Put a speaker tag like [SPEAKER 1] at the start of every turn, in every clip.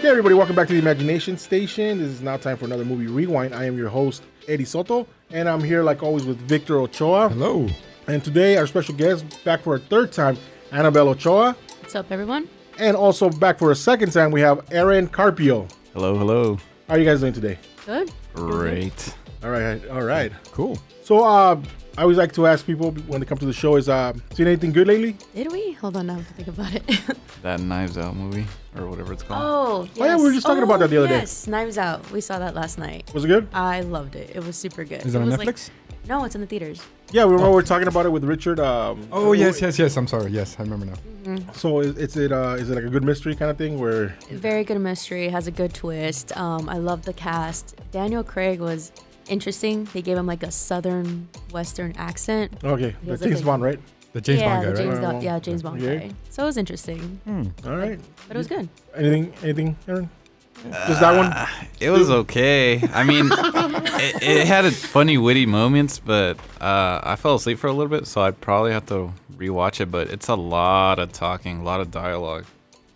[SPEAKER 1] Hey, everybody, welcome back to the Imagination Station. This is now time for another movie rewind. I am your host, Eddie Soto, and I'm here, like always, with Victor Ochoa.
[SPEAKER 2] Hello.
[SPEAKER 1] And today, our special guest, back for a third time, Annabelle Ochoa.
[SPEAKER 3] What's up, everyone?
[SPEAKER 1] And also, back for a second time, we have Aaron Carpio.
[SPEAKER 4] Hello, hello.
[SPEAKER 1] How are you guys doing today?
[SPEAKER 3] Good.
[SPEAKER 4] Great.
[SPEAKER 1] All right, all right.
[SPEAKER 2] Cool.
[SPEAKER 1] So, uh, I always like to ask people when they come to the show, is uh, seen anything good lately?
[SPEAKER 3] Did we? Hold on, now I have to think about it.
[SPEAKER 4] That Knives Out movie, or whatever it's called.
[SPEAKER 3] oh, yes. Oh,
[SPEAKER 1] yeah, we were just talking about that the other day.
[SPEAKER 3] yes. day. Knives Out. We saw that last night.
[SPEAKER 1] Was it good?
[SPEAKER 3] I loved it. It was super good.
[SPEAKER 2] Is that
[SPEAKER 3] It
[SPEAKER 2] on
[SPEAKER 3] was like-
[SPEAKER 2] Netflix?
[SPEAKER 3] no, it's in the theaters.
[SPEAKER 1] Yeah, we remember we were talking about it with Richard. Um,
[SPEAKER 2] oh yes, yes, yes. I'm sorry. Yes, I remember now.
[SPEAKER 1] So, is, is it uh, is it like a good mystery kind of thing where
[SPEAKER 3] Very good mystery. Has a good twist. Um, I love the cast. Daniel Craig was interesting. They gave him like a southern western accent.
[SPEAKER 1] okay, the
[SPEAKER 3] was
[SPEAKER 1] James
[SPEAKER 3] like-
[SPEAKER 1] Bond, right?
[SPEAKER 2] The James
[SPEAKER 3] yeah,
[SPEAKER 2] Bond guy,
[SPEAKER 3] the
[SPEAKER 2] right?
[SPEAKER 3] James
[SPEAKER 1] Right.
[SPEAKER 3] Bond- yeah, James Bond
[SPEAKER 1] Yeah.
[SPEAKER 3] guy. So it was interesting,
[SPEAKER 1] All right.
[SPEAKER 3] but it was good.
[SPEAKER 1] Anything? Anything, Aaron? Just that one?
[SPEAKER 4] It was okay. I mean, it, it had its funny, witty moments, but uh, I fell asleep for a little bit, so I'd probably have to rewatch it. But it's a lot of talking, a lot of dialogue.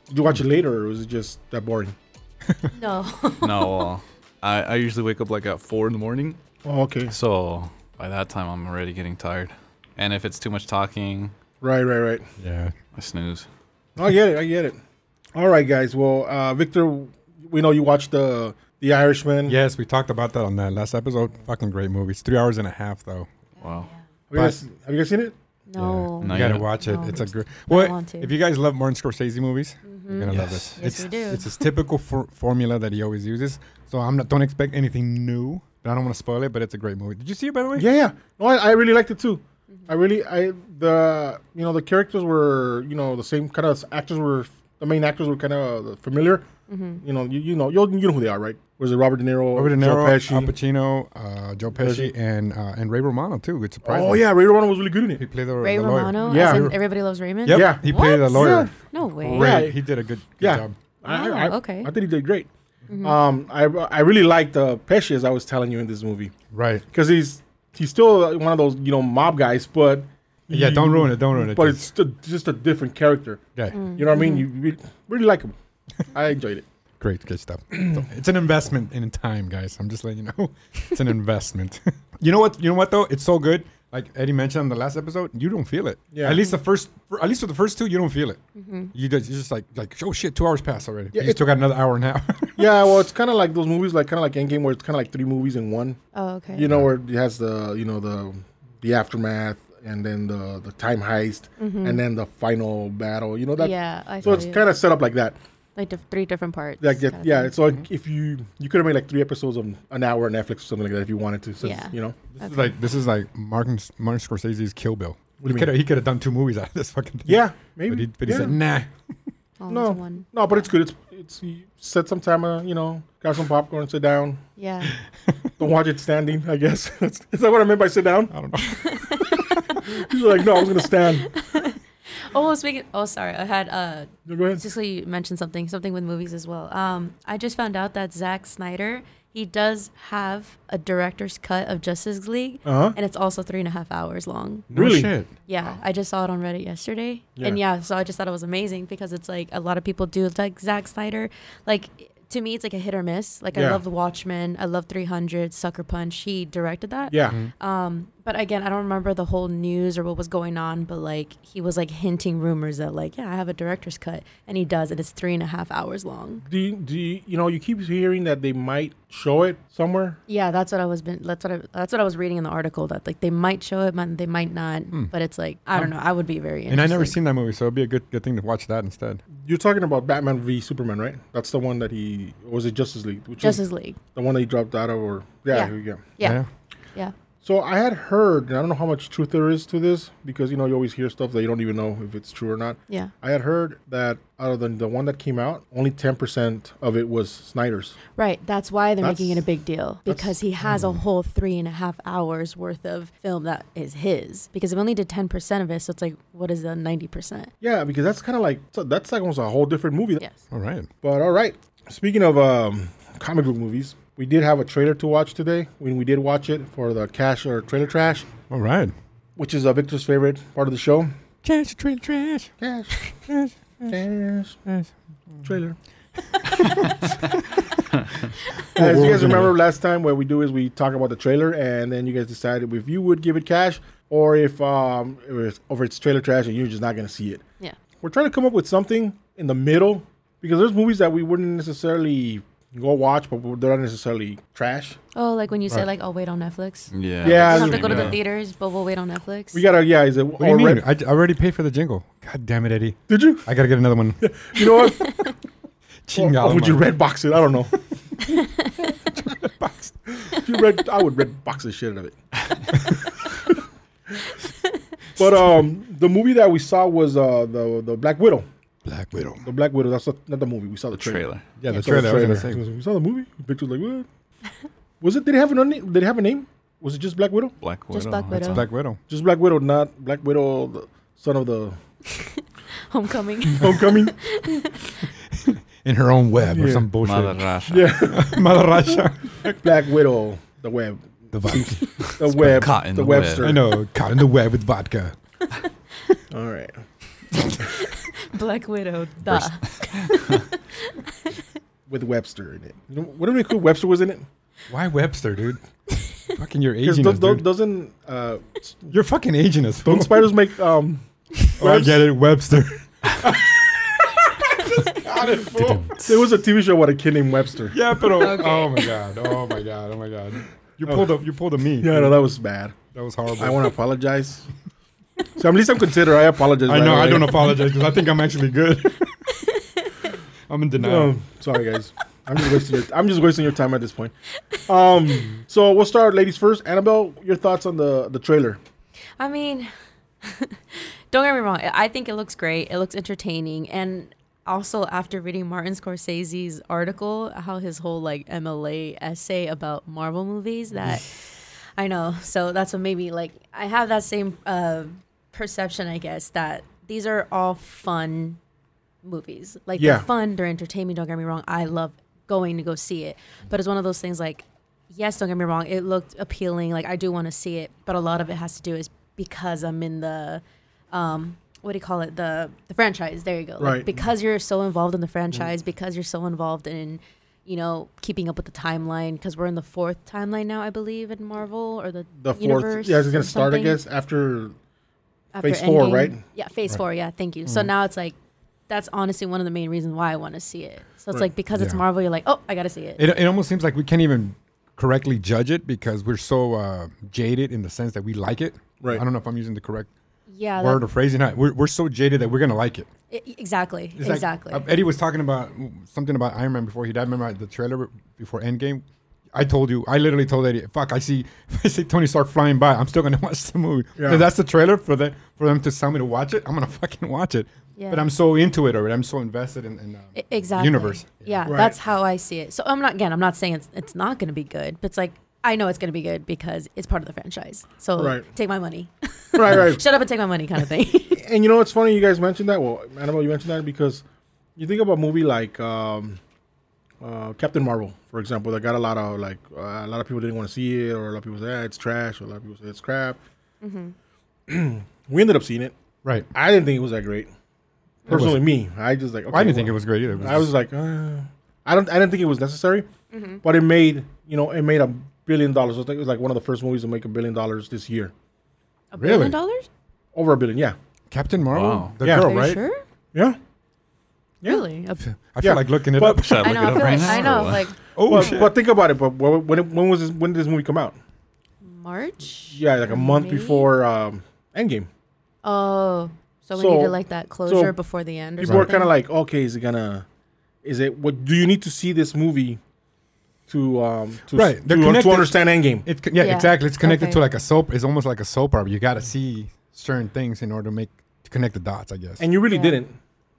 [SPEAKER 1] Did you watch it later, or was it just that boring?
[SPEAKER 3] No,
[SPEAKER 4] No, uh, I, I usually wake up like at four in the morning,
[SPEAKER 1] Oh, okay.
[SPEAKER 4] so by that time I'm already getting tired. And if it's too much talking,
[SPEAKER 1] Right, right, right.
[SPEAKER 2] Yeah.
[SPEAKER 4] I snooze.
[SPEAKER 1] I get it. I get it. All right, guys. Well, uh, Victor, we know you watched the The Irishman.
[SPEAKER 2] Yes, we talked about that on that last episode. Fucking great movie. It's three hours and a half though.
[SPEAKER 4] Wow.
[SPEAKER 1] Have you, guys, have you guys seen it?
[SPEAKER 3] no.
[SPEAKER 4] No,
[SPEAKER 2] You gotta
[SPEAKER 4] yeah.
[SPEAKER 2] watch it.
[SPEAKER 3] No.
[SPEAKER 2] It's a great.
[SPEAKER 3] Oh, want
[SPEAKER 2] What
[SPEAKER 3] to.
[SPEAKER 2] if you guys love Martin Scorsese movies? You're gonna love
[SPEAKER 4] Yes.
[SPEAKER 2] this.
[SPEAKER 3] Yes,
[SPEAKER 2] it's,
[SPEAKER 3] we do.
[SPEAKER 2] It's his typical for- formula that he always uses. So I'm not. Don't expect anything new. I don't want to spoil it, but it's a great movie. Did you see it by the way?
[SPEAKER 1] Yeah, yeah. No, I, I really liked it too. I really, I the you know the characters were you know the same kind of actors were the main actors were kind of familiar. You know, you, you know, you you know who they are, right? Was it Robert De Niro?
[SPEAKER 2] Robert De
[SPEAKER 1] Joe
[SPEAKER 2] Niro,
[SPEAKER 1] Pesci?
[SPEAKER 2] Al Pacino, uh, Joe Pesci, and uh, and Ray Romano too. Good surprise.
[SPEAKER 1] Oh yeah, Ray Romano was really good in
[SPEAKER 2] He
[SPEAKER 1] it.
[SPEAKER 2] played the,
[SPEAKER 3] Ray
[SPEAKER 2] the lawyer.
[SPEAKER 3] Romano.
[SPEAKER 1] Yeah.
[SPEAKER 3] as in Everybody loves Raymond.
[SPEAKER 2] Yep,
[SPEAKER 1] Yeah.
[SPEAKER 2] he played the
[SPEAKER 3] What?
[SPEAKER 2] lawyer.
[SPEAKER 3] No way.
[SPEAKER 1] Right.
[SPEAKER 2] Ray, he did a good, good
[SPEAKER 1] Yeah.
[SPEAKER 2] job.
[SPEAKER 1] I,
[SPEAKER 3] Oh,
[SPEAKER 1] I,
[SPEAKER 3] okay. Mm-hmm.
[SPEAKER 1] I think he did great. Um, I I really liked uh, Pesci as I was telling you in this movie
[SPEAKER 2] Right.
[SPEAKER 1] because he's he's still one of those you know mob guys, but
[SPEAKER 2] Yeah, don't ruin it, don't ruin it,
[SPEAKER 1] But
[SPEAKER 2] dude.
[SPEAKER 1] it's st- just a different character.
[SPEAKER 2] Okay.
[SPEAKER 3] Mm.
[SPEAKER 1] You know what I mean? You
[SPEAKER 3] Mm-hmm.
[SPEAKER 1] re- really like him. I enjoyed it.
[SPEAKER 2] Great, good stuff. So, it's an investment in time, guys. I'm just letting you know. It's an investment. you know what? You know what though? It's so good. Like Eddie mentioned on the last episode, you don't feel it.
[SPEAKER 1] Yeah.
[SPEAKER 2] At least the first, at least with the first two, you don't feel it.
[SPEAKER 3] Mm-hmm.
[SPEAKER 2] You just, you're just like, like, oh shit, two hours passed already.
[SPEAKER 1] Yeah,
[SPEAKER 2] you
[SPEAKER 1] it-
[SPEAKER 2] still got another hour now.
[SPEAKER 1] Yeah, well, it's kind of like those movies, like kind of like Endgame, where it's kind of like three movies in one.
[SPEAKER 3] Oh, okay.
[SPEAKER 1] You know, where it has the you know the the aftermath, and then the the time heist, and then the final battle. You know that.
[SPEAKER 3] Mm-hmm. yeah. I
[SPEAKER 1] So it's kind of set up like that.
[SPEAKER 3] like diff- three different parts.
[SPEAKER 1] Like yeah,
[SPEAKER 3] kinda
[SPEAKER 1] yeah.
[SPEAKER 3] thing.
[SPEAKER 1] So like, if you you could have made like three episodes of an hour on Netflix or something like that if you wanted to. So
[SPEAKER 3] Yeah.
[SPEAKER 1] You know.
[SPEAKER 2] this is like this is like Martin Martin Scorsese's Kill Bill.
[SPEAKER 1] What do you
[SPEAKER 2] he could
[SPEAKER 1] mean?
[SPEAKER 2] have he could have done two movies out of this fucking thing.
[SPEAKER 1] Yeah, maybe.
[SPEAKER 2] But he, but
[SPEAKER 1] Yeah.
[SPEAKER 2] he said, nah.
[SPEAKER 3] All into
[SPEAKER 1] no,
[SPEAKER 3] Oh, one.
[SPEAKER 1] no, but it's good. It's it's you set some time. Uh, you know, grab some popcorn, sit down.
[SPEAKER 3] Yeah.
[SPEAKER 1] Don't watch it standing. I guess is that what I meant by sit down?
[SPEAKER 2] I don't know.
[SPEAKER 1] He's like, no, I was gonna stand.
[SPEAKER 3] oh, speaking. Oh, sorry. I had uh,
[SPEAKER 1] No, Go ahead.
[SPEAKER 3] just so you mentioned something, something with movies as well. Um, I just found out that Zack Snyder he does have a director's cut of Justice League,
[SPEAKER 1] Uh-huh.
[SPEAKER 3] and it's also three and a half hours long.
[SPEAKER 2] No
[SPEAKER 1] Really?
[SPEAKER 2] shit.
[SPEAKER 3] Yeah, I just saw it on Reddit yesterday,
[SPEAKER 1] Yeah.
[SPEAKER 3] and yeah, so I just thought it was amazing because it's like a lot of people do like Zack Snyder. Like to me, it's like a hit or miss. Like
[SPEAKER 1] Yeah.
[SPEAKER 3] I love The Watchmen, I love 300, Sucker Punch. He directed that.
[SPEAKER 1] Yeah.
[SPEAKER 2] Mm-hmm.
[SPEAKER 3] Um, but again, I don't remember the whole news or what was going on, but like he was like hinting rumors that like, yeah, I have a director's cut, and he does, and it's three and a half hours long.
[SPEAKER 1] Do you, do you, you know you keep hearing that they might show it somewhere?
[SPEAKER 3] Yeah, that's what I was been. That's what I, that's what I was reading in the article that like they might show it, man, they might not, but it's like I don't know. I would be very.
[SPEAKER 2] And I never
[SPEAKER 3] interested.
[SPEAKER 2] seen that movie, so it'd be a good good thing to watch that instead.
[SPEAKER 1] You're talking about Batman v Superman, right? That's the one that he or was it Justice League, which was
[SPEAKER 3] Justice League.
[SPEAKER 1] the one that he dropped out of, or yeah,
[SPEAKER 3] Yeah.
[SPEAKER 1] yeah.
[SPEAKER 3] Yeah, yeah.
[SPEAKER 1] So I had heard, and I don't know how much truth there is to this because you know you always hear stuff that you don't even know if it's true or not.
[SPEAKER 3] Yeah.
[SPEAKER 1] I had heard that out of the, the one that came out, only 10% of it was Snyder's.
[SPEAKER 3] Right. That's why they're
[SPEAKER 1] That's-
[SPEAKER 3] making it a big deal because he has a whole three and a half hours worth of film that is his. Because if only did ten percent of it, so it's like, what is the ninety percent?
[SPEAKER 1] Yeah, because that's kind of like, so that's like almost a whole different movie.
[SPEAKER 3] Yes.
[SPEAKER 2] All right.
[SPEAKER 1] But all right. Speaking of um, comic book movies, we did have a trailer to watch today. When we did watch it for the Cash or Trailer Trash,
[SPEAKER 2] All right.
[SPEAKER 1] which is uh, Victor's favorite part of the show.
[SPEAKER 2] Trash, trash, trash,
[SPEAKER 1] Cash,
[SPEAKER 2] trash,
[SPEAKER 1] Cash,
[SPEAKER 2] trash.
[SPEAKER 1] Trailer. As you guys remember last time, what we do is we talk about the trailer, and then you guys decided if you would give it cash or if um it was, or if it's trailer trash and you're just not gonna see it.
[SPEAKER 3] Yeah.
[SPEAKER 1] We're trying to come up with something in the middle because there's movies that we wouldn't necessarily go watch, but they're not necessarily trash.
[SPEAKER 3] Oh, like when you say
[SPEAKER 2] Right.
[SPEAKER 3] like, "I'll wait on Netflix."
[SPEAKER 4] Yeah.
[SPEAKER 1] Yeah,
[SPEAKER 3] I
[SPEAKER 1] I
[SPEAKER 3] have
[SPEAKER 1] don't
[SPEAKER 3] to go to the
[SPEAKER 4] Yeah.
[SPEAKER 3] theaters, but we'll wait on Netflix.
[SPEAKER 1] We gotta yeah. Is it
[SPEAKER 2] What do you
[SPEAKER 1] or
[SPEAKER 2] mean?
[SPEAKER 1] Red-
[SPEAKER 2] I, I already paid for the jingle. God damn it, Eddie.
[SPEAKER 1] Did you?
[SPEAKER 2] I gotta get another one.
[SPEAKER 1] You know what?
[SPEAKER 2] Chingado,
[SPEAKER 1] Or would you
[SPEAKER 2] man.
[SPEAKER 1] red box it? I don't know. If you red, I would red box the shit out of it. but um, the movie that we saw was uh the the Black Widow.
[SPEAKER 2] Black Widow?
[SPEAKER 1] The Black Widow. That's not, not the movie. We saw the, trailer.
[SPEAKER 4] Trailer.
[SPEAKER 2] Yeah, the
[SPEAKER 1] We saw
[SPEAKER 2] trailer. I was gonna say.
[SPEAKER 1] We saw the movie. Victor's like, what? Was it? Did it have an? unna- Did it have a name? Was it just Black Widow?
[SPEAKER 4] Black Widow.
[SPEAKER 3] Just Black
[SPEAKER 4] that's
[SPEAKER 3] Widow.
[SPEAKER 4] all.
[SPEAKER 2] Black Widow.
[SPEAKER 1] Just Black Widow, not Black Widow, the son of the
[SPEAKER 3] Homecoming.
[SPEAKER 1] Homecoming.
[SPEAKER 2] In her own web or
[SPEAKER 1] Yeah.
[SPEAKER 2] some bullshit.
[SPEAKER 4] Mother Russia.
[SPEAKER 1] yeah,
[SPEAKER 2] Mother Russia.
[SPEAKER 1] Black Widow, the web,
[SPEAKER 2] The vodka.
[SPEAKER 1] the web,
[SPEAKER 4] caught in
[SPEAKER 1] the
[SPEAKER 4] the web.
[SPEAKER 1] Webster.
[SPEAKER 2] I know. Caught in the web with vodka.
[SPEAKER 1] All right.
[SPEAKER 3] Black Widow. Duh.
[SPEAKER 1] with Webster in it. You know, wouldn't it be cool? if Webster was in it
[SPEAKER 2] Why Webster, dude? fucking, you're
[SPEAKER 1] because
[SPEAKER 2] aging us, dude.
[SPEAKER 1] doesn't uh,
[SPEAKER 2] You're fucking aging us.
[SPEAKER 1] don't
[SPEAKER 2] fool.
[SPEAKER 1] spiders make um?
[SPEAKER 2] Oh, I
[SPEAKER 1] webs?
[SPEAKER 2] get it, Webster.
[SPEAKER 1] There was a TV show about a kid named Webster.
[SPEAKER 2] yeah, but oh, oh my god, oh my god, oh my god. You pulled up, you pulled a me.
[SPEAKER 1] Yeah, no, that was bad.
[SPEAKER 2] that was horrible.
[SPEAKER 1] I want to apologize. So at least I'm considerate. I apologize.
[SPEAKER 2] I
[SPEAKER 1] right
[SPEAKER 2] know. I
[SPEAKER 1] away.
[SPEAKER 2] don't apologize because I think I'm actually good. I'm in denial.
[SPEAKER 1] Um, sorry, guys. I'm just wasting your. I'm just wasting your time at this point. Um, so we'll start, ladies first. Annabelle, your thoughts on the the trailer?
[SPEAKER 3] I mean, don't get me wrong. I I think it looks great. It looks entertaining, and also after reading Martin Scorsese's article, how his whole like MLA essay about Marvel movies that I know. So that's what made me like. I have that same uh, perception, I guess, that these are all fun movies. Like
[SPEAKER 1] Yeah.
[SPEAKER 3] they're fun, they're entertaining. Don't get me wrong. I love going to go see it, but it's one of those things like, yes, don't get me wrong. It looked appealing. Like I do want to see it, but a lot of it has to do is because I'm in the, um, what do you call it? The the franchise. There you go. Like,
[SPEAKER 1] Right. Mm-hmm.
[SPEAKER 3] because you're so involved in the franchise, because you're so involved in. You know, keeping up with the timeline because we're in the fourth timeline now, I believe, in Marvel or the
[SPEAKER 1] The fourth.
[SPEAKER 3] universe
[SPEAKER 1] yeah, it's
[SPEAKER 3] or
[SPEAKER 1] gonna start. I
[SPEAKER 3] something
[SPEAKER 1] guess after
[SPEAKER 3] after
[SPEAKER 1] Phase four,
[SPEAKER 3] Endgame.
[SPEAKER 1] right? Mm.
[SPEAKER 3] Yeah, phase four. Yeah, thank you. So now it's like that's honestly one of the main reasons why I want to see it. So it's
[SPEAKER 1] Right.
[SPEAKER 3] like because it's
[SPEAKER 2] Yeah.
[SPEAKER 3] Marvel, you're like, oh, I gotta see it.
[SPEAKER 2] It, it almost seems like we can't even correctly judge it because we're so uh, jaded in the sense that we like it.
[SPEAKER 1] Right.
[SPEAKER 2] I don't know if I'm using the correct
[SPEAKER 3] yeah,
[SPEAKER 2] word
[SPEAKER 3] that,
[SPEAKER 2] or phrasing. I- We're, we're so jaded that we're gonna like it.
[SPEAKER 3] e- exactly,
[SPEAKER 2] It's like,
[SPEAKER 3] exactly.
[SPEAKER 2] uh, Eddie was talking about mm, something about Iron Man before he died. Remember the trailer before Endgame? I told you, I literally told Eddie, "Fuck, I see, if I see Tony Stark flying by, I'm still gonna watch the movie.
[SPEAKER 1] Yeah.
[SPEAKER 2] If that's the trailer for the for them to tell me to watch it, I'm gonna fucking watch it.
[SPEAKER 3] Yeah.
[SPEAKER 2] But I'm so into it already. I'm so invested in, in uh,
[SPEAKER 3] E- exactly.
[SPEAKER 2] universe.
[SPEAKER 3] Yeah,
[SPEAKER 1] Right.
[SPEAKER 3] that's how I see it. So I'm not again. I'm not saying it's it's not gonna be good, but it's like I know it's gonna be good because it's part of the franchise. So
[SPEAKER 1] Right.
[SPEAKER 3] take my money.
[SPEAKER 1] right, right.
[SPEAKER 3] Shut up and take my money, kind of thing.
[SPEAKER 1] and you know what's funny? You guys mentioned that. Well, Annabelle, you mentioned that because you think about a movie like um, uh, Captain Marvel, for example, that got a lot of like uh, a lot of people didn't want to see it, or a lot of people said "Ah, it's trash, or a lot of people said it's crap.
[SPEAKER 2] Mm-hmm.
[SPEAKER 1] we ended up seeing it.
[SPEAKER 2] Right.
[SPEAKER 1] I didn't think it was that great. Personally, me, I just like. Okay,
[SPEAKER 2] Well, I didn't think it
[SPEAKER 1] well,
[SPEAKER 2] was great either. It was
[SPEAKER 1] I was like, uh, I don't. I didn't think it was necessary,
[SPEAKER 2] Mm-hmm.
[SPEAKER 1] but it made you know it made a billion dollars. I think it was like one of the first movies to make a billion dollars this year,
[SPEAKER 3] A
[SPEAKER 2] Really?
[SPEAKER 3] billion dollars?
[SPEAKER 1] over a billion. Yeah,
[SPEAKER 2] Captain Marvel,
[SPEAKER 4] Wow.
[SPEAKER 2] the
[SPEAKER 1] Yeah.
[SPEAKER 2] girl,
[SPEAKER 3] Are you
[SPEAKER 2] Oh, right?
[SPEAKER 3] sure?
[SPEAKER 1] yeah. Yeah.
[SPEAKER 3] Really? A-
[SPEAKER 2] I feel
[SPEAKER 1] Yeah.
[SPEAKER 2] like looking it
[SPEAKER 1] But-
[SPEAKER 2] up.
[SPEAKER 4] Should I,
[SPEAKER 3] I
[SPEAKER 4] look
[SPEAKER 3] know.
[SPEAKER 4] it
[SPEAKER 3] I
[SPEAKER 4] up
[SPEAKER 3] feel
[SPEAKER 4] right
[SPEAKER 3] like
[SPEAKER 4] now?
[SPEAKER 3] I know. Like
[SPEAKER 2] Oh
[SPEAKER 1] Well,
[SPEAKER 2] shit!
[SPEAKER 1] but think about it. But wh- when it- when was this, when did this movie come out?
[SPEAKER 3] March.
[SPEAKER 1] Yeah, like a month
[SPEAKER 3] Maybe?
[SPEAKER 1] before um, Endgame.
[SPEAKER 3] Oh, so we
[SPEAKER 1] So-
[SPEAKER 3] needed like that closure
[SPEAKER 1] so
[SPEAKER 3] before the end. Or
[SPEAKER 1] People are
[SPEAKER 3] something?
[SPEAKER 1] kind of like, okay, is it gonna? Is it what? Do you need to see this movie to um to
[SPEAKER 2] Right,
[SPEAKER 1] to,
[SPEAKER 2] they're connected.
[SPEAKER 1] to understand Endgame?
[SPEAKER 2] It, c- yeah,
[SPEAKER 3] Yeah.
[SPEAKER 2] exactly. It's connected to
[SPEAKER 3] Okay.
[SPEAKER 2] like a soap. It's almost like a soap opera. You got to see certain things in order to make to connect the dots, I guess.
[SPEAKER 1] And you really
[SPEAKER 3] Yeah.
[SPEAKER 1] didn't.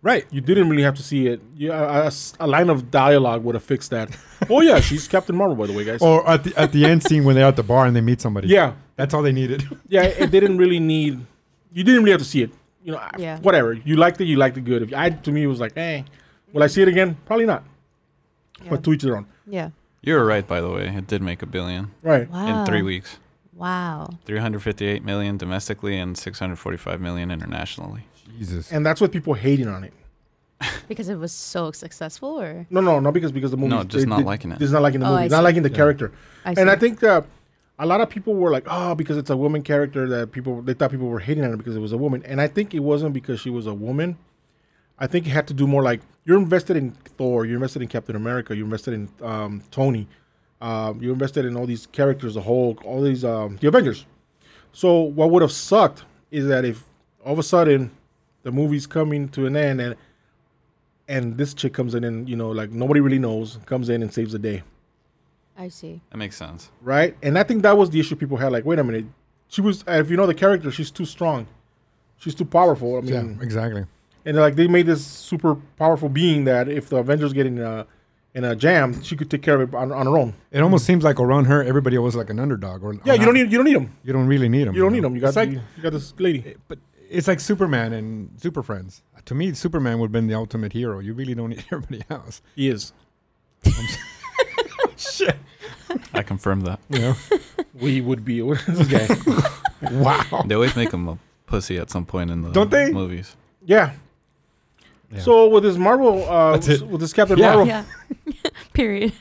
[SPEAKER 1] Right, you didn't really have to see it. Yeah, a- a s- a, line of dialogue would have fixed that. oh yeah, she's Captain Marvel, by the way, guys.
[SPEAKER 2] or at the at the end scene when they're at the bar and they meet somebody.
[SPEAKER 1] Yeah,
[SPEAKER 2] that's all they needed.
[SPEAKER 1] yeah. It didn't really need. You didn't really have to see it. You know, I-
[SPEAKER 3] Yeah.
[SPEAKER 1] whatever you liked it, you liked it good. If I to me it was like, eh, will I see it again? Probably not. But to each their own.
[SPEAKER 3] Yeah.
[SPEAKER 4] You were right, by the way. It did make a billion
[SPEAKER 1] Right.
[SPEAKER 3] Wow.
[SPEAKER 4] in three weeks.
[SPEAKER 3] Wow.
[SPEAKER 4] 358 million domestically and 645 million internationally.
[SPEAKER 2] Jesus.
[SPEAKER 1] and that's what people hating on it.
[SPEAKER 3] because it was so successful, or
[SPEAKER 1] No, no, not because because the movie.
[SPEAKER 4] No, just not liking it.
[SPEAKER 1] Just not liking the
[SPEAKER 3] Oh, I
[SPEAKER 1] movie. Not
[SPEAKER 3] see.
[SPEAKER 1] liking the character.
[SPEAKER 3] I
[SPEAKER 1] and I
[SPEAKER 3] see.
[SPEAKER 1] think uh, a lot of people were like, "Oh, because it's a woman character that people they thought people were hating on her because it was a woman." And I think it wasn't because she was a woman. I think it had to do more like you're invested in Thor, you're invested in Captain America, you're invested in um, Tony, um, you're invested in all these characters, the Hulk, all these um, the Avengers. So what would have sucked is that if all of a sudden the movie's coming to an end and and this chick comes in and you know like nobody really knows comes in and saves the day
[SPEAKER 3] I see.
[SPEAKER 4] That makes sense.
[SPEAKER 1] right and i think that was the issue people had like wait a minute she was if you know the character she's too strong she's too powerful i mean
[SPEAKER 2] Yeah, exactly.
[SPEAKER 1] and like they made this super powerful being that if the avengers get in a in a jam she could take care of it on, on her own Uh-huh.
[SPEAKER 2] It almost seems like around her, everybody was like an underdog. Or
[SPEAKER 1] yeah
[SPEAKER 2] or
[SPEAKER 1] you
[SPEAKER 2] not-
[SPEAKER 1] don't need you don't need them
[SPEAKER 2] You don't really need them.
[SPEAKER 1] you don't need them you got
[SPEAKER 2] it's like, eh,
[SPEAKER 1] you, you got this lady
[SPEAKER 2] but it's like Superman and Super Friends. To me, Superman would have been the ultimate hero. You really don't need everybody else.
[SPEAKER 1] he is
[SPEAKER 2] Shit.
[SPEAKER 4] I confirm that.
[SPEAKER 2] You know?
[SPEAKER 1] we would be this guy
[SPEAKER 2] wow.
[SPEAKER 4] They always make him a pussy at some point in the
[SPEAKER 2] Oh. Don't they?
[SPEAKER 4] movies.
[SPEAKER 1] yeah
[SPEAKER 2] Yeah.
[SPEAKER 1] so with this marvel uh
[SPEAKER 2] That's it.
[SPEAKER 1] with this captain
[SPEAKER 2] Yeah.
[SPEAKER 1] marvel
[SPEAKER 3] Yeah. Period.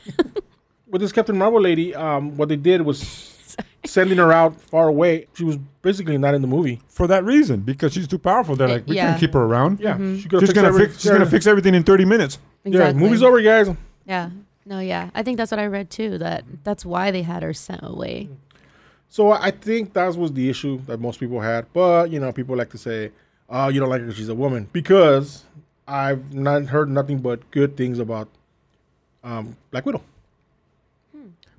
[SPEAKER 1] with this Captain Marvel lady, um, what they did was sending her out far away. She was basically not in the movie.
[SPEAKER 2] For that reason, because she's too powerful, they're
[SPEAKER 3] Y-
[SPEAKER 2] like, we
[SPEAKER 3] yeah.
[SPEAKER 2] can't keep her around.
[SPEAKER 1] Yeah,
[SPEAKER 3] Mm-hmm.
[SPEAKER 1] she could
[SPEAKER 2] She's
[SPEAKER 1] fix
[SPEAKER 2] gonna
[SPEAKER 1] every-
[SPEAKER 2] fix. She's gonna fix everything in 30 minutes.
[SPEAKER 1] Yeah, movie's over, guys.
[SPEAKER 3] Yeah.
[SPEAKER 1] Mm-hmm.
[SPEAKER 3] No, yeah. I think that's what I read too. That that's why they had her sent away.
[SPEAKER 1] Mm. So I think that was the issue that most people had. But you know, people like to say, "Oh, you don't like her 'cause she's a woman," because I've not heard nothing but good things about um, Black Widow.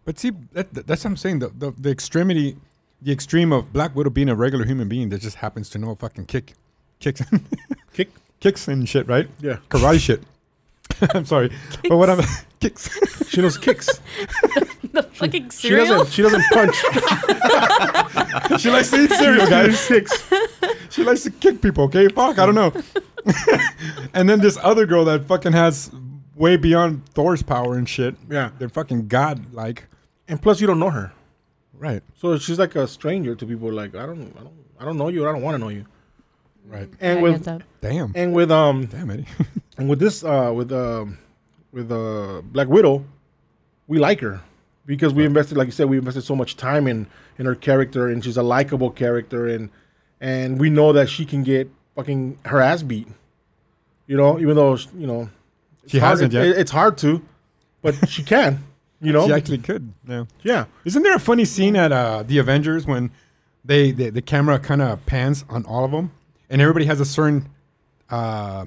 [SPEAKER 2] But see, that, that- that's what I'm saying. The, the the extremity, the extreme of Black Widow being a regular human being that just happens to know a fucking kick, kicks,
[SPEAKER 1] Kick.
[SPEAKER 2] kicks and shit, right?
[SPEAKER 1] Yeah,
[SPEAKER 2] Karate shit. I'm sorry, but what I'm kicks.
[SPEAKER 1] she knows kicks.
[SPEAKER 3] the fucking
[SPEAKER 1] she
[SPEAKER 3] cereal.
[SPEAKER 1] doesn't. She doesn't punch.
[SPEAKER 2] she likes to eat cereal, guys. Kicks. She likes to kick people. Okay, fuck, I don't know. and then this other girl that fucking has way beyond Thor's power and shit.
[SPEAKER 1] Yeah.
[SPEAKER 2] they're fucking god like.
[SPEAKER 1] and plus, you don't know her,
[SPEAKER 2] Right,
[SPEAKER 1] so she's like a stranger to people. Like I don't, I don't, I don't know you. I don't want to know you.
[SPEAKER 2] right.
[SPEAKER 1] And
[SPEAKER 3] I
[SPEAKER 1] with
[SPEAKER 3] get that.
[SPEAKER 2] Damn,
[SPEAKER 1] and with um
[SPEAKER 2] damn Eddie.
[SPEAKER 1] And with this, uh, with um, with uh, Black Widow, we like her because we invested, like you said, we invested so much time in in her character, and she's a likable character, and and we know that she can get fucking her ass beat, you know, even though you know it's
[SPEAKER 2] She
[SPEAKER 1] hard-
[SPEAKER 2] hasn't
[SPEAKER 1] it-
[SPEAKER 2] yet.
[SPEAKER 1] It's hard to, but she can, you know.
[SPEAKER 2] she actually could. Yeah.
[SPEAKER 1] yeah,
[SPEAKER 2] Isn't there a funny scene at uh, the Avengers when they, they the camera kind of pans on all of them, and everybody has a certain uh,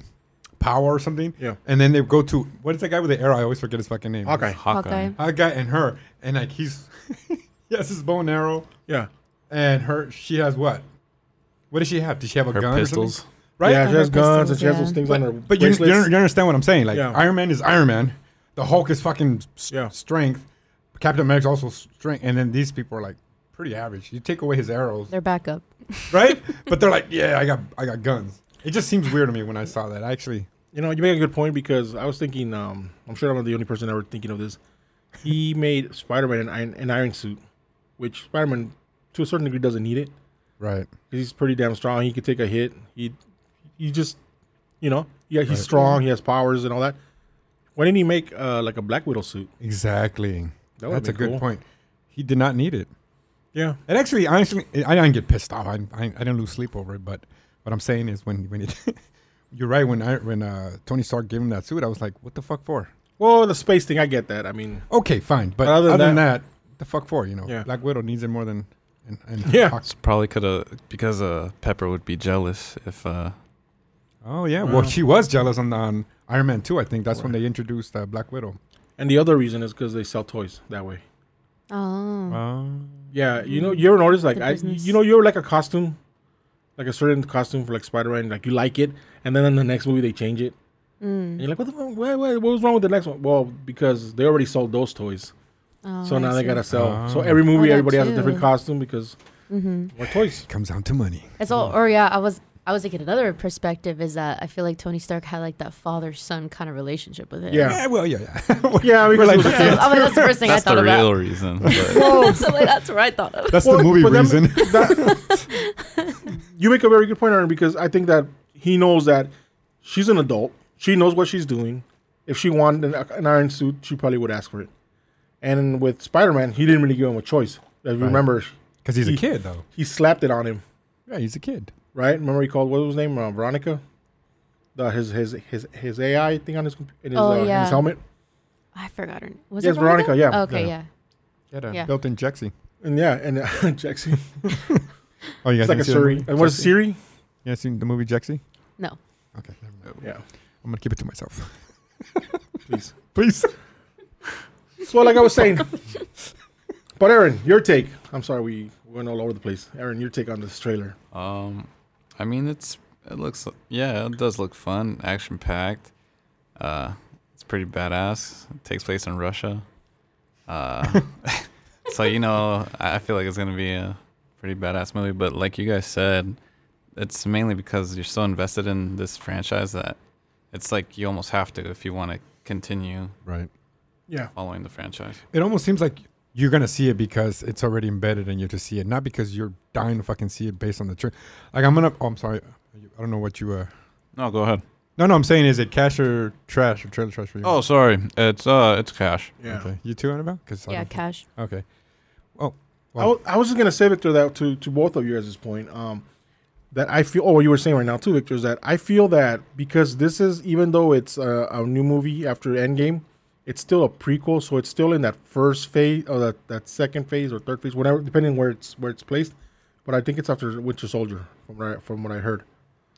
[SPEAKER 2] power or something?
[SPEAKER 1] Yeah.
[SPEAKER 2] And then they go to what is that guy with the arrow? I always forget his fucking name.
[SPEAKER 1] Hawkeye.
[SPEAKER 3] Hawkeye.
[SPEAKER 2] That guy and her, and like he's he has his bow and arrow,
[SPEAKER 1] Yeah,
[SPEAKER 2] and her she has what? What does she have? Does she have a
[SPEAKER 4] Her
[SPEAKER 2] gun? or something?
[SPEAKER 4] pistols.
[SPEAKER 2] right?
[SPEAKER 1] yeah, she
[SPEAKER 3] Under
[SPEAKER 1] has guns
[SPEAKER 3] pistols,
[SPEAKER 1] and she has
[SPEAKER 3] yeah.
[SPEAKER 1] those things on her.
[SPEAKER 2] But, but you, you,
[SPEAKER 1] bracelets.
[SPEAKER 2] un- you understand what I'm saying? Like
[SPEAKER 1] Yeah.
[SPEAKER 2] Iron Man is Iron Man. The Hulk is fucking s-
[SPEAKER 1] Yeah.
[SPEAKER 2] strength. Captain America's also strength. And then these people are like pretty average. You take away his arrows,
[SPEAKER 3] They're back up.
[SPEAKER 2] right? But they're like, yeah, I got I got guns. It just seems weird to me when I saw that. I actually,
[SPEAKER 1] You know, you make a good point because I was thinking. Um, I'm sure I'm not the only person ever thinking of this. He made Spider-Man an iron, an iron suit, which Spider-Man, to a certain degree, doesn't need it
[SPEAKER 2] right?
[SPEAKER 1] 'cause he's pretty damn strong. He could take a hit. He, he just, you know, yeah, he's strong. He has powers and all that. Why didn't he make uh, like a Black Widow suit?
[SPEAKER 2] Exactly.
[SPEAKER 1] That would've
[SPEAKER 2] That's a
[SPEAKER 1] been
[SPEAKER 2] good
[SPEAKER 1] cool.
[SPEAKER 2] point. He did not need it.
[SPEAKER 1] Yeah,
[SPEAKER 2] And actually, honestly, I didn't get pissed off. I, I, I didn't lose sleep over it. But what I'm saying is, when when it, you're right, when I, when uh, Tony Stark gave him that suit, I was like, what the fuck for?
[SPEAKER 1] well, the space thing, I get that. I mean,
[SPEAKER 2] Okay, fine. But
[SPEAKER 1] Other
[SPEAKER 2] other,
[SPEAKER 1] than
[SPEAKER 2] than that, the fuck for, you know.
[SPEAKER 1] Yeah.
[SPEAKER 2] Black Widow needs it more than and, and
[SPEAKER 1] Yeah.
[SPEAKER 2] Hawk-
[SPEAKER 4] Probably could have because uh, Pepper would be jealous if uh,
[SPEAKER 2] Oh yeah.
[SPEAKER 1] Wow.
[SPEAKER 2] Well, she was jealous on, on Iron Man 2, I think. That's when they introduced uh, Black Widow.
[SPEAKER 1] and the other reason is because they sell toys that way.
[SPEAKER 3] Oh.
[SPEAKER 1] Mm. Yeah, you know, you ever notice like
[SPEAKER 3] Mm-hmm. The
[SPEAKER 1] I,
[SPEAKER 3] business.
[SPEAKER 1] you know, you're like a costume, like a certain costume for like Spider-Man, like you like it, and then in the next movie they change it.
[SPEAKER 3] Mm.
[SPEAKER 1] And you're like, what the fuck? What, what, what was wrong with the next one? Well, because they already sold those toys,
[SPEAKER 3] oh
[SPEAKER 1] so now they gotta sell. So
[SPEAKER 2] Ah.
[SPEAKER 1] every movie,
[SPEAKER 3] that
[SPEAKER 1] everybody has a
[SPEAKER 3] too.
[SPEAKER 1] different costume because
[SPEAKER 3] Mm-hmm.
[SPEAKER 1] more toys.
[SPEAKER 2] comes down to money.
[SPEAKER 3] It's all, or yeah, I was, I was thinking another perspective is that I feel like Tony Stark had like that father son kind of relationship with him.
[SPEAKER 1] Yeah.
[SPEAKER 2] Yeah, well, yeah, yeah.
[SPEAKER 1] Yeah,
[SPEAKER 2] We're
[SPEAKER 1] because
[SPEAKER 2] like,
[SPEAKER 1] it was a
[SPEAKER 3] So
[SPEAKER 1] kid.
[SPEAKER 3] I was, that's the first thing
[SPEAKER 4] that's
[SPEAKER 3] I
[SPEAKER 4] the
[SPEAKER 3] thought
[SPEAKER 4] real
[SPEAKER 3] about.
[SPEAKER 4] reason. but-
[SPEAKER 1] Well,
[SPEAKER 3] so like, that's what I thought of.
[SPEAKER 2] that's
[SPEAKER 1] well,
[SPEAKER 2] the movie
[SPEAKER 1] but that-
[SPEAKER 2] reason.
[SPEAKER 1] that- you make a very good point, Aaron, because I think that he knows that she's an adult. she knows what she's doing. If she wanted an, an iron suit, she probably would ask for it. And with Spider Man, he didn't really give him a choice. If you remember,
[SPEAKER 2] Because he's a
[SPEAKER 1] He-
[SPEAKER 2] kid, though.
[SPEAKER 1] he slapped it on him,
[SPEAKER 2] Yeah, he's a kid.
[SPEAKER 1] right? Remember he called what was his name? Uh, Veronica. The, his his his his AI thing on his comp- in his,
[SPEAKER 3] Oh,
[SPEAKER 1] uh, in
[SPEAKER 3] yeah.
[SPEAKER 1] his helmet.
[SPEAKER 3] I forgot her. name. Was
[SPEAKER 1] Yes,
[SPEAKER 3] it Veronica?
[SPEAKER 1] Veronica, yeah.
[SPEAKER 3] Okay, yeah.
[SPEAKER 2] Get a
[SPEAKER 3] Yeah.
[SPEAKER 2] built-in Jexy.
[SPEAKER 1] And yeah, and uh, Jackson.
[SPEAKER 2] Oh, you
[SPEAKER 1] It's like
[SPEAKER 2] guys didn't
[SPEAKER 1] a
[SPEAKER 2] see the
[SPEAKER 1] Siri.
[SPEAKER 2] movie
[SPEAKER 1] And what is
[SPEAKER 2] Jexy?
[SPEAKER 1] Siri?
[SPEAKER 2] You guys seen the movie Jexy?
[SPEAKER 3] No.
[SPEAKER 2] Okay, never mind.
[SPEAKER 1] Yeah,
[SPEAKER 2] I'm gonna keep it to myself.
[SPEAKER 1] please.
[SPEAKER 2] Please.
[SPEAKER 1] So like I was saying. But Aaron, your take. I'm sorry we went all over the place. Aaron, your take on this trailer.
[SPEAKER 4] Um, I mean, it's it looks yeah, it does look fun, action packed. Uh, it's pretty badass. It takes place in Russia. Uh, so you know, I I feel like it's gonna be a pretty badass movie. But like you guys said, it's mainly because you're so invested in this franchise that it's like you almost have to if you want to continue
[SPEAKER 2] Right.
[SPEAKER 1] Yeah.
[SPEAKER 4] following the franchise.
[SPEAKER 2] It almost seems like you're gonna see it because it's already embedded and you have to see it, not because you're dying to fucking see it based on the trend. Like I'm gonna. Oh, I'm sorry. I don't know what you. uh
[SPEAKER 4] No, go ahead.
[SPEAKER 2] No, no. I'm saying is it cash or trash or trailer trash for you?
[SPEAKER 4] Oh, sorry, it's uh, it's Cash.
[SPEAKER 1] Yeah.
[SPEAKER 2] Okay. You too, Annabelle? Cause I
[SPEAKER 3] Yeah,
[SPEAKER 2] don't-
[SPEAKER 3] Cash.
[SPEAKER 2] Okay.
[SPEAKER 1] I wa- I was just gonna say Victor that to to both of you at this point. Um, that I feel. Oh, what you were saying right now too, Victor, is that I feel that because this is even though it's a, a new movie after Endgame, it's still a prequel, so it's still in that first phase or that, that second phase or third phase, whatever, depending where it's where it's placed. But I think it's after Winter Soldier, from what I, from what I heard.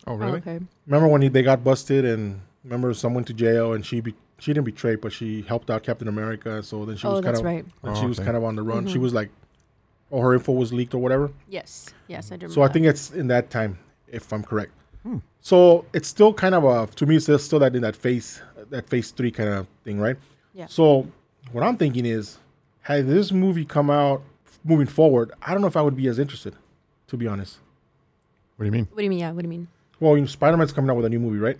[SPEAKER 2] Oh, really?
[SPEAKER 3] Oh, okay.
[SPEAKER 1] Remember when he, they got busted and remember someone went to jail and she be, she didn't betray, but she helped out Captain America. So then she
[SPEAKER 3] oh,
[SPEAKER 1] was kind
[SPEAKER 3] that's
[SPEAKER 1] of
[SPEAKER 3] right.
[SPEAKER 1] and
[SPEAKER 2] Oh,
[SPEAKER 1] she was
[SPEAKER 2] okay.
[SPEAKER 1] kind of on the run. She
[SPEAKER 3] Mhm.
[SPEAKER 1] was like, or her info was leaked or whatever.
[SPEAKER 3] Yes. Yes, I do.
[SPEAKER 1] So I
[SPEAKER 3] remember
[SPEAKER 1] think
[SPEAKER 3] that.
[SPEAKER 1] it's in that time, if I'm correct.
[SPEAKER 2] Hmm.
[SPEAKER 1] So it's still kind of a to me, it's still that in that phase, that phase three kind of thing, right?
[SPEAKER 3] Yeah.
[SPEAKER 1] So what I'm thinking is, had this movie come out moving forward, I don't know if I would be as interested, to be honest.
[SPEAKER 2] What do you mean?
[SPEAKER 3] What do you mean? Yeah. What do you mean?
[SPEAKER 1] Well, you know, Spider-Man's coming out with a new movie, right?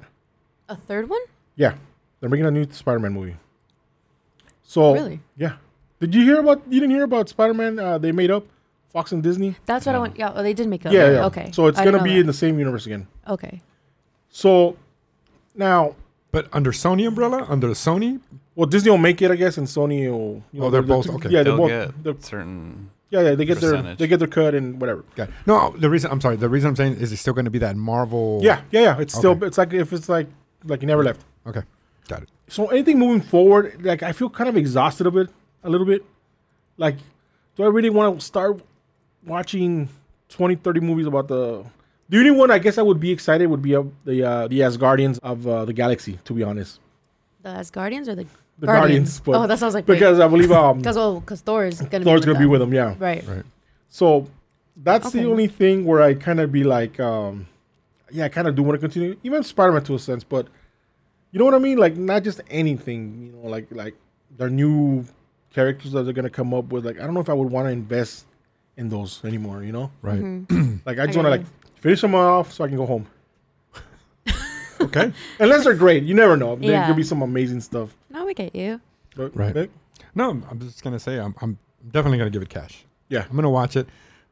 [SPEAKER 3] A third one?
[SPEAKER 1] Yeah, they're making a new Spider-Man movie. So
[SPEAKER 3] Really?
[SPEAKER 1] yeah. Did you hear about? You didn't hear about Spider-Man? Uh, they made up Fox and Disney.
[SPEAKER 3] That's what I want. Yeah. Oh, they did make that.
[SPEAKER 1] Yeah, yeah.
[SPEAKER 3] Okay.
[SPEAKER 1] So it's
[SPEAKER 3] I didn't
[SPEAKER 1] gonna
[SPEAKER 3] know
[SPEAKER 1] be
[SPEAKER 3] that.
[SPEAKER 1] in the same universe again.
[SPEAKER 3] Okay.
[SPEAKER 1] So now,
[SPEAKER 2] But under Sony umbrella, under Sony,
[SPEAKER 1] well, Disney will make it, I guess, and Sony will. You know,
[SPEAKER 2] Oh, they're
[SPEAKER 1] the
[SPEAKER 2] both-
[SPEAKER 1] two-
[SPEAKER 2] okay.
[SPEAKER 1] Yeah, they're
[SPEAKER 4] They'll
[SPEAKER 1] both.
[SPEAKER 4] get
[SPEAKER 1] they're-
[SPEAKER 4] certain.
[SPEAKER 1] yeah, yeah, they get their
[SPEAKER 4] percentage.
[SPEAKER 1] they get their cut and whatever.
[SPEAKER 2] got no. The reason I'm sorry. The reason I'm saying is it's still going to be that Marvel.
[SPEAKER 1] Yeah, yeah, yeah. It's still
[SPEAKER 2] Okay.
[SPEAKER 1] it's like if it's like like you never left.
[SPEAKER 2] Okay. Got it.
[SPEAKER 1] So anything moving forward, like I feel kind of exhausted of it a little bit. Like, do I really want to start watching 20, 30 movies about the? The only one I guess I would be excited would be uh, the uh, the Asgardians of uh, the Galaxy, to be honest.
[SPEAKER 3] The Asgardians or the,
[SPEAKER 1] The Guardians, but-
[SPEAKER 3] oh, that sounds like because
[SPEAKER 1] Because I believe um,
[SPEAKER 3] because oh, because Thor is gonna
[SPEAKER 1] Thor's
[SPEAKER 3] be
[SPEAKER 1] gonna be
[SPEAKER 3] them.
[SPEAKER 1] with them, yeah.
[SPEAKER 3] Right.
[SPEAKER 2] Right.
[SPEAKER 1] So that's
[SPEAKER 3] Okay.
[SPEAKER 1] the only thing where I kind of be like, um, yeah, I kind of do want to continue, even Spider Man to a sense, but you know what I mean? Like not just anything, you know, like like their new characters that they're gonna come up with. Like I don't know if I would want to invest in those anymore. You know,
[SPEAKER 2] Right.
[SPEAKER 3] Mm-hmm.
[SPEAKER 1] like I just
[SPEAKER 3] I
[SPEAKER 1] want to like
[SPEAKER 3] got
[SPEAKER 1] finish them off so I can go home.
[SPEAKER 2] Okay.
[SPEAKER 1] Unless they're great, you never know. There
[SPEAKER 3] Yeah.
[SPEAKER 1] could be some amazing stuff.
[SPEAKER 3] No, we get you.
[SPEAKER 1] But, eh,
[SPEAKER 2] Right.
[SPEAKER 1] but-
[SPEAKER 2] No, I'm I'm just gonna say I'm, I'm definitely gonna give it cash.
[SPEAKER 1] Yeah.
[SPEAKER 2] I'm gonna watch it,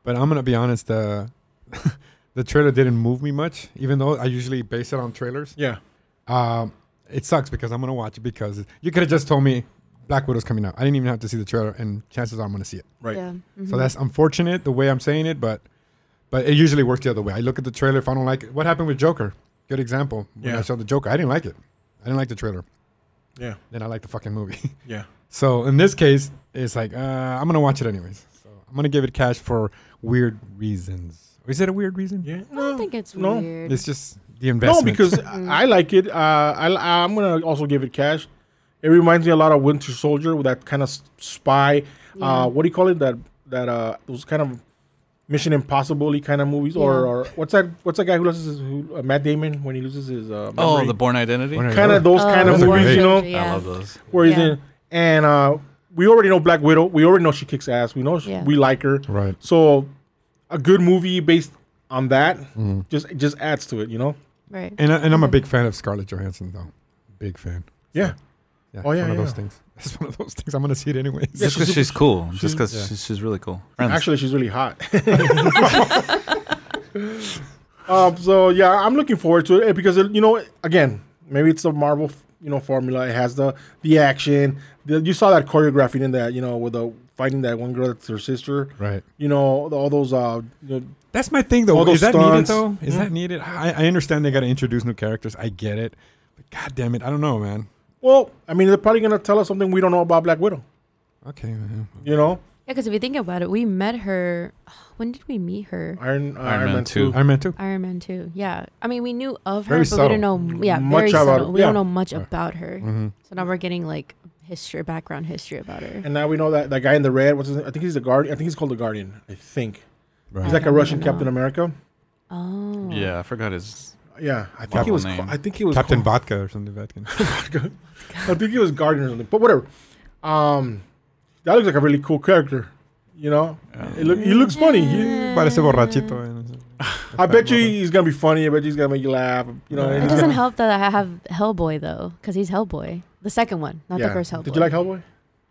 [SPEAKER 2] but I'm gonna be honest. Uh, the trailer didn't move me much, even though I usually base it on trailers.
[SPEAKER 1] yeah,
[SPEAKER 2] Um, it sucks because I'm gonna watch it because you could have just told me Black Widow's coming out. I didn't even have to see the trailer, and chances are I'm gonna see it.
[SPEAKER 1] right.
[SPEAKER 3] Yeah. mhm.
[SPEAKER 2] So that's unfortunate the way I'm saying it, but but it usually works the other way. I look at the trailer if I don't like it. What happened with Joker? Good example. When
[SPEAKER 1] Yeah.
[SPEAKER 2] I saw the Joker, I didn't like it. I didn't like the trailer.
[SPEAKER 1] Yeah.
[SPEAKER 2] Then I like the fucking movie.
[SPEAKER 1] Yeah.
[SPEAKER 2] So in this case, it's like uh, I'm gonna watch it anyways. So I'm gonna give it cash for weird reasons. Is it a weird reason?
[SPEAKER 1] Yeah.
[SPEAKER 3] I don't think it's
[SPEAKER 1] no.
[SPEAKER 3] weird.
[SPEAKER 2] It's just the investment.
[SPEAKER 1] No, because
[SPEAKER 3] Mm.
[SPEAKER 1] I I like it. Uh, I, I'm gonna also give it cash. It reminds me a lot of Winter Soldier with that kind of s- spy.
[SPEAKER 3] Yeah.
[SPEAKER 1] Uh, what do you call it? That that uh, those kind of Mission Impossible kind of movies, or,
[SPEAKER 3] Yeah.
[SPEAKER 1] or what's that? What's that guy who loses his who, uh, Matt Damon when he loses his uh,
[SPEAKER 4] Oh, the
[SPEAKER 1] memory?
[SPEAKER 4] Born Identity.
[SPEAKER 2] Born
[SPEAKER 1] kind of those
[SPEAKER 3] Oh,
[SPEAKER 1] kind of
[SPEAKER 2] those are
[SPEAKER 1] movies,
[SPEAKER 2] great.
[SPEAKER 1] you know,
[SPEAKER 3] Yeah.
[SPEAKER 4] I love those.
[SPEAKER 1] where he's
[SPEAKER 3] Yeah.
[SPEAKER 1] in. And uh, we already know Black Widow. We already know she kicks ass. We know she-
[SPEAKER 3] Yeah.
[SPEAKER 1] we like her.
[SPEAKER 2] right.
[SPEAKER 1] So a good movie based on that just just adds to it, you know.
[SPEAKER 3] Right.
[SPEAKER 2] Mm-hmm. And I, and I'm a big fan of Scarlett Johansson though. Big fan.
[SPEAKER 1] Yeah.
[SPEAKER 2] Yeah.
[SPEAKER 1] Oh,
[SPEAKER 2] it's
[SPEAKER 1] yeah,
[SPEAKER 2] One of
[SPEAKER 1] yeah.
[SPEAKER 2] those things. It's one of those things. I'm gonna see it anyways.
[SPEAKER 1] Yeah,
[SPEAKER 4] Just because
[SPEAKER 1] she's-
[SPEAKER 4] she's, cool. just because
[SPEAKER 2] yeah.
[SPEAKER 4] she's, she's really cool.
[SPEAKER 1] Actually, she's really hot. um, so yeah, I'm looking forward to it eh, because it- you know, again, Maybe it's a Marvel, f- you know, formula. It has the the action. The, you saw that choreographing in that, you know, with the fighting that one girl that's her sister.
[SPEAKER 2] Right.
[SPEAKER 1] You know, the- all those. Uh, you know,
[SPEAKER 2] That's my thing, though.
[SPEAKER 1] All those
[SPEAKER 2] Is that needed,
[SPEAKER 1] stunts.
[SPEAKER 2] though? Is that needed? I, I understand they got to introduce new characters. I get it. But God damn it. I don't know, man.
[SPEAKER 1] well, I mean, they're probably gonna tell us something we don't know about Black Widow.
[SPEAKER 2] Okay, man.
[SPEAKER 1] You know,
[SPEAKER 3] Yeah, because if you think about it, we met her. When did we meet her?
[SPEAKER 1] Iron uh, Iron,
[SPEAKER 4] Man
[SPEAKER 1] Man,
[SPEAKER 4] 2.
[SPEAKER 1] two.
[SPEAKER 2] Iron Man 2.
[SPEAKER 3] Iron Man 2. Yeah. I mean, we knew of her,
[SPEAKER 2] Very
[SPEAKER 3] but we didn't know. Yeah,
[SPEAKER 1] Much
[SPEAKER 3] very
[SPEAKER 1] about
[SPEAKER 3] subtle.
[SPEAKER 1] it,
[SPEAKER 3] We
[SPEAKER 1] yeah.
[SPEAKER 3] don't know much about her.
[SPEAKER 2] Mm-hmm.
[SPEAKER 3] So now we're getting like history, background history about her.
[SPEAKER 1] And now we know that that guy in the red. What's his name? I think he's the guardian. I think he's called the guardian. I think
[SPEAKER 2] Right.
[SPEAKER 1] he's like a
[SPEAKER 3] don't
[SPEAKER 1] Russian
[SPEAKER 3] know.
[SPEAKER 1] Captain America.
[SPEAKER 3] Oh.
[SPEAKER 4] Yeah, I forgot his.
[SPEAKER 1] Yeah, I think he
[SPEAKER 4] Marvel
[SPEAKER 1] was.
[SPEAKER 4] name.
[SPEAKER 1] Ca- I think he was
[SPEAKER 2] Captain
[SPEAKER 1] called-
[SPEAKER 2] Vodka or something. Vodka.
[SPEAKER 1] I think he E was Guardian or something, but whatever. Um, that looks like a really cool character. You know,
[SPEAKER 4] uh,
[SPEAKER 1] It look, he looks funny. He-
[SPEAKER 2] Parece borrachito. eh?
[SPEAKER 1] I bet you he's gonna be funny. I bet you he's gonna make you laugh. You know, and
[SPEAKER 3] It
[SPEAKER 1] he's
[SPEAKER 3] doesn't
[SPEAKER 1] gonna-
[SPEAKER 3] help that I have Hellboy though, because he's Hellboy. The second one, not the
[SPEAKER 1] Yeah.
[SPEAKER 3] first Hellboy.
[SPEAKER 1] Did you like Hellboy?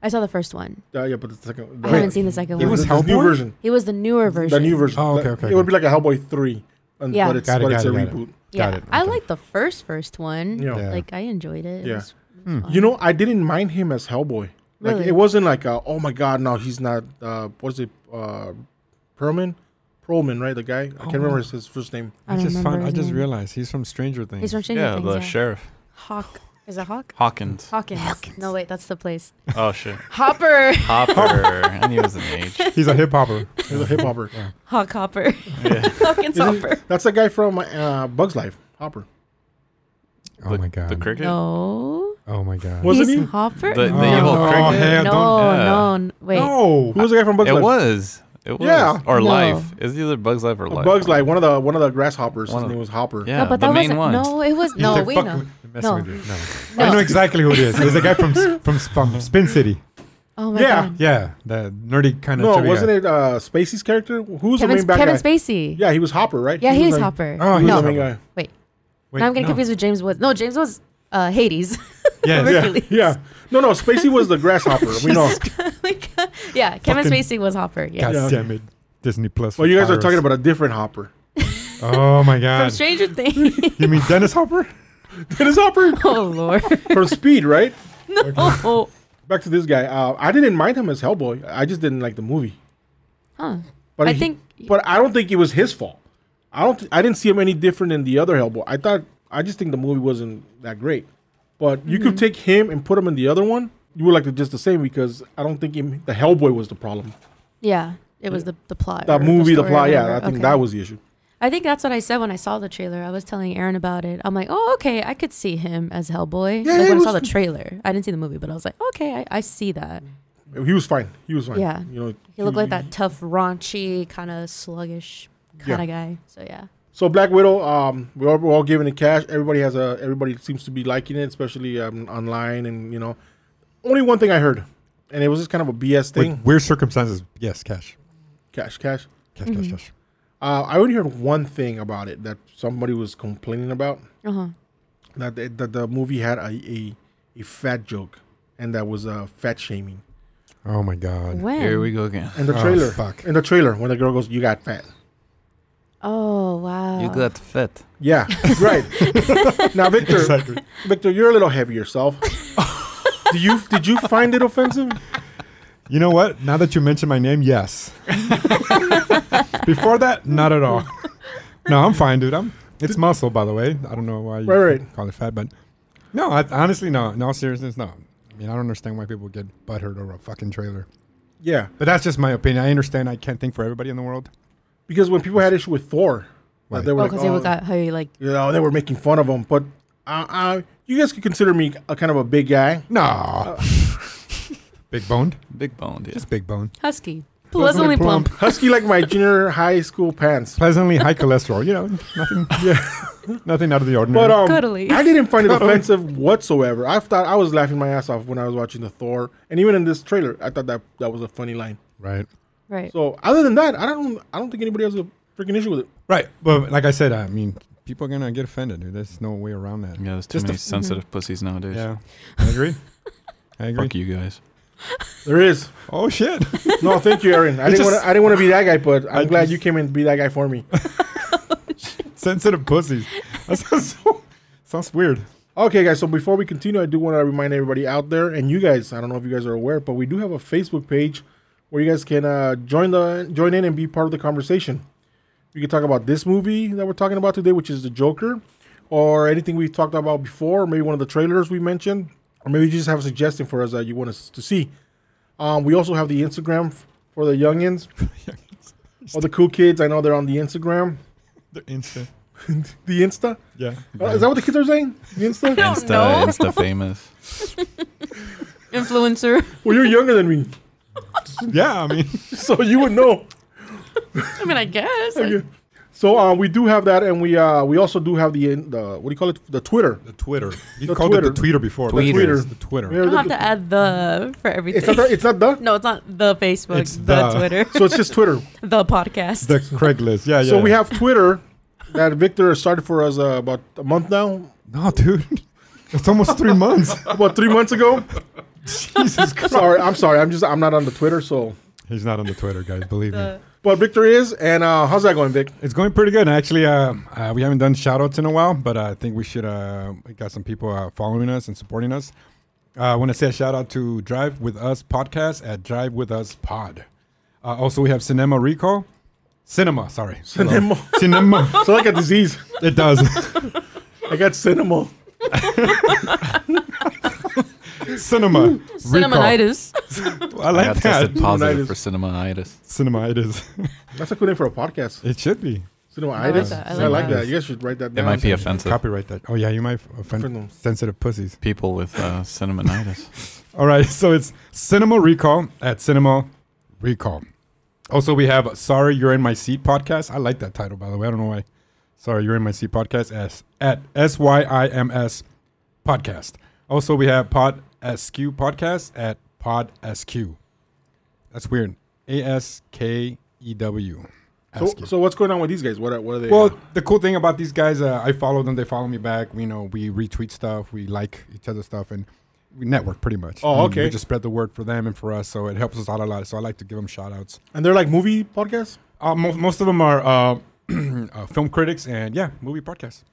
[SPEAKER 3] I saw the first one.
[SPEAKER 1] Uh, yeah, but the second.
[SPEAKER 3] I haven't seen the second
[SPEAKER 1] the-
[SPEAKER 3] one.
[SPEAKER 2] was
[SPEAKER 1] the- the new
[SPEAKER 2] Hellboy?
[SPEAKER 1] version.
[SPEAKER 3] He was the newer version.
[SPEAKER 1] The new version.
[SPEAKER 2] Oh, okay,
[SPEAKER 1] Like,
[SPEAKER 2] okay,
[SPEAKER 1] It would
[SPEAKER 2] okay.
[SPEAKER 1] be like a Hellboy three, and,
[SPEAKER 3] Yeah.
[SPEAKER 1] but it's
[SPEAKER 2] Got it,
[SPEAKER 1] but it's
[SPEAKER 2] got
[SPEAKER 1] a
[SPEAKER 2] it, got it.
[SPEAKER 1] reboot.
[SPEAKER 3] Yeah,
[SPEAKER 2] Got it,
[SPEAKER 3] I
[SPEAKER 2] okay.
[SPEAKER 3] liked the first first one.
[SPEAKER 1] Yeah.
[SPEAKER 2] Yeah.
[SPEAKER 3] Like I enjoyed it. It
[SPEAKER 1] Yeah.
[SPEAKER 3] was
[SPEAKER 2] Hmm.
[SPEAKER 3] fun.
[SPEAKER 1] You know, I didn't mind him as Hellboy. Like
[SPEAKER 3] Really?
[SPEAKER 1] it wasn't like, uh oh my god, no, he's not. Uh, what is it? Uh, Perlman, Perlman, right? The guy. I
[SPEAKER 2] Oh.
[SPEAKER 1] can't remember his, his first name.
[SPEAKER 3] I
[SPEAKER 2] I,
[SPEAKER 3] don't
[SPEAKER 2] just
[SPEAKER 3] remember
[SPEAKER 2] found, I
[SPEAKER 3] his
[SPEAKER 2] just
[SPEAKER 3] name.
[SPEAKER 2] realized he's from Stranger Things.
[SPEAKER 3] He's from Stranger
[SPEAKER 4] Yeah,
[SPEAKER 3] Things.
[SPEAKER 4] the
[SPEAKER 3] yeah.
[SPEAKER 4] sheriff
[SPEAKER 3] Hawk. Is it Hawk?
[SPEAKER 4] Hawkins.
[SPEAKER 3] Hawkins. No wait, that's the place.
[SPEAKER 4] Oh shit,
[SPEAKER 3] Hopper.
[SPEAKER 4] Hopper. and he was an H.
[SPEAKER 2] He's a hip hopper.
[SPEAKER 1] He's a hip hopper.
[SPEAKER 3] Hawk Hopper.
[SPEAKER 4] Yeah.
[SPEAKER 3] Hawkins
[SPEAKER 1] Isn't-
[SPEAKER 3] Hopper.
[SPEAKER 1] That's the guy from uh, Bugs Life, Hopper.
[SPEAKER 2] Oh
[SPEAKER 4] the,
[SPEAKER 2] my god.
[SPEAKER 4] The cricket.
[SPEAKER 3] No.
[SPEAKER 2] Oh my god.
[SPEAKER 1] What- Wasn't
[SPEAKER 3] he's
[SPEAKER 1] he? Oh,
[SPEAKER 3] Hopper?
[SPEAKER 4] The-
[SPEAKER 3] no.
[SPEAKER 4] the evil
[SPEAKER 2] no,
[SPEAKER 4] cricket?
[SPEAKER 2] hell, don't-
[SPEAKER 4] Yeah.
[SPEAKER 3] no, no. Wait.
[SPEAKER 2] No.
[SPEAKER 1] Who was the guy from Bugs
[SPEAKER 4] It
[SPEAKER 1] Life?
[SPEAKER 4] was. It was.
[SPEAKER 1] Yeah.
[SPEAKER 4] Or
[SPEAKER 3] No.
[SPEAKER 4] life. It's either Bugs Life or life.
[SPEAKER 1] Bugs Life. One of the one of the grasshoppers.
[SPEAKER 4] One
[SPEAKER 1] his
[SPEAKER 4] of-
[SPEAKER 1] name was Hopper.
[SPEAKER 4] Yeah,
[SPEAKER 3] no, but
[SPEAKER 4] the
[SPEAKER 3] that
[SPEAKER 4] main
[SPEAKER 3] wasn't.
[SPEAKER 4] one.
[SPEAKER 3] No, it was.
[SPEAKER 2] He's
[SPEAKER 3] No,
[SPEAKER 2] like,
[SPEAKER 3] we
[SPEAKER 2] fuck
[SPEAKER 3] know.
[SPEAKER 2] with- I'm messing
[SPEAKER 3] No.
[SPEAKER 2] with you. No.
[SPEAKER 3] No.
[SPEAKER 2] I know exactly who it is. There's a guy from from, from Spin City.
[SPEAKER 3] Oh my
[SPEAKER 1] Yeah.
[SPEAKER 3] god.
[SPEAKER 2] Yeah, the nerdy kind of.
[SPEAKER 1] No,
[SPEAKER 2] trivia
[SPEAKER 1] wasn't
[SPEAKER 2] guy.
[SPEAKER 1] it uh, Spacey's character? Who's
[SPEAKER 3] Kevin,
[SPEAKER 1] the main bad
[SPEAKER 3] Kevin
[SPEAKER 1] guy?
[SPEAKER 3] Spacey.
[SPEAKER 1] Yeah, he was Hopper, right?
[SPEAKER 3] Yeah, he
[SPEAKER 1] was
[SPEAKER 3] was
[SPEAKER 1] like-
[SPEAKER 3] Hopper.
[SPEAKER 2] Oh,
[SPEAKER 1] He
[SPEAKER 2] he
[SPEAKER 1] was
[SPEAKER 3] no.
[SPEAKER 1] the main guy.
[SPEAKER 3] Wait.
[SPEAKER 2] Wait,
[SPEAKER 3] now I'm getting
[SPEAKER 2] no.
[SPEAKER 3] confused with James Woods. No, James Woods. Uh, Hades.
[SPEAKER 2] Yes.
[SPEAKER 3] From
[SPEAKER 2] Yeah,
[SPEAKER 1] Yeah,
[SPEAKER 3] Hercules.
[SPEAKER 1] yeah. No, no, Spacey was the grasshopper. we know.
[SPEAKER 3] Like, uh, yeah, Kevin
[SPEAKER 2] Fucking-
[SPEAKER 3] Spacey was Hopper. Yeah.
[SPEAKER 2] God
[SPEAKER 1] Yeah.
[SPEAKER 2] damn it, Disney Plus.
[SPEAKER 1] Well, you guys are
[SPEAKER 2] virus.
[SPEAKER 1] talking about a different Hopper.
[SPEAKER 2] Oh my
[SPEAKER 3] From
[SPEAKER 2] god.
[SPEAKER 3] Stranger Things.
[SPEAKER 2] You mean Dennis Hopper?
[SPEAKER 1] Dennis Hopper
[SPEAKER 3] oh lord.
[SPEAKER 1] from Speed, right?
[SPEAKER 3] Oh.
[SPEAKER 1] Back to this guy. Uh, I didn't mind him as Hellboy. I just didn't like the movie.
[SPEAKER 3] Huh.
[SPEAKER 1] But
[SPEAKER 3] I
[SPEAKER 1] he-
[SPEAKER 3] think-
[SPEAKER 1] but I don't think it was his fault. I don't. th- I didn't see him any different than the other Hellboy. I thought. I just think the movie wasn't that great. But you
[SPEAKER 3] Mm-hmm.
[SPEAKER 1] could take him and put him in the other one. You would like it just the same because I don't think him, the Hellboy was the problem.
[SPEAKER 3] Yeah. It was the, the plot.
[SPEAKER 1] That
[SPEAKER 3] or
[SPEAKER 1] movie, the
[SPEAKER 3] story or
[SPEAKER 1] plot. Yeah, I
[SPEAKER 3] whatever.
[SPEAKER 1] think
[SPEAKER 3] Okay.
[SPEAKER 1] that was the issue.
[SPEAKER 3] I think that's what I said when I saw the trailer. I was telling Aaron about it. I'm like, oh, okay, I could see him as Hellboy.
[SPEAKER 1] Yeah,
[SPEAKER 3] like
[SPEAKER 1] it
[SPEAKER 3] when I saw
[SPEAKER 1] was-
[SPEAKER 3] the trailer, I didn't see the movie, but I was like, okay, I, I see that.
[SPEAKER 1] He was fine. He was fine.
[SPEAKER 3] Yeah.
[SPEAKER 1] You know.
[SPEAKER 3] He looked like that tough, raunchy, kind of sluggish kind
[SPEAKER 1] Yeah.
[SPEAKER 3] of guy. So yeah.
[SPEAKER 1] So Black Widow, um, we're all, we're all giving it cash. Everybody has a. Everybody seems to be liking it, especially um, online and you know. Only one thing I heard, and it was just kind of a BS
[SPEAKER 2] With
[SPEAKER 1] thing.
[SPEAKER 2] weird circumstances. Yes, cash,
[SPEAKER 1] Cash, cash.
[SPEAKER 2] cash,
[SPEAKER 3] Mm-hmm.
[SPEAKER 2] cash, cash.
[SPEAKER 1] Uh, I only heard one thing about it that somebody was complaining about
[SPEAKER 3] Uh huh.
[SPEAKER 1] that the, that the movie had a, a a fat joke, and that was uh, fat shaming.
[SPEAKER 2] Oh my god.
[SPEAKER 3] When?
[SPEAKER 4] Here we go again.
[SPEAKER 1] In the
[SPEAKER 2] Oh,
[SPEAKER 1] trailer,
[SPEAKER 2] fuck.
[SPEAKER 1] in the trailer, when the girl goes, "You got fat."
[SPEAKER 3] Oh wow.
[SPEAKER 4] You got fit.
[SPEAKER 1] Yeah, right. now, Victor,
[SPEAKER 2] Exactly.
[SPEAKER 1] Victor, you're a little heavy yourself. Do you did you find it offensive?
[SPEAKER 2] You know what? Now that you mention my name, yes. Before that, not at all. No, I'm fine, dude. I'm. It's muscle, by the way. I don't know why you
[SPEAKER 1] Right, right.
[SPEAKER 2] call it fat, but no. I, honestly, no. In all seriousness, no. I mean, I don't understand why people get butthurt over a fucking trailer.
[SPEAKER 1] Yeah,
[SPEAKER 2] But that's just my opinion. I understand. I can't think for everybody in the world.
[SPEAKER 1] because when people had issue with Thor, that
[SPEAKER 2] Right.
[SPEAKER 1] they were
[SPEAKER 3] Oh,
[SPEAKER 1] like,
[SPEAKER 3] because
[SPEAKER 1] oh,
[SPEAKER 3] it got how you like.
[SPEAKER 1] you know, they were making fun of him. But uh, uh, you guys could consider me a kind of a big guy.
[SPEAKER 2] No.
[SPEAKER 1] Uh.
[SPEAKER 2] big boned.
[SPEAKER 4] Big boned, yeah.
[SPEAKER 2] Just big boned.
[SPEAKER 3] Husky. Pleasantly
[SPEAKER 2] plump.
[SPEAKER 3] plump.
[SPEAKER 1] Husky like my junior high school pants.
[SPEAKER 2] Pleasantly high cholesterol. You know, nothing. Yeah. nothing out of the ordinary.
[SPEAKER 1] But um,
[SPEAKER 3] Cuddly.
[SPEAKER 1] I didn't find it
[SPEAKER 2] Cuddly.
[SPEAKER 1] offensive whatsoever. I thought I was laughing my ass off when I was watching the Thor, and even in this trailer, I thought that that was a funny line.
[SPEAKER 2] right.
[SPEAKER 3] Right.
[SPEAKER 1] So other than that, I don't I don't think anybody has a freaking issue with it.
[SPEAKER 2] Right. But like I said, I mean, people are gonna get offended, dude. There's no way around that.
[SPEAKER 4] Yeah, there's too
[SPEAKER 2] Just a
[SPEAKER 4] many
[SPEAKER 2] f-
[SPEAKER 4] sensitive pussies nowadays.
[SPEAKER 2] Yeah. I agree. I agree.
[SPEAKER 4] Fuck you guys.
[SPEAKER 1] There is
[SPEAKER 2] Oh shit.
[SPEAKER 1] no, thank you, Aaron. I
[SPEAKER 2] It's
[SPEAKER 1] didn't want
[SPEAKER 2] just-
[SPEAKER 1] I didn't want to be that guy, but I'm
[SPEAKER 2] I
[SPEAKER 1] glad
[SPEAKER 2] just-
[SPEAKER 1] you came and be that guy for me.
[SPEAKER 2] Sensitive pussies. That sounds so, sounds weird.
[SPEAKER 1] Okay, guys. So before we continue, I do want to remind everybody out there, and you guys, I don't know if you guys are aware, but we do have a Facebook page where you guys can uh, join the join in and be part of the conversation. You can talk about this movie that we're talking about today, which is the Joker, or anything we've talked about before, maybe one of the trailers we mentioned, or maybe you just have a suggestion for us that you want us to see. Um, we also have the Instagram f- for the youngins, all the cool kids. I know they're on the Instagram,
[SPEAKER 2] They're instant.
[SPEAKER 1] the Insta.
[SPEAKER 2] Yeah.
[SPEAKER 1] Uh, is that what the kids are saying? The Insta.
[SPEAKER 3] don't
[SPEAKER 4] Insta,
[SPEAKER 3] know.
[SPEAKER 4] Insta famous.
[SPEAKER 3] Influencer.
[SPEAKER 1] Well, you're younger than me,
[SPEAKER 2] Yeah, I mean,
[SPEAKER 1] so you would know.
[SPEAKER 3] I mean, I guess.
[SPEAKER 1] Okay. So uh, we do have that, and we uh, we also do have the in- the what do you call it? The Twitter.
[SPEAKER 2] the Twitter. You
[SPEAKER 1] The
[SPEAKER 2] called it the
[SPEAKER 1] Twitter.
[SPEAKER 2] tweeter before.
[SPEAKER 4] Tweeter.
[SPEAKER 2] It's
[SPEAKER 1] Tweeter.
[SPEAKER 2] the Twitter.
[SPEAKER 1] We have
[SPEAKER 3] I don't have
[SPEAKER 1] the-
[SPEAKER 3] to add the for everything.
[SPEAKER 1] it's not the, it's not the.
[SPEAKER 3] no, it's not the Facebook,
[SPEAKER 2] It's
[SPEAKER 3] the,
[SPEAKER 2] the.
[SPEAKER 3] Twitter,
[SPEAKER 1] So it's just Twitter.
[SPEAKER 3] the podcast.
[SPEAKER 2] The Craigslist. Yeah, yeah.
[SPEAKER 1] So we
[SPEAKER 2] yeah.
[SPEAKER 1] have Twitter that Victor started for us uh, about a month now,
[SPEAKER 2] No, dude. It's almost three months.
[SPEAKER 1] about three months ago.
[SPEAKER 2] Jesus Christ.
[SPEAKER 1] sorry, I'm sorry. I'm just I'm not on the Twitter. So,
[SPEAKER 2] He's not on the Twitter, guys. Believe me.
[SPEAKER 3] The-
[SPEAKER 1] but Victor is, and uh, how's that going, Vic?
[SPEAKER 2] It's going pretty good. Actually, uh, uh, we haven't done shout outs in a while, but I think we should. Uh, we got some people uh, following us and supporting us. Uh, I want to say a shout out to Drive With Us podcast at Drive With Us Pod. Uh, also, we have Cinema Rico. Cinema, sorry.
[SPEAKER 1] Cinema.
[SPEAKER 2] Cinema.
[SPEAKER 1] So like a disease.
[SPEAKER 2] It does.
[SPEAKER 1] I got cinema.
[SPEAKER 2] Cinema. Rico.
[SPEAKER 3] Cinnamonitis.
[SPEAKER 2] I
[SPEAKER 4] I
[SPEAKER 2] like
[SPEAKER 4] got
[SPEAKER 2] that.
[SPEAKER 4] tested positive
[SPEAKER 1] United.
[SPEAKER 4] for cinnamonitis.
[SPEAKER 2] Cinema, it is.
[SPEAKER 1] That's a cool name for a podcast.
[SPEAKER 2] It should be.
[SPEAKER 1] Cinema. I,
[SPEAKER 3] I like that. I like that.
[SPEAKER 1] You guys should write that
[SPEAKER 4] It
[SPEAKER 1] down.
[SPEAKER 4] might be offensive.
[SPEAKER 2] Copyright that. Oh, yeah, you might
[SPEAKER 1] Offend them.
[SPEAKER 2] offend sensitive pussies.
[SPEAKER 4] People with uh, cinnamonitis.
[SPEAKER 2] All right, so it's Cinema Recall at Cinema Recall. Also, we have Sorry You're in My Seat podcast. I like that title, by the way. I don't know why. Sorry You're in My Seat podcast as at S Y I M S podcast. Also, we have Pod SQ podcast at Pod SQ. That's weird. A S K E W.
[SPEAKER 1] So,
[SPEAKER 2] Askew.
[SPEAKER 1] so what's going on with these guys? What are, what are they? uh,
[SPEAKER 2] Well, the cool thing about these guys, uh, I follow them. They follow me back. We know we retweet stuff. We like each other's stuff, and we network pretty much.
[SPEAKER 1] Oh,
[SPEAKER 2] I mean,
[SPEAKER 1] okay.
[SPEAKER 2] We just spread the word for them and for us, so it helps us out a lot. So I like to give them shout outs.
[SPEAKER 1] and they're like movie podcasts.
[SPEAKER 2] Uh, most, most of them are uh, uh, film critics and yeah, movie podcasts.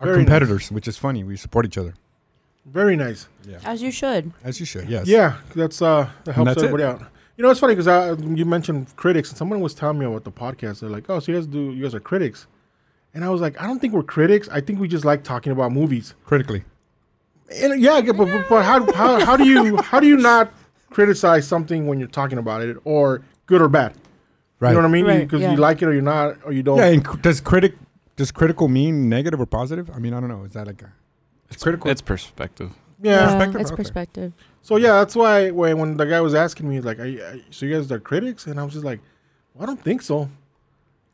[SPEAKER 2] Our
[SPEAKER 1] Very nice.
[SPEAKER 2] competitors, which is funny. We support each other
[SPEAKER 1] Very nice.
[SPEAKER 3] As you should.
[SPEAKER 2] as you should. Yes.
[SPEAKER 1] Yeah, that's uh that helps
[SPEAKER 2] that's it.
[SPEAKER 1] everybody out. You know, it's funny because you mentioned critics, and someone was telling me about the podcast. They're like, "Oh, so you guys do? You guys are critics?" And I was like, "I don't think we're critics. I think we just like talking about movies."
[SPEAKER 2] Critically.
[SPEAKER 1] And yeah, I get- but, but, but how, how how do you how do you not criticize something when you're talking about it, or good or bad?
[SPEAKER 2] Right.
[SPEAKER 1] You know what I mean?
[SPEAKER 3] Right,
[SPEAKER 1] Because
[SPEAKER 3] yeah.
[SPEAKER 1] you like it or you're not, or you don't.
[SPEAKER 2] Yeah. And cr- does critic does critical mean negative or positive? I mean, I don't know. Is that like a it's critical?
[SPEAKER 4] It's perspective.
[SPEAKER 1] Yeah.
[SPEAKER 2] perspective,
[SPEAKER 3] it's
[SPEAKER 2] okay.
[SPEAKER 3] perspective.
[SPEAKER 1] So yeah, that's why when, when the guy was asking me like, are you, are- "So you guys are critics?" and I was just like, well, "I don't think so.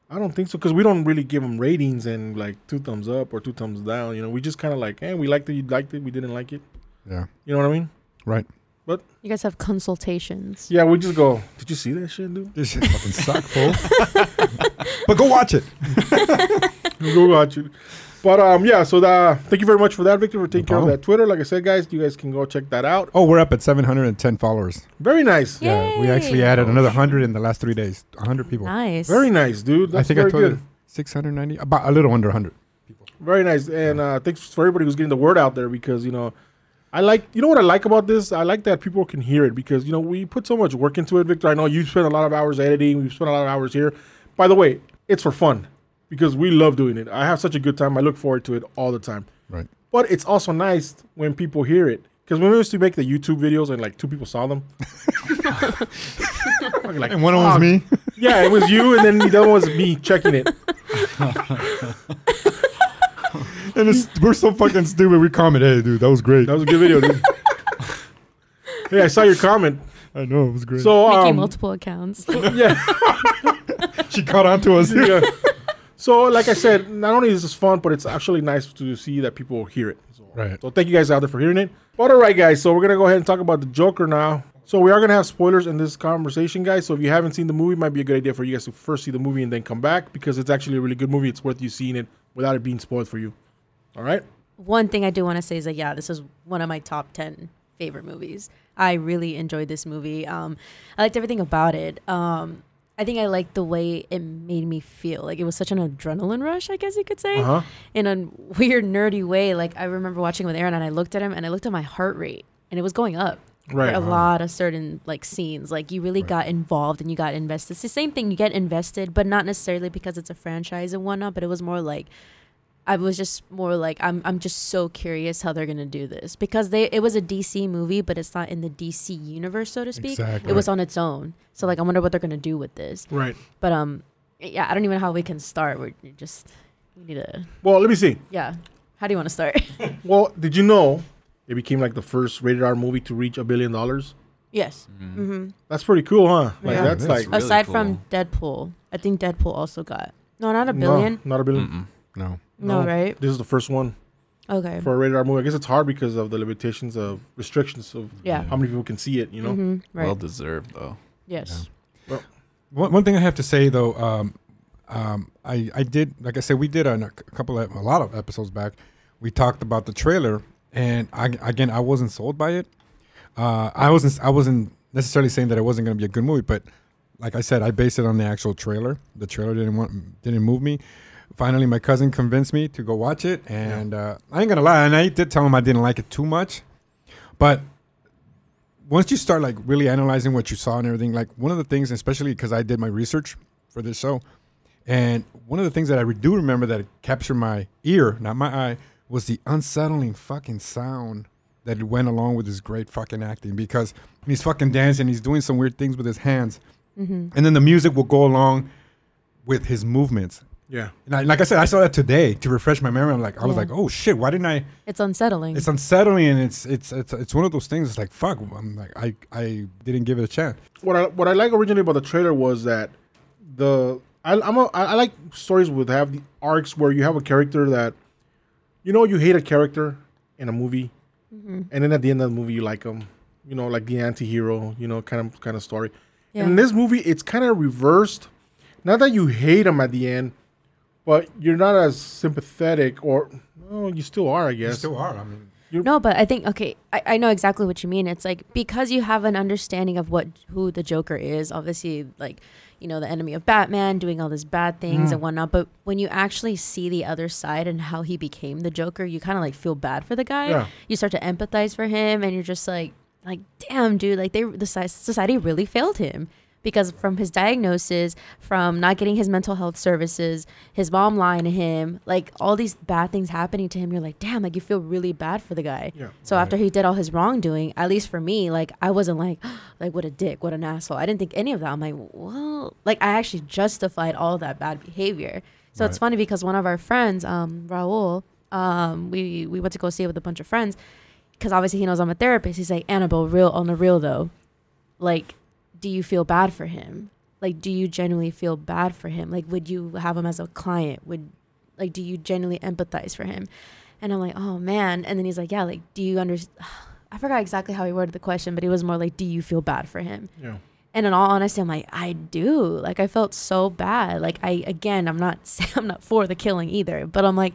[SPEAKER 1] I don't think so because we don't really give them ratings and like two thumbs up or two thumbs down. You know, we just kind of like, hey, we liked it, you liked it, we didn't like it.
[SPEAKER 2] yeah.
[SPEAKER 1] You know what I mean?
[SPEAKER 2] Right.
[SPEAKER 3] You guys have consultations.
[SPEAKER 1] Yeah, we just go. Did you see that shit, dude?
[SPEAKER 2] This shit fucking suck, fool. but go watch it.
[SPEAKER 1] go watch it. But um, yeah. So the, thank you very much for that, Victor, for taking care of
[SPEAKER 2] problem.
[SPEAKER 1] that Twitter. Like I said, guys, you guys can go check that out.
[SPEAKER 2] Oh, we're up at 710 followers. Oh,
[SPEAKER 1] Very nice.
[SPEAKER 2] Yeah, we actually
[SPEAKER 3] Yay.
[SPEAKER 2] added another 100 in the last three days. 100 people.
[SPEAKER 3] Nice.
[SPEAKER 1] Very nice, dude. Ah.
[SPEAKER 2] I
[SPEAKER 1] That's
[SPEAKER 2] think I
[SPEAKER 1] very
[SPEAKER 2] told
[SPEAKER 1] good.
[SPEAKER 2] you 690, about a little under 100.
[SPEAKER 1] Very nice, and uh, thanks for everybody who's getting the word out there because you know, I like you know what I like about this. I like that people can hear it because you know we put so much work into it, Victor. I know you spent a lot of hours editing. We've spent a lot of hours here. By the way, it's for fun because we love doing it. I have such a good time. I look forward to it all the time.
[SPEAKER 2] Right.
[SPEAKER 1] But it's also nice when people hear it because when we used to make the YouTube videos and like two people saw them, Fucking like,
[SPEAKER 2] And one of them was
[SPEAKER 1] "Fuck."
[SPEAKER 2] me.
[SPEAKER 1] Yeah, it was you, and then the other one was me checking it.
[SPEAKER 2] and it's, we're so fucking stupid. We comment, hey, dude, that was great.
[SPEAKER 1] That was a good video, dude. hey, I saw your comment.
[SPEAKER 2] I know, it was great.
[SPEAKER 1] So
[SPEAKER 3] Making
[SPEAKER 1] um,
[SPEAKER 3] multiple accounts.
[SPEAKER 1] yeah.
[SPEAKER 2] she caught on to us.
[SPEAKER 1] yeah. So, like I said, not only is this fun, but it's actually nice to see that people hear it. So,
[SPEAKER 2] Right.
[SPEAKER 1] so thank you guys out there for hearing it. But all right, guys. So we're gonna go ahead and talk about the Joker now. So we are gonna have spoilers in this conversation, guys. So if you haven't seen the movie, it might be a good idea for you guys to first see the movie and then come back because it's actually a really good movie. It's worth you seeing it without it being spoiled for you. All right.
[SPEAKER 3] One thing I do want to say is that yeah, this is one of my top ten favorite movies. I really enjoyed this movie. Um, I liked everything about it. Um, I I think I liked the way it made me feel. Like it was such an adrenaline rush, I guess you could say,
[SPEAKER 1] Uh-huh.
[SPEAKER 3] in a weird nerdy way. Like I remember watching with Aaron, and I looked at him, and I looked at my heart rate, and it was going up.
[SPEAKER 1] Right,
[SPEAKER 3] For a
[SPEAKER 1] uh-huh.
[SPEAKER 3] lot of certain like scenes, like you really got involved and you got invested. It's the same thing. You get invested, but not necessarily because it's a franchise and whatnot. But it was more like I was just more like I'm I'm just so curious how they're gonna do this because they it was a DC movie, but it's not in the DC universe, so to speak.
[SPEAKER 2] Exactly.
[SPEAKER 3] It was on its own. So like I wonder what they're gonna do with this.
[SPEAKER 1] Right.
[SPEAKER 3] But um yeah, I don't even know how we can start. We're you're just we need to
[SPEAKER 1] Well, let me see.
[SPEAKER 3] yeah. How do you wanna start?
[SPEAKER 1] Well, did you know it became like the first rated R movie to reach a billion dollars?
[SPEAKER 3] yes.
[SPEAKER 4] mm-hmm.
[SPEAKER 1] Mm-hmm.
[SPEAKER 3] Mm-hmm.
[SPEAKER 1] That's pretty cool, huh? Like
[SPEAKER 3] Yeah.
[SPEAKER 1] that's
[SPEAKER 2] It is.
[SPEAKER 1] like
[SPEAKER 4] Really
[SPEAKER 3] Aside
[SPEAKER 4] cool.
[SPEAKER 3] from Deadpool. I think Deadpool also got no not a
[SPEAKER 1] no,
[SPEAKER 3] billion.
[SPEAKER 1] not a 1000000000
[SPEAKER 4] Mm-mm.
[SPEAKER 2] No.
[SPEAKER 3] No, right?
[SPEAKER 1] This is the first one
[SPEAKER 3] Okay.
[SPEAKER 1] for a rated R movie. I guess it's hard because of the limitations of restrictions of
[SPEAKER 3] yeah.
[SPEAKER 1] how many people can see it. You know.
[SPEAKER 3] hmm Right.
[SPEAKER 4] Well deserved though.
[SPEAKER 3] yes.
[SPEAKER 2] One, one thing I have to say though, um, um, I I did like I said we did on a c- couple of a lot of episodes back. We talked about the trailer, and I again I wasn't sold by it. Uh, I wasn't I wasn't necessarily saying that it wasn't going to be a good movie, but like I said, I based it on the actual trailer. The trailer didn't want didn't move me. Finally, my cousin convinced me to go watch it, and uh, I ain't gonna lie. And I did tell him I didn't like it too much, but once you start like really analyzing what you saw and everything, like one of the things, especially because I did my research for this show, and one of the things that I do remember that captured my ear, not my eye, was the unsettling fucking sound that it went along with his great fucking acting because he's fucking dancing, he's doing some weird things with his hands,
[SPEAKER 3] Mm-hmm.
[SPEAKER 2] and then the music will go along with his movements.
[SPEAKER 3] Mm-hmm.
[SPEAKER 1] Yeah.
[SPEAKER 2] And I, like I said, I saw that today to refresh my memory. I'm like, I was
[SPEAKER 3] Yeah.
[SPEAKER 2] like, oh shit, why didn't I?
[SPEAKER 3] It's unsettling.
[SPEAKER 2] It's unsettling, and it's it's it's it's one of those things. It's like fuck. I'm like I I didn't give it a chance.
[SPEAKER 1] What I what I like originally about the trailer was that the I, I'm a, I I like stories with have the arcs where you have a character that you know you hate a character in a movie,
[SPEAKER 3] Mm-hmm.
[SPEAKER 1] and then at the end of the movie you like them. You know, like the anti-hero, you know, kind of kind of story.
[SPEAKER 3] yeah.
[SPEAKER 1] And in this movie, it's kind of reversed. Not that you hate him at the end, but you're not as sympathetic, or oh, you still are, I guess.
[SPEAKER 2] are. I mean,
[SPEAKER 3] No, but I think okay, I, I know exactly what you mean. It's like because you have an understanding of what who the Joker is, obviously like, you know, the enemy of Batman, doing all these bad things and whatnot, but when you actually see the other side and how he became the Joker, you kinda like feel bad for the guy.
[SPEAKER 1] Yeah.
[SPEAKER 3] You start to empathize for him and you're just like like, damn dude, like they the soci- society really failed him. Because from his diagnosis, from not getting his mental health services, his mom lying to him, like all these bad things happening to him, you're like, damn, like you feel really bad for the guy.
[SPEAKER 1] Yeah.
[SPEAKER 3] So after he did all his wrongdoing, at least for me, like I wasn't like, like what a dick, what an asshole. I didn't think any of that. I'm like, well, like I actually justified all that bad behavior. So it's
[SPEAKER 2] Right.
[SPEAKER 3] funny because one of our friends, um, Raul, um, we we went to go see it with a bunch of friends because obviously he knows I'm a therapist. He's like, Annabelle, real on the real though, like, do you feel bad for him? Like, do you genuinely feel bad for him? Like, would you have him as a client? Would like, do you genuinely empathize for him? And I'm like, oh man. And then he's like, yeah, like, do you understand? I forgot exactly how he worded the question, but he was more like, do you feel bad for him?
[SPEAKER 1] Yeah.
[SPEAKER 3] And in all honesty, I'm like, I do. Like, I felt so bad. Like, I again, I'm not, I'm not for the killing either, but I'm like,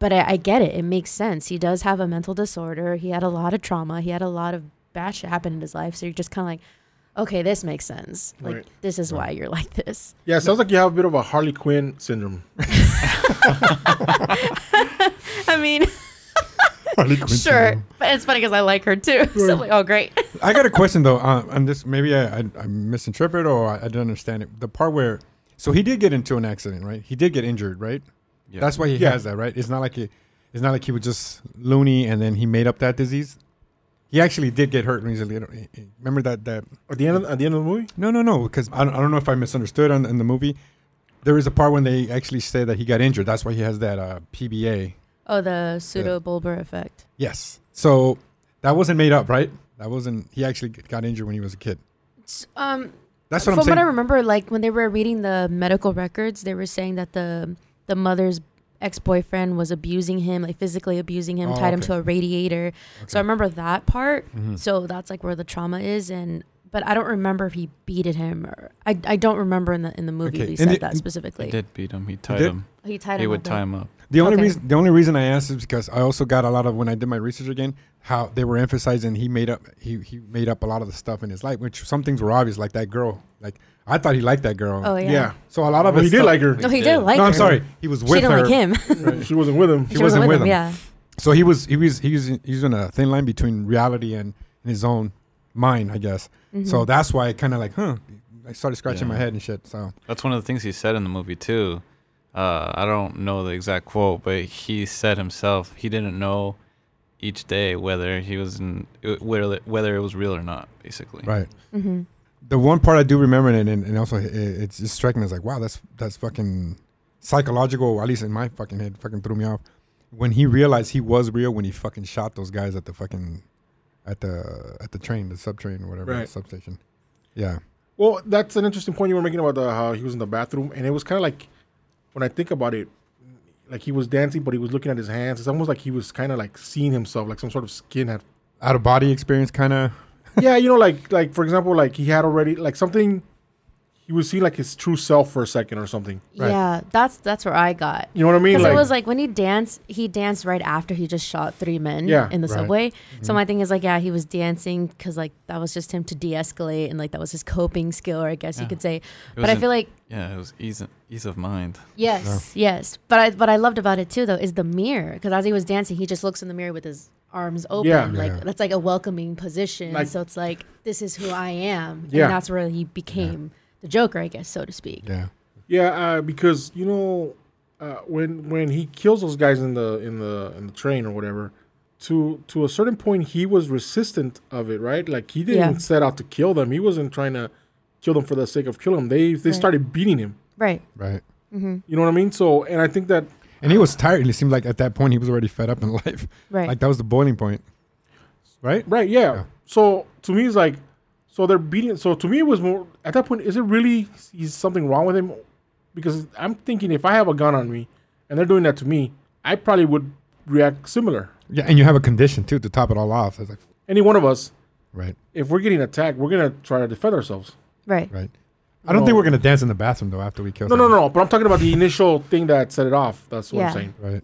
[SPEAKER 3] but I, I get it. It makes sense. He does have a mental disorder. He had a lot of trauma. He had a lot of bad shit happen in his life. So you're just kind of like, okay, this makes sense. Like,
[SPEAKER 1] Right.
[SPEAKER 3] this is why you're like this.
[SPEAKER 1] Yeah, sounds like you have a bit of a Harley Quinn syndrome.
[SPEAKER 3] I mean, sure, but it's funny because I like her too. So I'm like, oh great.
[SPEAKER 2] I got a question though. Uh, and this maybe I, I I misinterpret or I, I didn't understand it. The part where so he did get into an accident, right? He did get injured, right?
[SPEAKER 4] Yeah.
[SPEAKER 2] That's why he
[SPEAKER 1] Yeah.
[SPEAKER 2] has that, right? It's not like he it's not like he was just loony and then he made up that disease. He actually did get hurt when he was a little. eh, Remember that that
[SPEAKER 1] At the end, of, at the end of the movie,
[SPEAKER 2] No, no, no. Because I don't, I don't know if I misunderstood on, in the movie. There is a part when they actually say that he got injured. That's why he has that uh, PBA.
[SPEAKER 3] Oh, the pseudo bulbar effect.
[SPEAKER 2] Yes. So that wasn't made up, right? That wasn't. He actually got injured when he was a kid.
[SPEAKER 3] Um,
[SPEAKER 2] That's what
[SPEAKER 3] from
[SPEAKER 2] I'm saying.
[SPEAKER 3] what I remember, like when they were reading the medical records, they were saying that the the mother's ex boyfriend was abusing him, like physically abusing him,
[SPEAKER 2] Oh,
[SPEAKER 3] tied him
[SPEAKER 2] okay. Hmm.
[SPEAKER 3] to a radiator. So I remember that part.
[SPEAKER 2] Mm-hmm.
[SPEAKER 3] So that's like where the trauma is, and but I don't remember if he beated him. Or, I I don't remember in the in the movie
[SPEAKER 2] Okay,
[SPEAKER 3] they
[SPEAKER 2] and
[SPEAKER 3] said
[SPEAKER 2] the-
[SPEAKER 3] that
[SPEAKER 2] and-
[SPEAKER 4] He
[SPEAKER 3] specifically.
[SPEAKER 4] did beat him. He tied
[SPEAKER 2] did?
[SPEAKER 4] him.
[SPEAKER 3] He tied
[SPEAKER 4] He
[SPEAKER 3] him.
[SPEAKER 4] would
[SPEAKER 3] up,
[SPEAKER 4] tie him up.
[SPEAKER 2] The only
[SPEAKER 3] Mm-hmm. Okay.
[SPEAKER 2] reason the only reason I asked is because I also got a lot of when I did my research again how they were emphasizing he made up he, he made up a lot of the stuff in his life, which some things were obvious, like that girl. Like I thought he liked that girl.
[SPEAKER 3] Oh yeah.
[SPEAKER 1] Yeah.
[SPEAKER 2] So a lot of
[SPEAKER 1] Well,
[SPEAKER 2] it
[SPEAKER 1] he did
[SPEAKER 2] stuff-
[SPEAKER 1] like her.
[SPEAKER 3] No, he did like.
[SPEAKER 2] No, I'm
[SPEAKER 3] her.
[SPEAKER 2] sorry. He was
[SPEAKER 3] She
[SPEAKER 2] with
[SPEAKER 3] didn't
[SPEAKER 2] her.
[SPEAKER 3] like him.
[SPEAKER 1] She wasn't with him.
[SPEAKER 2] She wasn't with him.
[SPEAKER 3] Yeah.
[SPEAKER 2] So he was he was he was he was in a thin line between reality and, and his own mind, I guess.
[SPEAKER 3] Mm-hmm.
[SPEAKER 2] So that's why I kind of like, huh? I started scratching
[SPEAKER 4] Yeah.
[SPEAKER 2] my head and shit. So
[SPEAKER 4] That's one of the things he said in the movie too. Uh, I don't know the exact quote, but he said himself he didn't know each day whether he was in whether whether it was real or not. Basically,
[SPEAKER 2] right.
[SPEAKER 3] Mm-hmm.
[SPEAKER 2] the one part I do remember, and and, and also it, it's just striking me as like, wow, that's that's fucking psychological. At least in my fucking head, fucking threw me off when he realized he was real when he fucking shot those guys at the fucking at the at the train, the subtrain or whatever
[SPEAKER 1] Right.
[SPEAKER 2] substation. Yeah,
[SPEAKER 1] Well, that's an interesting point you were making about the, how he was in the bathroom, and it was kind of like when I think about it, like he was dancing, but he was looking at his hands. It's almost like he was kind of like seeing himself, like some sort of skin had.
[SPEAKER 2] out of body experience, kind of.
[SPEAKER 1] yeah, you know, like like for example, like he had already like something. He was seeing like his true self for a second or something.
[SPEAKER 2] Right.
[SPEAKER 3] Yeah, that's that's where I got.
[SPEAKER 1] You know what I mean?
[SPEAKER 3] Because it was like when he danced, he danced right after he just shot three men
[SPEAKER 1] Yeah. Mm-hmm.
[SPEAKER 3] in the
[SPEAKER 2] Right.
[SPEAKER 3] subway. So my thing is like, yeah, he was dancing because like that was just him to de-escalate and like that was his coping skill, or I guess you
[SPEAKER 4] Yeah.
[SPEAKER 3] could say.
[SPEAKER 4] It
[SPEAKER 3] But
[SPEAKER 4] was
[SPEAKER 3] I
[SPEAKER 4] an-
[SPEAKER 3] feel like
[SPEAKER 4] yeah, it was ease ease of mind.
[SPEAKER 3] yes, yes. But I what I loved about it too though is the mirror because as he was dancing, he just looks in the mirror with his arms open.
[SPEAKER 1] Yeah.
[SPEAKER 3] Like
[SPEAKER 2] Yeah.
[SPEAKER 3] that's like a welcoming position.
[SPEAKER 1] Like-
[SPEAKER 3] so it's like this is who I am,
[SPEAKER 1] Yeah.
[SPEAKER 3] and that's where he became the Joker, I guess, so to speak.
[SPEAKER 2] Yeah,
[SPEAKER 1] Yeah, uh, because you know uh, when when he kills those guys in the in the in the train or whatever, to to a certain point he was resistant of it, right? Like he didn't
[SPEAKER 3] Yeah.
[SPEAKER 1] set out to kill them. He wasn't trying to kill them for the sake of killing them. They they
[SPEAKER 3] Right.
[SPEAKER 1] started beating him.
[SPEAKER 3] Right.
[SPEAKER 2] right.
[SPEAKER 1] You know what I mean? So and I think that
[SPEAKER 2] And he was tired. It seemed like at that point he was already fed up in life.
[SPEAKER 3] Right.
[SPEAKER 2] Like that was the boiling point. Right.
[SPEAKER 1] right, yeah.
[SPEAKER 2] Yeah.
[SPEAKER 1] So to me it's like so they're beating. So to me it was more at that point. Is it really is something wrong with him? Because I'm thinking if I have a gun on me and they're doing that to me, I probably would react similar.
[SPEAKER 2] Yeah, and you have a condition too to top it all off. It's like,
[SPEAKER 1] Any one of us.
[SPEAKER 2] right,
[SPEAKER 1] if we're getting attacked, we're gonna try to defend ourselves.
[SPEAKER 3] Right.
[SPEAKER 2] right. I don't
[SPEAKER 1] No.
[SPEAKER 2] think we're gonna dance in the bathroom though after we kill.
[SPEAKER 1] No, no, no. But I'm talking about the initial thing that set it off. That's what
[SPEAKER 3] Yeah.
[SPEAKER 1] I'm saying.
[SPEAKER 2] no. Right.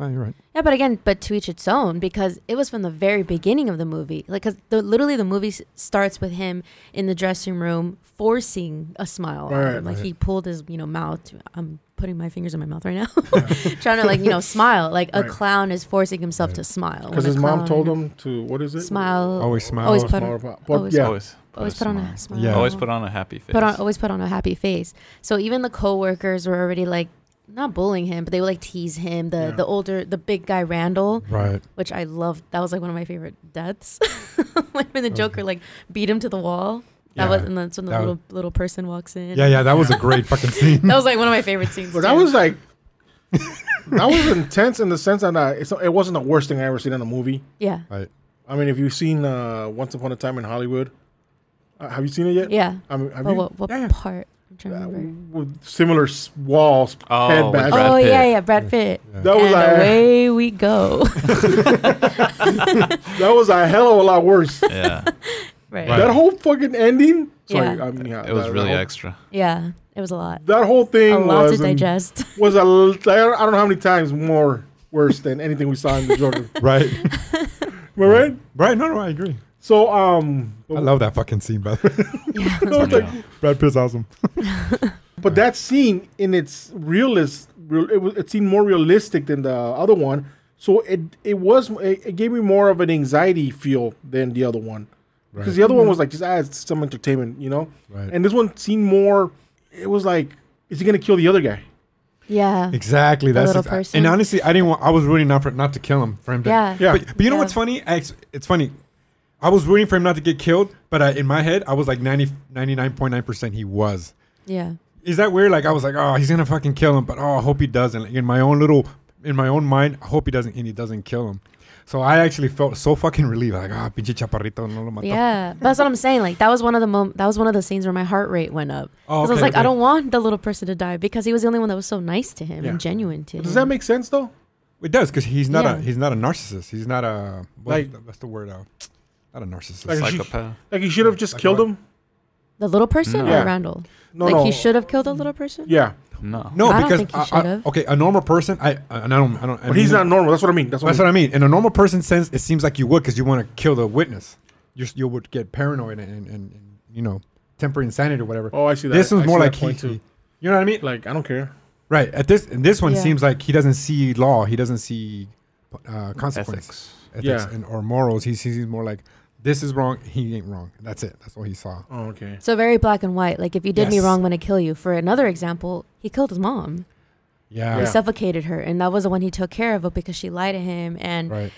[SPEAKER 2] Oh, you're right.
[SPEAKER 3] Yeah, but again, but to each its own because it was from the very beginning of the movie. Like, cause the, literally the movie s- starts with him in the dressing room forcing a smile. on
[SPEAKER 1] Right,
[SPEAKER 3] him. like
[SPEAKER 2] right.
[SPEAKER 3] he pulled his you know mouth. to- I'm putting my fingers in my mouth right now, trying to like you know smile. Like a
[SPEAKER 1] Right.
[SPEAKER 3] clown is forcing himself
[SPEAKER 2] Right.
[SPEAKER 3] to smile when
[SPEAKER 1] Because
[SPEAKER 3] a
[SPEAKER 1] his mom
[SPEAKER 3] clown-
[SPEAKER 1] told him to what is it?
[SPEAKER 3] smile.
[SPEAKER 2] Oh.
[SPEAKER 3] Always,
[SPEAKER 2] Always smile.
[SPEAKER 3] always put
[SPEAKER 1] Smile
[SPEAKER 3] on,
[SPEAKER 1] about- but
[SPEAKER 3] always-
[SPEAKER 1] yeah,
[SPEAKER 4] Always,
[SPEAKER 3] always put on a smile.
[SPEAKER 2] Yeah.
[SPEAKER 4] Always put on a happy face.
[SPEAKER 3] put on always put on a happy face. So even the coworkers were already like not bullying him, but they would like tease him. The
[SPEAKER 1] Yeah.
[SPEAKER 3] the older the big guy Randall.
[SPEAKER 2] Right.
[SPEAKER 3] which I loved. That was like one of my favorite deaths. like when the
[SPEAKER 2] was
[SPEAKER 3] Joker
[SPEAKER 2] good.
[SPEAKER 3] like beat him to the wall. That
[SPEAKER 2] Yeah.
[SPEAKER 3] was, and that's when the
[SPEAKER 2] That
[SPEAKER 3] little little person walks in.
[SPEAKER 2] Yeah, yeah, that was a great fucking scene.
[SPEAKER 3] That was like one of my favorite scenes.
[SPEAKER 1] but that
[SPEAKER 3] too.
[SPEAKER 1] was like that was intense in the sense that uh, it's, it wasn't the worst thing I ever seen in a movie.
[SPEAKER 3] yeah,
[SPEAKER 2] Right.
[SPEAKER 1] I mean, if you've seen uh, Once Upon a Time in Hollywood, uh, have you seen it yet?
[SPEAKER 3] yeah. Oh,
[SPEAKER 1] I mean, have
[SPEAKER 3] But
[SPEAKER 1] you?
[SPEAKER 3] what what
[SPEAKER 2] Yeah, yeah.
[SPEAKER 3] part? I'm trying to
[SPEAKER 1] Uh,
[SPEAKER 3] remember.
[SPEAKER 1] with similar s- walls,
[SPEAKER 4] Oh,
[SPEAKER 1] head
[SPEAKER 4] with
[SPEAKER 1] back.
[SPEAKER 4] Brad
[SPEAKER 3] oh
[SPEAKER 4] Pitt.
[SPEAKER 3] yeah, yeah, Brad Pitt.
[SPEAKER 1] That was
[SPEAKER 3] Oh, and
[SPEAKER 1] a,
[SPEAKER 3] away we go.
[SPEAKER 1] that was a hell of a lot worse.
[SPEAKER 4] Yeah,
[SPEAKER 3] right.
[SPEAKER 2] Right.
[SPEAKER 1] that whole fucking ending. Sorry,
[SPEAKER 3] Yeah.
[SPEAKER 1] I mean, yeah,
[SPEAKER 4] it was
[SPEAKER 1] that-
[SPEAKER 4] really
[SPEAKER 1] that whole-
[SPEAKER 4] extra.
[SPEAKER 3] Yeah, it was a lot.
[SPEAKER 1] That whole thing
[SPEAKER 3] A lot to
[SPEAKER 1] was in-
[SPEAKER 3] digest.
[SPEAKER 1] was a l- I don't I don't know how many times more worse than anything we saw in the Joker.
[SPEAKER 2] Right.
[SPEAKER 1] Am I right?
[SPEAKER 2] Right. No, no, I agree.
[SPEAKER 1] So um,
[SPEAKER 2] I love that fucking scene, by the way.
[SPEAKER 3] yeah.
[SPEAKER 1] No, it's like-
[SPEAKER 4] Yeah.
[SPEAKER 2] Brad Pitt's awesome.
[SPEAKER 1] but that scene in its realist, real, it, was, it seemed more realistic than the other one. So it it was it, it gave me more of an anxiety feel than the other one, because
[SPEAKER 2] Right.
[SPEAKER 1] the other
[SPEAKER 3] Mm-hmm.
[SPEAKER 1] one was like just ah, it's some entertainment, you know.
[SPEAKER 2] Right.
[SPEAKER 1] And this one seemed more. It was like, is he gonna kill the other guy?
[SPEAKER 3] yeah.
[SPEAKER 2] Exactly. That's
[SPEAKER 3] little
[SPEAKER 2] exa-
[SPEAKER 3] person.
[SPEAKER 2] And honestly, I didn't want. I was rooting not for not to kill him for him. To,
[SPEAKER 3] Yeah.
[SPEAKER 1] Yeah.
[SPEAKER 2] But, but you know
[SPEAKER 3] Yeah.
[SPEAKER 2] what's funny? I, it's, it's funny. I was rooting for him not to get killed, but I, in my head, I was like 90, 99.9% he was.
[SPEAKER 3] Yeah.
[SPEAKER 2] Is that weird? Like I was like, oh, he's gonna fucking kill him, but oh, I hope he doesn't. Like, in my own little, in my own mind, I hope he doesn't, and he doesn't kill him. So I actually felt so fucking relieved. Like, ah, pinche chaparrito, no lo mató.
[SPEAKER 3] Yeah, but that's what I'm saying. Like that was one of the mom- that was one of the scenes where my heart rate went up.
[SPEAKER 2] Oh,
[SPEAKER 3] 'Cause I was
[SPEAKER 2] okay,
[SPEAKER 3] like, I
[SPEAKER 2] okay.
[SPEAKER 3] don't want the little person to die because he was the only one that was so nice to him
[SPEAKER 1] Yeah.
[SPEAKER 3] and genuine to him.
[SPEAKER 1] Does that make sense though?
[SPEAKER 2] It does because he's not
[SPEAKER 3] Yeah.
[SPEAKER 2] a he's not a narcissist. He's not a what,
[SPEAKER 1] Like-
[SPEAKER 2] like that's the word. Uh, not a narcissist.
[SPEAKER 1] Like-
[SPEAKER 4] Psychopath.
[SPEAKER 1] Like he should have just
[SPEAKER 2] Like
[SPEAKER 1] killed
[SPEAKER 2] what?
[SPEAKER 1] him.
[SPEAKER 3] The little person
[SPEAKER 1] No.
[SPEAKER 3] or Randall?
[SPEAKER 1] No,
[SPEAKER 3] like
[SPEAKER 1] no.
[SPEAKER 3] he should have killed the little person.
[SPEAKER 1] Yeah,
[SPEAKER 4] No.
[SPEAKER 2] No,
[SPEAKER 3] I don't
[SPEAKER 2] because
[SPEAKER 3] think he
[SPEAKER 2] I- I-
[SPEAKER 3] should've.
[SPEAKER 2] okay, a normal person, I, I and I don't, I don't. I
[SPEAKER 1] but he's
[SPEAKER 2] mean-
[SPEAKER 1] not normal. That's what I mean. That's what.
[SPEAKER 2] That's
[SPEAKER 1] I
[SPEAKER 2] what I mean. In a normal person sense, it seems like you would because you want to kill the witness. You you would get paranoid and, and, and, you know temporary insanity or whatever.
[SPEAKER 1] mean. Oh, I see that.
[SPEAKER 2] this one's
[SPEAKER 1] I
[SPEAKER 2] more
[SPEAKER 1] see that
[SPEAKER 2] like he,
[SPEAKER 1] point too.
[SPEAKER 2] he- you know what I mean?
[SPEAKER 1] Like I don't care.
[SPEAKER 2] Right. At this and this one
[SPEAKER 3] Yeah.
[SPEAKER 2] seems like he doesn't see law. He doesn't see uh, consequence,
[SPEAKER 4] Ethics.
[SPEAKER 2] ethics,
[SPEAKER 1] Yeah.
[SPEAKER 2] and, or morals. He sees he's more like this is wrong. He ain't wrong. That's it. That's all he saw.
[SPEAKER 1] Oh, okay.
[SPEAKER 3] So very black and white. Like if you did me
[SPEAKER 2] Yes.
[SPEAKER 3] wrong, I'm gonna kill you. For another example, he killed his mom.
[SPEAKER 2] Yeah.
[SPEAKER 3] He
[SPEAKER 1] Yeah.
[SPEAKER 3] suffocated her, and that was the one he took care of, but because she lied to him, and
[SPEAKER 2] Right.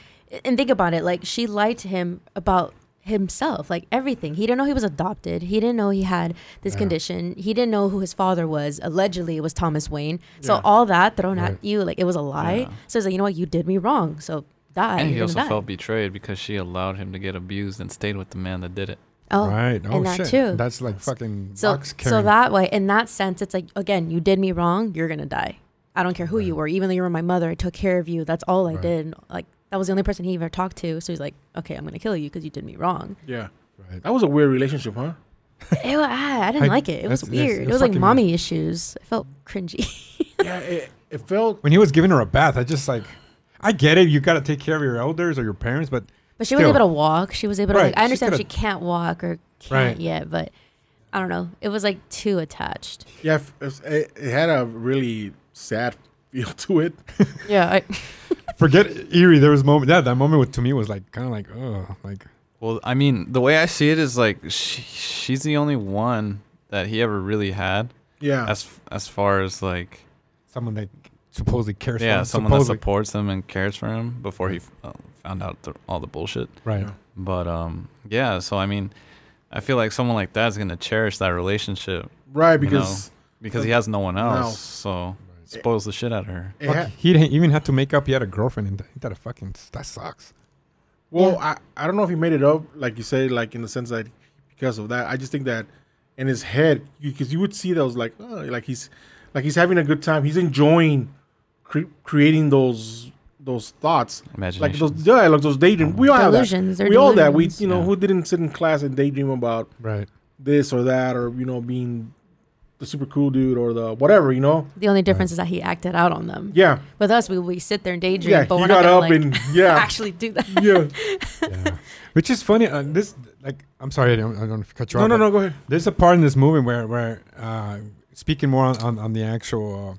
[SPEAKER 3] and think about it, like she lied to him about himself, like everything. He didn't know he was adopted. He didn't know he had this
[SPEAKER 2] Yeah.
[SPEAKER 3] condition. He didn't know who his father was. Allegedly, it was Thomas Wayne. So
[SPEAKER 1] Yeah.
[SPEAKER 3] all that thrown
[SPEAKER 2] Right.
[SPEAKER 3] at you, like it was a lie.
[SPEAKER 4] Yeah.
[SPEAKER 3] So it's like, you know what, you did me wrong. So die.
[SPEAKER 4] And he
[SPEAKER 3] You're gonna
[SPEAKER 4] also
[SPEAKER 3] die.
[SPEAKER 4] felt betrayed because she allowed him to get abused and stayed with the man that did it.
[SPEAKER 3] oh,
[SPEAKER 2] right. Oh
[SPEAKER 3] and that
[SPEAKER 2] shit.
[SPEAKER 3] too.
[SPEAKER 2] That's like fucking
[SPEAKER 3] So,
[SPEAKER 2] box
[SPEAKER 3] so
[SPEAKER 2] carrying.
[SPEAKER 3] that way, in that sense, it's like again, you did me wrong. You're gonna die. I don't care who you were, even though you were my mother. I took care of you. That's all I
[SPEAKER 2] Right.
[SPEAKER 3] did. Like that was the only person he ever talked to. So he's like, okay, I'm gonna kill you because you did me wrong.
[SPEAKER 1] Yeah,
[SPEAKER 2] right.
[SPEAKER 1] that was a weird relationship, huh?
[SPEAKER 3] Ew, ah, I didn't
[SPEAKER 2] I-
[SPEAKER 3] like it. It was
[SPEAKER 2] that's- that's-
[SPEAKER 3] weird. It
[SPEAKER 2] it's
[SPEAKER 3] was like
[SPEAKER 2] fucking
[SPEAKER 3] mommy issues. I felt cringy.
[SPEAKER 1] yeah, it, it felt.
[SPEAKER 2] When he was giving her a bath, I just like, I get it. You got to take care of your elders or your parents, but
[SPEAKER 3] But she was
[SPEAKER 2] Still.
[SPEAKER 3] able to walk. She was able to.
[SPEAKER 2] Right,
[SPEAKER 3] Like, I
[SPEAKER 2] she
[SPEAKER 3] understand
[SPEAKER 2] coulda-
[SPEAKER 3] she can't walk or can't
[SPEAKER 2] Right.
[SPEAKER 3] yet, but I don't know. It was like too attached.
[SPEAKER 1] Yeah, it, it, it had a really sad feel to it.
[SPEAKER 3] Yeah, I,
[SPEAKER 2] Forget Erie. There was moment. Yeah, that moment with, to me was like kind of like, oh, like
[SPEAKER 4] Well, I mean, the way I see it is like she, she's the only one that he ever really had
[SPEAKER 1] Yeah,
[SPEAKER 4] as as far as like
[SPEAKER 2] someone that supposedly cares.
[SPEAKER 4] yeah,
[SPEAKER 2] for him,
[SPEAKER 4] someone that
[SPEAKER 2] supposedly.
[SPEAKER 4] supports him and cares for him before he uh, found out the, all the bullshit.
[SPEAKER 2] Right.
[SPEAKER 1] Yeah.
[SPEAKER 4] But um, yeah. So I mean, I feel like someone like that is gonna cherish that relationship
[SPEAKER 1] right.
[SPEAKER 4] you know,
[SPEAKER 1] Because
[SPEAKER 4] because he has no one else.
[SPEAKER 1] else.
[SPEAKER 4] So spoils the shit out of her.
[SPEAKER 1] it
[SPEAKER 2] Fuck,
[SPEAKER 1] had,
[SPEAKER 2] he didn't even have to make up. He had a girlfriend, and that, that fucking that sucks.
[SPEAKER 1] Well,
[SPEAKER 3] Yeah.
[SPEAKER 1] I, I don't know if he made it up, like you say, like in the sense that because of that, I just think that in his head, because you would see that was like, oh, like he's like he's having a good time, he's enjoying cre- creating those those thoughts, like those
[SPEAKER 4] Imaginations.
[SPEAKER 1] yeah, like those daydream. We all have that.
[SPEAKER 3] Delusions, they're
[SPEAKER 1] We all that. We
[SPEAKER 3] delusions.
[SPEAKER 1] you know
[SPEAKER 4] Yeah.
[SPEAKER 1] who didn't sit in class and daydream about
[SPEAKER 2] Right.
[SPEAKER 1] this or that or you know being the super cool dude or the whatever you know.
[SPEAKER 3] the only difference is that he acted out on them.
[SPEAKER 1] Yeah,
[SPEAKER 3] With us, we, we sit there and daydream,
[SPEAKER 1] yeah.
[SPEAKER 3] but
[SPEAKER 1] he
[SPEAKER 3] we're
[SPEAKER 1] got
[SPEAKER 3] not gonna,
[SPEAKER 1] up
[SPEAKER 3] like,
[SPEAKER 1] and yeah,
[SPEAKER 3] actually do that.
[SPEAKER 1] yeah.
[SPEAKER 2] Yeah. Which is funny. Uh, this like I'm sorry. I don't, I don't cut you
[SPEAKER 1] No,
[SPEAKER 2] off.
[SPEAKER 1] no,
[SPEAKER 2] but
[SPEAKER 1] no. Go ahead.
[SPEAKER 2] There's a part in this movie where where uh, speaking more on, on, on the actual. Uh,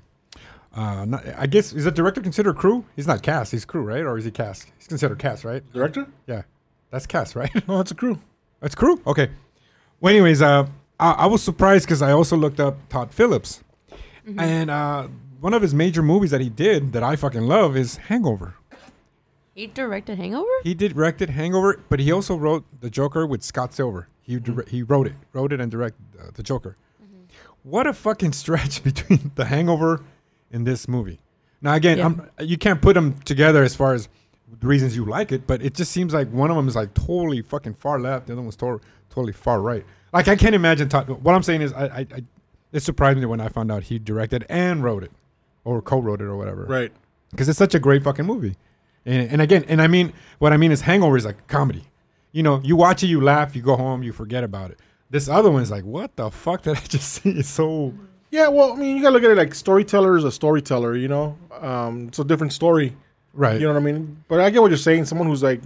[SPEAKER 2] uh, not, I guess is the director considered crew? He's not cast. He's crew, right? Or is he cast? He's considered cast, right?
[SPEAKER 1] Director?
[SPEAKER 2] Yeah, that's cast, right?
[SPEAKER 1] No, that's a crew.
[SPEAKER 2] That's crew. Okay. Well, anyways, uh, I, I was surprised because I also looked up Todd Phillips, and uh, one of his major movies that he did that I fucking love is Hangover.
[SPEAKER 3] He directed Hangover?
[SPEAKER 2] He did directed Hangover, but he also wrote The Joker with Scott Silver. He
[SPEAKER 3] Mm-hmm.
[SPEAKER 2] dir- he wrote it, wrote it and directed uh, The Joker. What a fucking stretch between The Hangover and this movie. Now again,
[SPEAKER 3] Yeah.
[SPEAKER 2] I'm, you can't put them together as far as the reasons you like it, but it just seems like one of them is like totally fucking far left, the other one's to- totally far right. Like I can't imagine. Todd, what I'm saying is, I, I, I it surprised me when I found out he directed and wrote it, or co-wrote it, or whatever
[SPEAKER 1] Right.
[SPEAKER 2] because it's such a great fucking movie. And, and again, and I mean, what I mean is Hangover is like comedy. You know, you watch it, you laugh, you go home, you forget about it. This other one is like, what the fuck did I just see? It's so
[SPEAKER 1] Yeah, well, I mean, you gotta look at it like storyteller is a storyteller, you know. Um, it's a different story,
[SPEAKER 2] right.
[SPEAKER 1] you know what I mean. But I get what you're saying. Someone who's like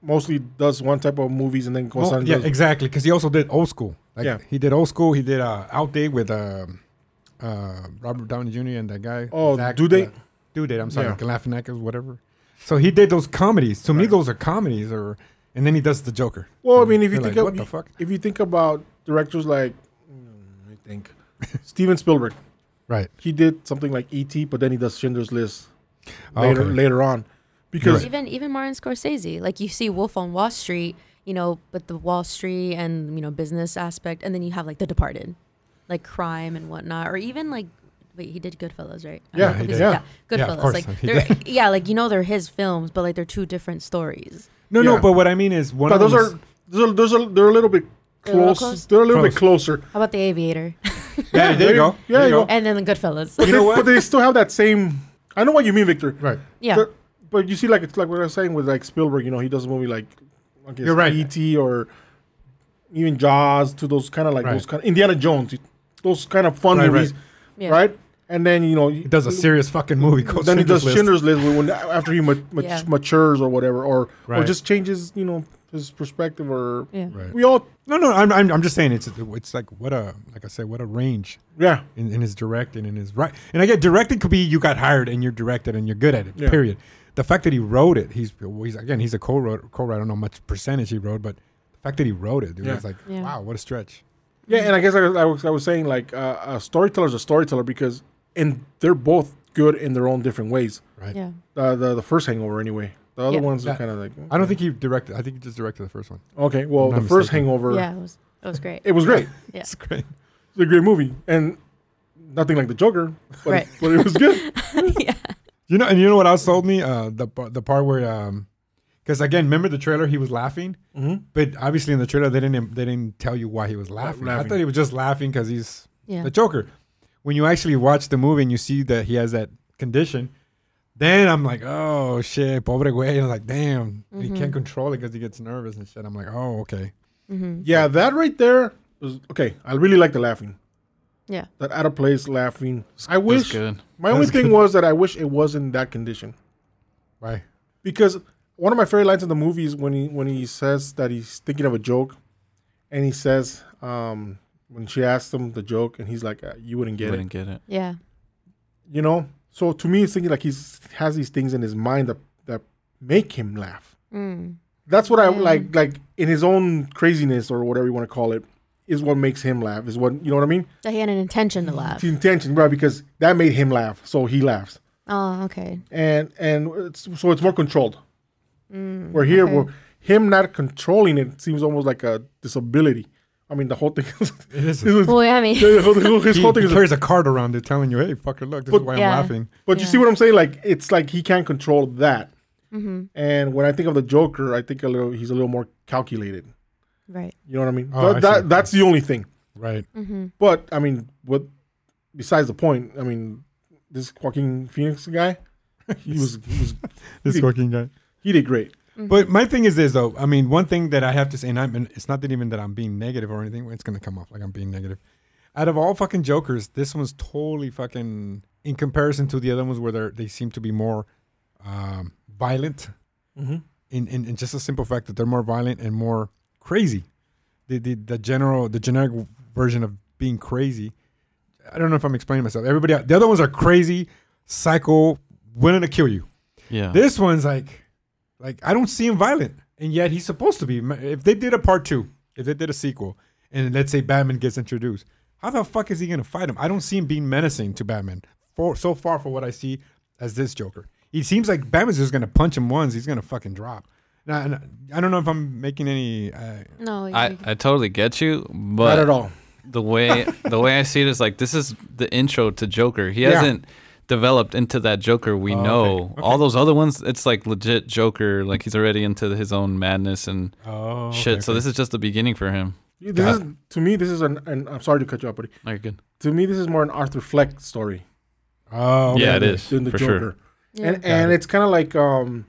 [SPEAKER 1] mostly does one type of movies and then goes
[SPEAKER 2] Well,
[SPEAKER 1] on. and
[SPEAKER 2] yeah,
[SPEAKER 1] does-
[SPEAKER 2] exactly. Because he also did old school. Like
[SPEAKER 1] Yeah.
[SPEAKER 2] he did old school. He did uh, Out Day with um uh, Robert Downey Jr. and that guy. uh,
[SPEAKER 1] Oh, Due Date?
[SPEAKER 2] Due Date. I'm sorry,
[SPEAKER 1] Yeah.
[SPEAKER 2] Galifianakis, whatever. So he did those comedies. To me,
[SPEAKER 1] Right.
[SPEAKER 2] those are comedies. Or and then he does the Joker.
[SPEAKER 1] Well, I
[SPEAKER 2] So
[SPEAKER 1] mean, if you
[SPEAKER 2] you're
[SPEAKER 1] think
[SPEAKER 2] like,
[SPEAKER 1] of,
[SPEAKER 2] what the fuck,
[SPEAKER 1] if you think about directors like, mm, I think Steven Spielberg,
[SPEAKER 2] right?
[SPEAKER 1] he did something like E.T., but then he does Schindler's List later
[SPEAKER 2] Ah, Okay.
[SPEAKER 1] later on because
[SPEAKER 3] Even even Martin Scorsese, like you see Wolf on Wall Street, you know, but the Wall Street and you know business aspect, and then you have like The Departed, like crime and whatnot, or even like wait, he did Goodfellas, right? I'm
[SPEAKER 1] Yeah,
[SPEAKER 3] not
[SPEAKER 1] he
[SPEAKER 3] confused.
[SPEAKER 1] did.
[SPEAKER 3] yeah,
[SPEAKER 2] Yeah, of
[SPEAKER 3] Goodfellas.
[SPEAKER 2] course,
[SPEAKER 3] like
[SPEAKER 2] he
[SPEAKER 3] they're yeah, like you know they're his films, but like they're two different stories.
[SPEAKER 2] No,
[SPEAKER 1] Yeah.
[SPEAKER 2] no, but what I mean is one
[SPEAKER 1] but
[SPEAKER 2] of
[SPEAKER 1] those
[SPEAKER 2] them's-
[SPEAKER 1] are those are those are they're a little bit
[SPEAKER 3] They're a little
[SPEAKER 1] close.
[SPEAKER 3] close?
[SPEAKER 1] They're a little bit closer.
[SPEAKER 3] How about The Aviator,
[SPEAKER 2] yeah, there you go.
[SPEAKER 1] Yeah,
[SPEAKER 2] There you
[SPEAKER 1] you
[SPEAKER 2] go.
[SPEAKER 3] and then The Goodfellas?
[SPEAKER 2] You know
[SPEAKER 1] But
[SPEAKER 2] what?
[SPEAKER 1] they still have that same. I know what you mean, Victor.
[SPEAKER 2] Right.
[SPEAKER 3] yeah,
[SPEAKER 1] There- but you see, like it's like what I was saying with like Spielberg. You know, he does a movie like okay,
[SPEAKER 2] You're right.
[SPEAKER 1] E.T. E or even Jaws to those kind of like
[SPEAKER 2] Right.
[SPEAKER 1] those kind of Indiana Jones, those kind of fun
[SPEAKER 2] Right,
[SPEAKER 1] movies,
[SPEAKER 3] Yeah.
[SPEAKER 1] right. And then you know
[SPEAKER 2] He does a serious fucking movie called
[SPEAKER 1] then he does
[SPEAKER 2] Schindler's List.
[SPEAKER 1] Schindler's List when, after he ma- ma-
[SPEAKER 3] Yeah.
[SPEAKER 1] matures or whatever, or or
[SPEAKER 2] Right.
[SPEAKER 1] just changes you know his perspective or
[SPEAKER 3] Yeah.
[SPEAKER 2] Right.
[SPEAKER 1] we all
[SPEAKER 2] No, no, I'm, I'm, I'm just saying it's it's like what a like I said what a range
[SPEAKER 1] yeah
[SPEAKER 2] in, in his directing and his right. And I get directing could be you got hired and you're directed and you're good at it.
[SPEAKER 1] Yeah.
[SPEAKER 2] Period. The fact that he wrote it, he's he's again he's a co-writer. co-writer, I don't know how much percentage he wrote, but the fact that he wrote it, dude,
[SPEAKER 1] Yeah.
[SPEAKER 2] it's like
[SPEAKER 3] Yeah.
[SPEAKER 2] wow, what a stretch.
[SPEAKER 1] yeah. And I guess I, was- I was I was saying like uh, a storyteller's a storyteller because and they're both good in their own different ways.
[SPEAKER 2] Right.
[SPEAKER 3] Yeah.
[SPEAKER 1] Uh, the the first Hangover anyway. The other
[SPEAKER 3] Yeah.
[SPEAKER 1] ones are
[SPEAKER 2] Yeah.
[SPEAKER 1] kind of like
[SPEAKER 2] I don't think he directed. I think he just directed the first one.
[SPEAKER 1] okay. Well,
[SPEAKER 2] I'm
[SPEAKER 1] the
[SPEAKER 2] not
[SPEAKER 1] first
[SPEAKER 2] mistaken.
[SPEAKER 1] Hangover,
[SPEAKER 3] Yeah. It was, it was great.
[SPEAKER 1] it was great.
[SPEAKER 3] Yeah.
[SPEAKER 2] It's great.
[SPEAKER 1] It's a great movie and nothing like the Joker, but,
[SPEAKER 3] Right.
[SPEAKER 1] but it was good.
[SPEAKER 3] yeah.
[SPEAKER 2] You know, and you know what else sold me? Uh, the par- the part where, um, because again, remember the trailer? He was laughing,
[SPEAKER 3] Mm-hmm.
[SPEAKER 1] Mhm.
[SPEAKER 2] but obviously in the trailer they didn't they didn't tell you why he was laughing. I
[SPEAKER 1] laughing.
[SPEAKER 2] thought he was just laughing because he's
[SPEAKER 3] Yeah.
[SPEAKER 2] the Joker. When you actually watch the movie and you see that he has that condition, then I'm like, oh shit, pobre güey. I'm like, damn, and
[SPEAKER 3] Mm-hmm.
[SPEAKER 2] he can't control it because he gets nervous and shit. I'm like, oh okay,
[SPEAKER 3] Mm-hmm.
[SPEAKER 1] Yeah, that right there was okay. I really like the laughing.
[SPEAKER 3] Yeah.
[SPEAKER 1] That out of place laughing. I
[SPEAKER 4] That's
[SPEAKER 1] wish
[SPEAKER 4] good.
[SPEAKER 1] my only thing was that I wish it was in that condition
[SPEAKER 2] right,
[SPEAKER 1] because one of my favorite lines in the movie is when he when he says that he's thinking of a joke, and he says um, when she asks him the joke, and he's like, uh, "You wouldn't get
[SPEAKER 4] Wouldn't get it.
[SPEAKER 3] Yeah.
[SPEAKER 1] it," you know. So to me, it's thinking like he's has these things in his mind that that make him laugh.
[SPEAKER 3] Mm.
[SPEAKER 1] That's what I
[SPEAKER 3] Yeah.
[SPEAKER 1] like, like in his own craziness or whatever you want to call it, is what makes him laugh. Is what you know what I mean?
[SPEAKER 3] That he had an intention to laugh.
[SPEAKER 1] It's the intention, right? Because that made him laugh, so he laughs,
[SPEAKER 3] Oh, okay.
[SPEAKER 1] and and it's, so it's more controlled. Where here,
[SPEAKER 3] Mm, okay.
[SPEAKER 1] where him not controlling it seems almost like a disability. I mean, the whole thing. Is,
[SPEAKER 2] it is.
[SPEAKER 1] it was-
[SPEAKER 3] Well, yeah, I mean,
[SPEAKER 1] the whole- the whole- his
[SPEAKER 2] He,
[SPEAKER 1] whole thing
[SPEAKER 2] he
[SPEAKER 1] is.
[SPEAKER 2] carries a card around there telling you, hey, fucker, look, this
[SPEAKER 1] But-
[SPEAKER 2] is why
[SPEAKER 3] Yeah.
[SPEAKER 2] I'm laughing.
[SPEAKER 1] But you
[SPEAKER 3] Yeah.
[SPEAKER 1] see what I'm saying? Like it's like he can't control that.
[SPEAKER 3] mm-hmm.
[SPEAKER 1] And when I think of the Joker, I think a little. He's a little more calculated.
[SPEAKER 3] right. Mm-hmm.
[SPEAKER 1] You know what I mean?
[SPEAKER 2] Oh,
[SPEAKER 1] That-
[SPEAKER 2] I see.
[SPEAKER 1] that, that's the only thing.
[SPEAKER 2] Right.
[SPEAKER 1] But I mean, what? Besides the point, I mean, this Joaquin Phoenix guy, he was he was
[SPEAKER 2] This fucking guy.
[SPEAKER 1] he did great.
[SPEAKER 3] Mm-hmm.
[SPEAKER 2] But my thing is this, though. I mean, one thing that I have to say, and I'm, and it's not that even that I'm being negative or anything. It's gonna come off like I'm being negative. Out of all fucking jokers, this one's totally fucking in comparison to the other ones where they are they seem to be more um, violent. Mm-hmm.
[SPEAKER 1] Mhm.
[SPEAKER 2] In, in in just a simple fact that they're more violent and more crazy. The the the general the generic version of being crazy. I don't know if I'm explaining myself. Everybody, the other ones are crazy, psycho, willing to kill you.
[SPEAKER 4] Yeah.
[SPEAKER 2] This one's like, like I don't see him violent, and yet he's supposed to be. If they did a part two, if they did a sequel, and let's say Batman gets introduced, how the fuck is he gonna fight him? I don't see him being menacing to Batman for so far for what I see as this Joker. It seems like Batman's just gonna punch him once, he's gonna fucking drop. Now, and I don't know if I'm making any. Uh,
[SPEAKER 3] No.
[SPEAKER 4] I,
[SPEAKER 3] you-
[SPEAKER 4] I totally get you, but
[SPEAKER 1] Not at all.
[SPEAKER 4] the way the way I see it is like this is the intro to Joker. He
[SPEAKER 2] Yeah.
[SPEAKER 4] hasn't developed into that Joker we know.
[SPEAKER 2] Oh, okay.
[SPEAKER 4] All those other ones, it's like legit Joker. Like he's already into his own madness and
[SPEAKER 2] oh
[SPEAKER 4] shit. So this is just the beginning for him.
[SPEAKER 1] This is, to me, this is an, an. I'm sorry to cut you off, buddy.
[SPEAKER 4] Like good.
[SPEAKER 1] To me, this is more an Arthur Fleck story
[SPEAKER 2] Oh okay,
[SPEAKER 4] yeah, it
[SPEAKER 2] okay.
[SPEAKER 4] is
[SPEAKER 1] than the
[SPEAKER 4] for
[SPEAKER 1] Joker,
[SPEAKER 4] sure.
[SPEAKER 3] Yeah.
[SPEAKER 1] and and it's kind of like um,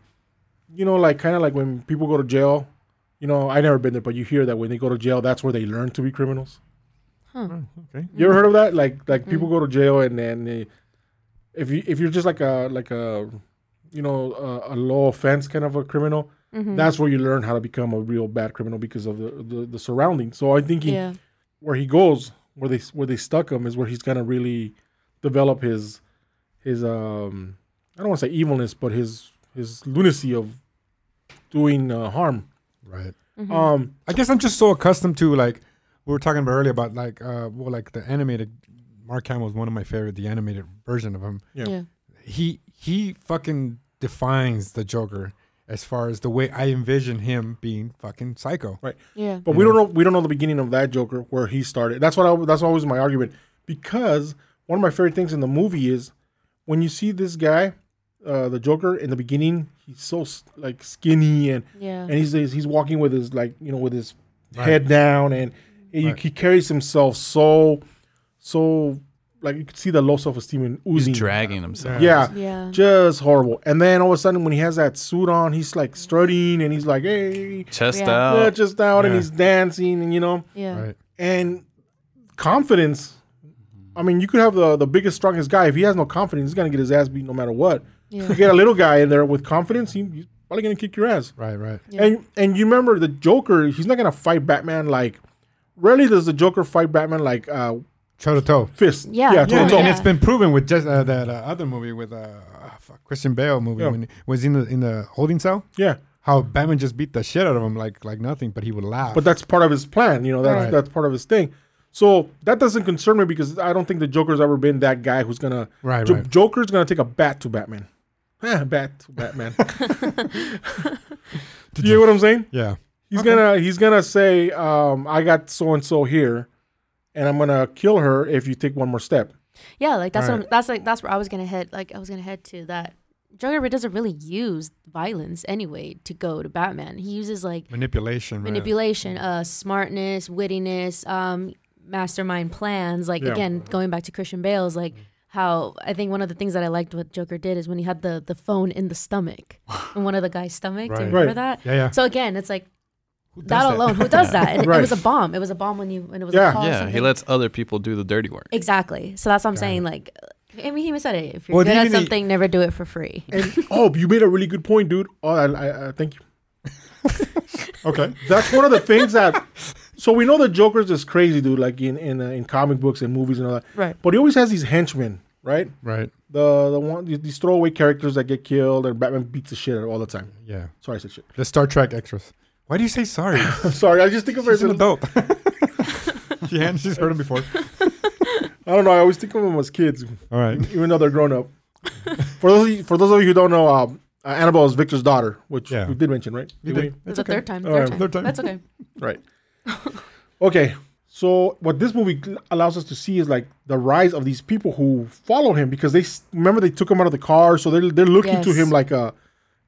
[SPEAKER 1] you know, like kind of like when people go to jail. You know, I never been there, but you hear that when they go to jail, that's where they learn to be criminals.
[SPEAKER 2] Oh, Okay.
[SPEAKER 1] You ever heard of that? Like like people go to jail and then they, if you if you're just like a like a you know a, a low offense kind of a criminal,
[SPEAKER 3] mm-hmm. Mm.
[SPEAKER 1] that's where you learn how to become a real bad criminal because of the the, the surroundings. So I think he,
[SPEAKER 3] yeah.
[SPEAKER 1] where he goes, where they where they stuck him is where he's gonna really develop his his um I don't want to say evilness, but his his lunacy of doing uh, harm.
[SPEAKER 2] Right.
[SPEAKER 3] mm-hmm. Mm.
[SPEAKER 1] Um,
[SPEAKER 2] I guess I'm just so accustomed to like we were talking about earlier about like uh well like the animated Mark Hamill is one of my favorite the animated version of him.
[SPEAKER 1] Yeah.
[SPEAKER 3] Yeah.
[SPEAKER 2] He he fucking defines the Joker as far as the way I envision him being fucking psycho.
[SPEAKER 1] right.
[SPEAKER 3] Yeah.
[SPEAKER 1] But we don't know. We don't know the beginning of that Joker where he started. That's what. I, that's always my argument because one of my favorite things in the movie is when you see this guy, uh, the Joker, in the beginning, he's so s- like skinny and
[SPEAKER 3] Yeah.
[SPEAKER 1] and he's he's walking with his like you know with his head down and, and you-
[SPEAKER 2] Right.
[SPEAKER 1] he carries himself so so like you could see the low self esteem and oozing.
[SPEAKER 4] He's dragging himself.
[SPEAKER 1] Yeah,
[SPEAKER 3] Yeah.
[SPEAKER 1] just horrible. And then all of a sudden, when he has that suit on, he's like strutting and he's like, "Hey,
[SPEAKER 4] Chest
[SPEAKER 3] Yeah.
[SPEAKER 4] out.
[SPEAKER 1] yeah, just out," and
[SPEAKER 2] Uh, Yeah.
[SPEAKER 1] he's dancing, and you know,
[SPEAKER 3] Yeah.
[SPEAKER 2] Right.
[SPEAKER 1] and confidence. I mean, you could have the the biggest, strongest guy. If he has no confidence, he's gonna get his ass beat no matter what.
[SPEAKER 3] Yeah.
[SPEAKER 1] You get a little guy in there with confidence, he, he's probably gonna kick your ass.
[SPEAKER 2] Right. Right.
[SPEAKER 3] Yeah.
[SPEAKER 1] And and you remember the Joker? He's not gonna fight Batman like. Rarely does the Joker fight Batman like uh,
[SPEAKER 2] Toe to toe.
[SPEAKER 1] fist.
[SPEAKER 3] Yeah.
[SPEAKER 1] yeah,
[SPEAKER 3] Yeah,
[SPEAKER 1] toe-to-toe.
[SPEAKER 2] and,
[SPEAKER 3] totally.
[SPEAKER 2] and it's been proven with just uh, that uh, other movie with uh, ah, fuck, Christian Bale movie
[SPEAKER 1] Yeah.
[SPEAKER 2] when he was in the in the holding cell.
[SPEAKER 1] yeah.
[SPEAKER 2] How Batman just beat the shit out of him like like nothing, but he would laugh.
[SPEAKER 1] but that's part of his plan. You know, that's
[SPEAKER 2] Right.
[SPEAKER 1] that's part of his thing. So that doesn't concern me because I don't think the Joker's ever been that guy who's gonna.
[SPEAKER 2] Right,
[SPEAKER 1] Jo-
[SPEAKER 2] right.
[SPEAKER 1] Joker's gonna take a bat to Batman. Eh, bat to Batman. Do you hear what I'm saying?
[SPEAKER 2] yeah,
[SPEAKER 1] He's gonna he's gonna say, um, "I got so and so here, and I'm gonna kill her if you take one more step."
[SPEAKER 3] Yeah, like that's
[SPEAKER 2] Right.
[SPEAKER 3] what I'm, that's like that's where I was gonna head. Like I was gonna head to that. Joker doesn't really use violence anyway to go to Batman. He uses like
[SPEAKER 2] manipulation. man.
[SPEAKER 3] manipulation, uh, smartness, wittiness, um, mastermind plans. Like
[SPEAKER 1] Yeah. Mm-hmm.
[SPEAKER 3] again, going back to Christian Bale's, like how I think one of the things that I liked what Joker did is when he had the the phone in the stomach, in one of the guy's stomach. Do
[SPEAKER 2] Right.
[SPEAKER 3] you remember
[SPEAKER 1] Right.
[SPEAKER 3] that?
[SPEAKER 2] Yeah, yeah.
[SPEAKER 3] So again, it's like
[SPEAKER 2] Who does
[SPEAKER 3] that alone. Who does that? And
[SPEAKER 1] Right.
[SPEAKER 3] It was a bomb. It was a bomb when you when it was
[SPEAKER 1] Yeah.
[SPEAKER 3] a call. or
[SPEAKER 4] Yeah, he
[SPEAKER 3] something.
[SPEAKER 4] lets other people do the dirty work.
[SPEAKER 3] Exactly. So that's what I'm
[SPEAKER 2] Got
[SPEAKER 3] saying.
[SPEAKER 2] it.
[SPEAKER 3] Like, I mean, he even said it. If you're
[SPEAKER 2] Well,
[SPEAKER 3] good
[SPEAKER 2] even
[SPEAKER 3] at
[SPEAKER 2] he-
[SPEAKER 3] something, never do it for free.
[SPEAKER 1] And oh, you made a really good point, dude. Oh, I, I, I thank you.
[SPEAKER 2] Okay.
[SPEAKER 1] That's one of the things that. So we know the Joker's just crazy, dude. Like in in, uh, in comic books and movies and all that.
[SPEAKER 3] Right.
[SPEAKER 1] But he always has these henchmen, right?
[SPEAKER 2] Right.
[SPEAKER 1] The the one these- these throwaway characters that get killed and Batman beats the shit out of all the time.
[SPEAKER 2] Yeah.
[SPEAKER 1] Sorry, I said shit.
[SPEAKER 2] The Star Trek extras. Why do you say sorry?
[SPEAKER 1] I'm sorry. I just think of it.
[SPEAKER 2] She's
[SPEAKER 1] As
[SPEAKER 2] an
[SPEAKER 1] an,
[SPEAKER 2] adult. yeah, and she's heard him before.
[SPEAKER 1] I don't know. I always think of them as kids,
[SPEAKER 2] All right.
[SPEAKER 1] even though they're grown up. for those of you, for those of you who don't know, um, uh, Annabelle is Victor's daughter, which
[SPEAKER 2] Yeah.
[SPEAKER 1] we did mention, right?
[SPEAKER 2] We
[SPEAKER 1] Did
[SPEAKER 2] did.
[SPEAKER 3] That's the
[SPEAKER 1] okay.
[SPEAKER 3] third time.
[SPEAKER 1] All
[SPEAKER 3] Third,
[SPEAKER 1] right.
[SPEAKER 3] time.
[SPEAKER 2] Third time.
[SPEAKER 3] That's okay.
[SPEAKER 1] Right. okay. So what this movie gl- allows us to see is like the rise of these people who follow him because they s- remember they took him out of the car, so they're they're looking to
[SPEAKER 3] Yes.
[SPEAKER 1] him like a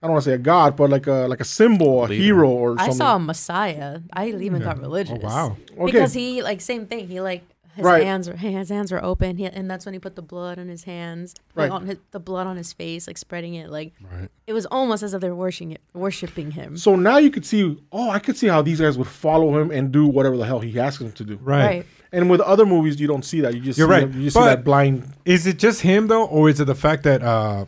[SPEAKER 1] I don't want to say a god, but like a like a symbol, a
[SPEAKER 4] Leader.
[SPEAKER 1] hero or something.
[SPEAKER 3] I saw a Messiah. I even got religious.
[SPEAKER 2] wow.
[SPEAKER 1] Okay.
[SPEAKER 3] Because he like same thing. He like his
[SPEAKER 1] Right.
[SPEAKER 3] hands were his hands were open, he, and that's when he put the blood on his hands,
[SPEAKER 1] Right.
[SPEAKER 3] like on his, the blood on his face, like spreading it. Like
[SPEAKER 2] Right.
[SPEAKER 3] it was almost as if they're worshiping it, worshiping him.
[SPEAKER 1] So now you could see, oh, I could see how these guys would follow him and do whatever the hell he asks them to do.
[SPEAKER 2] Right.
[SPEAKER 1] And with other movies, you don't see that. You just
[SPEAKER 2] You're
[SPEAKER 1] see
[SPEAKER 2] right.
[SPEAKER 1] them- you just see
[SPEAKER 2] But-
[SPEAKER 1] that blind.
[SPEAKER 2] Is it just him though, or is it the fact that uh,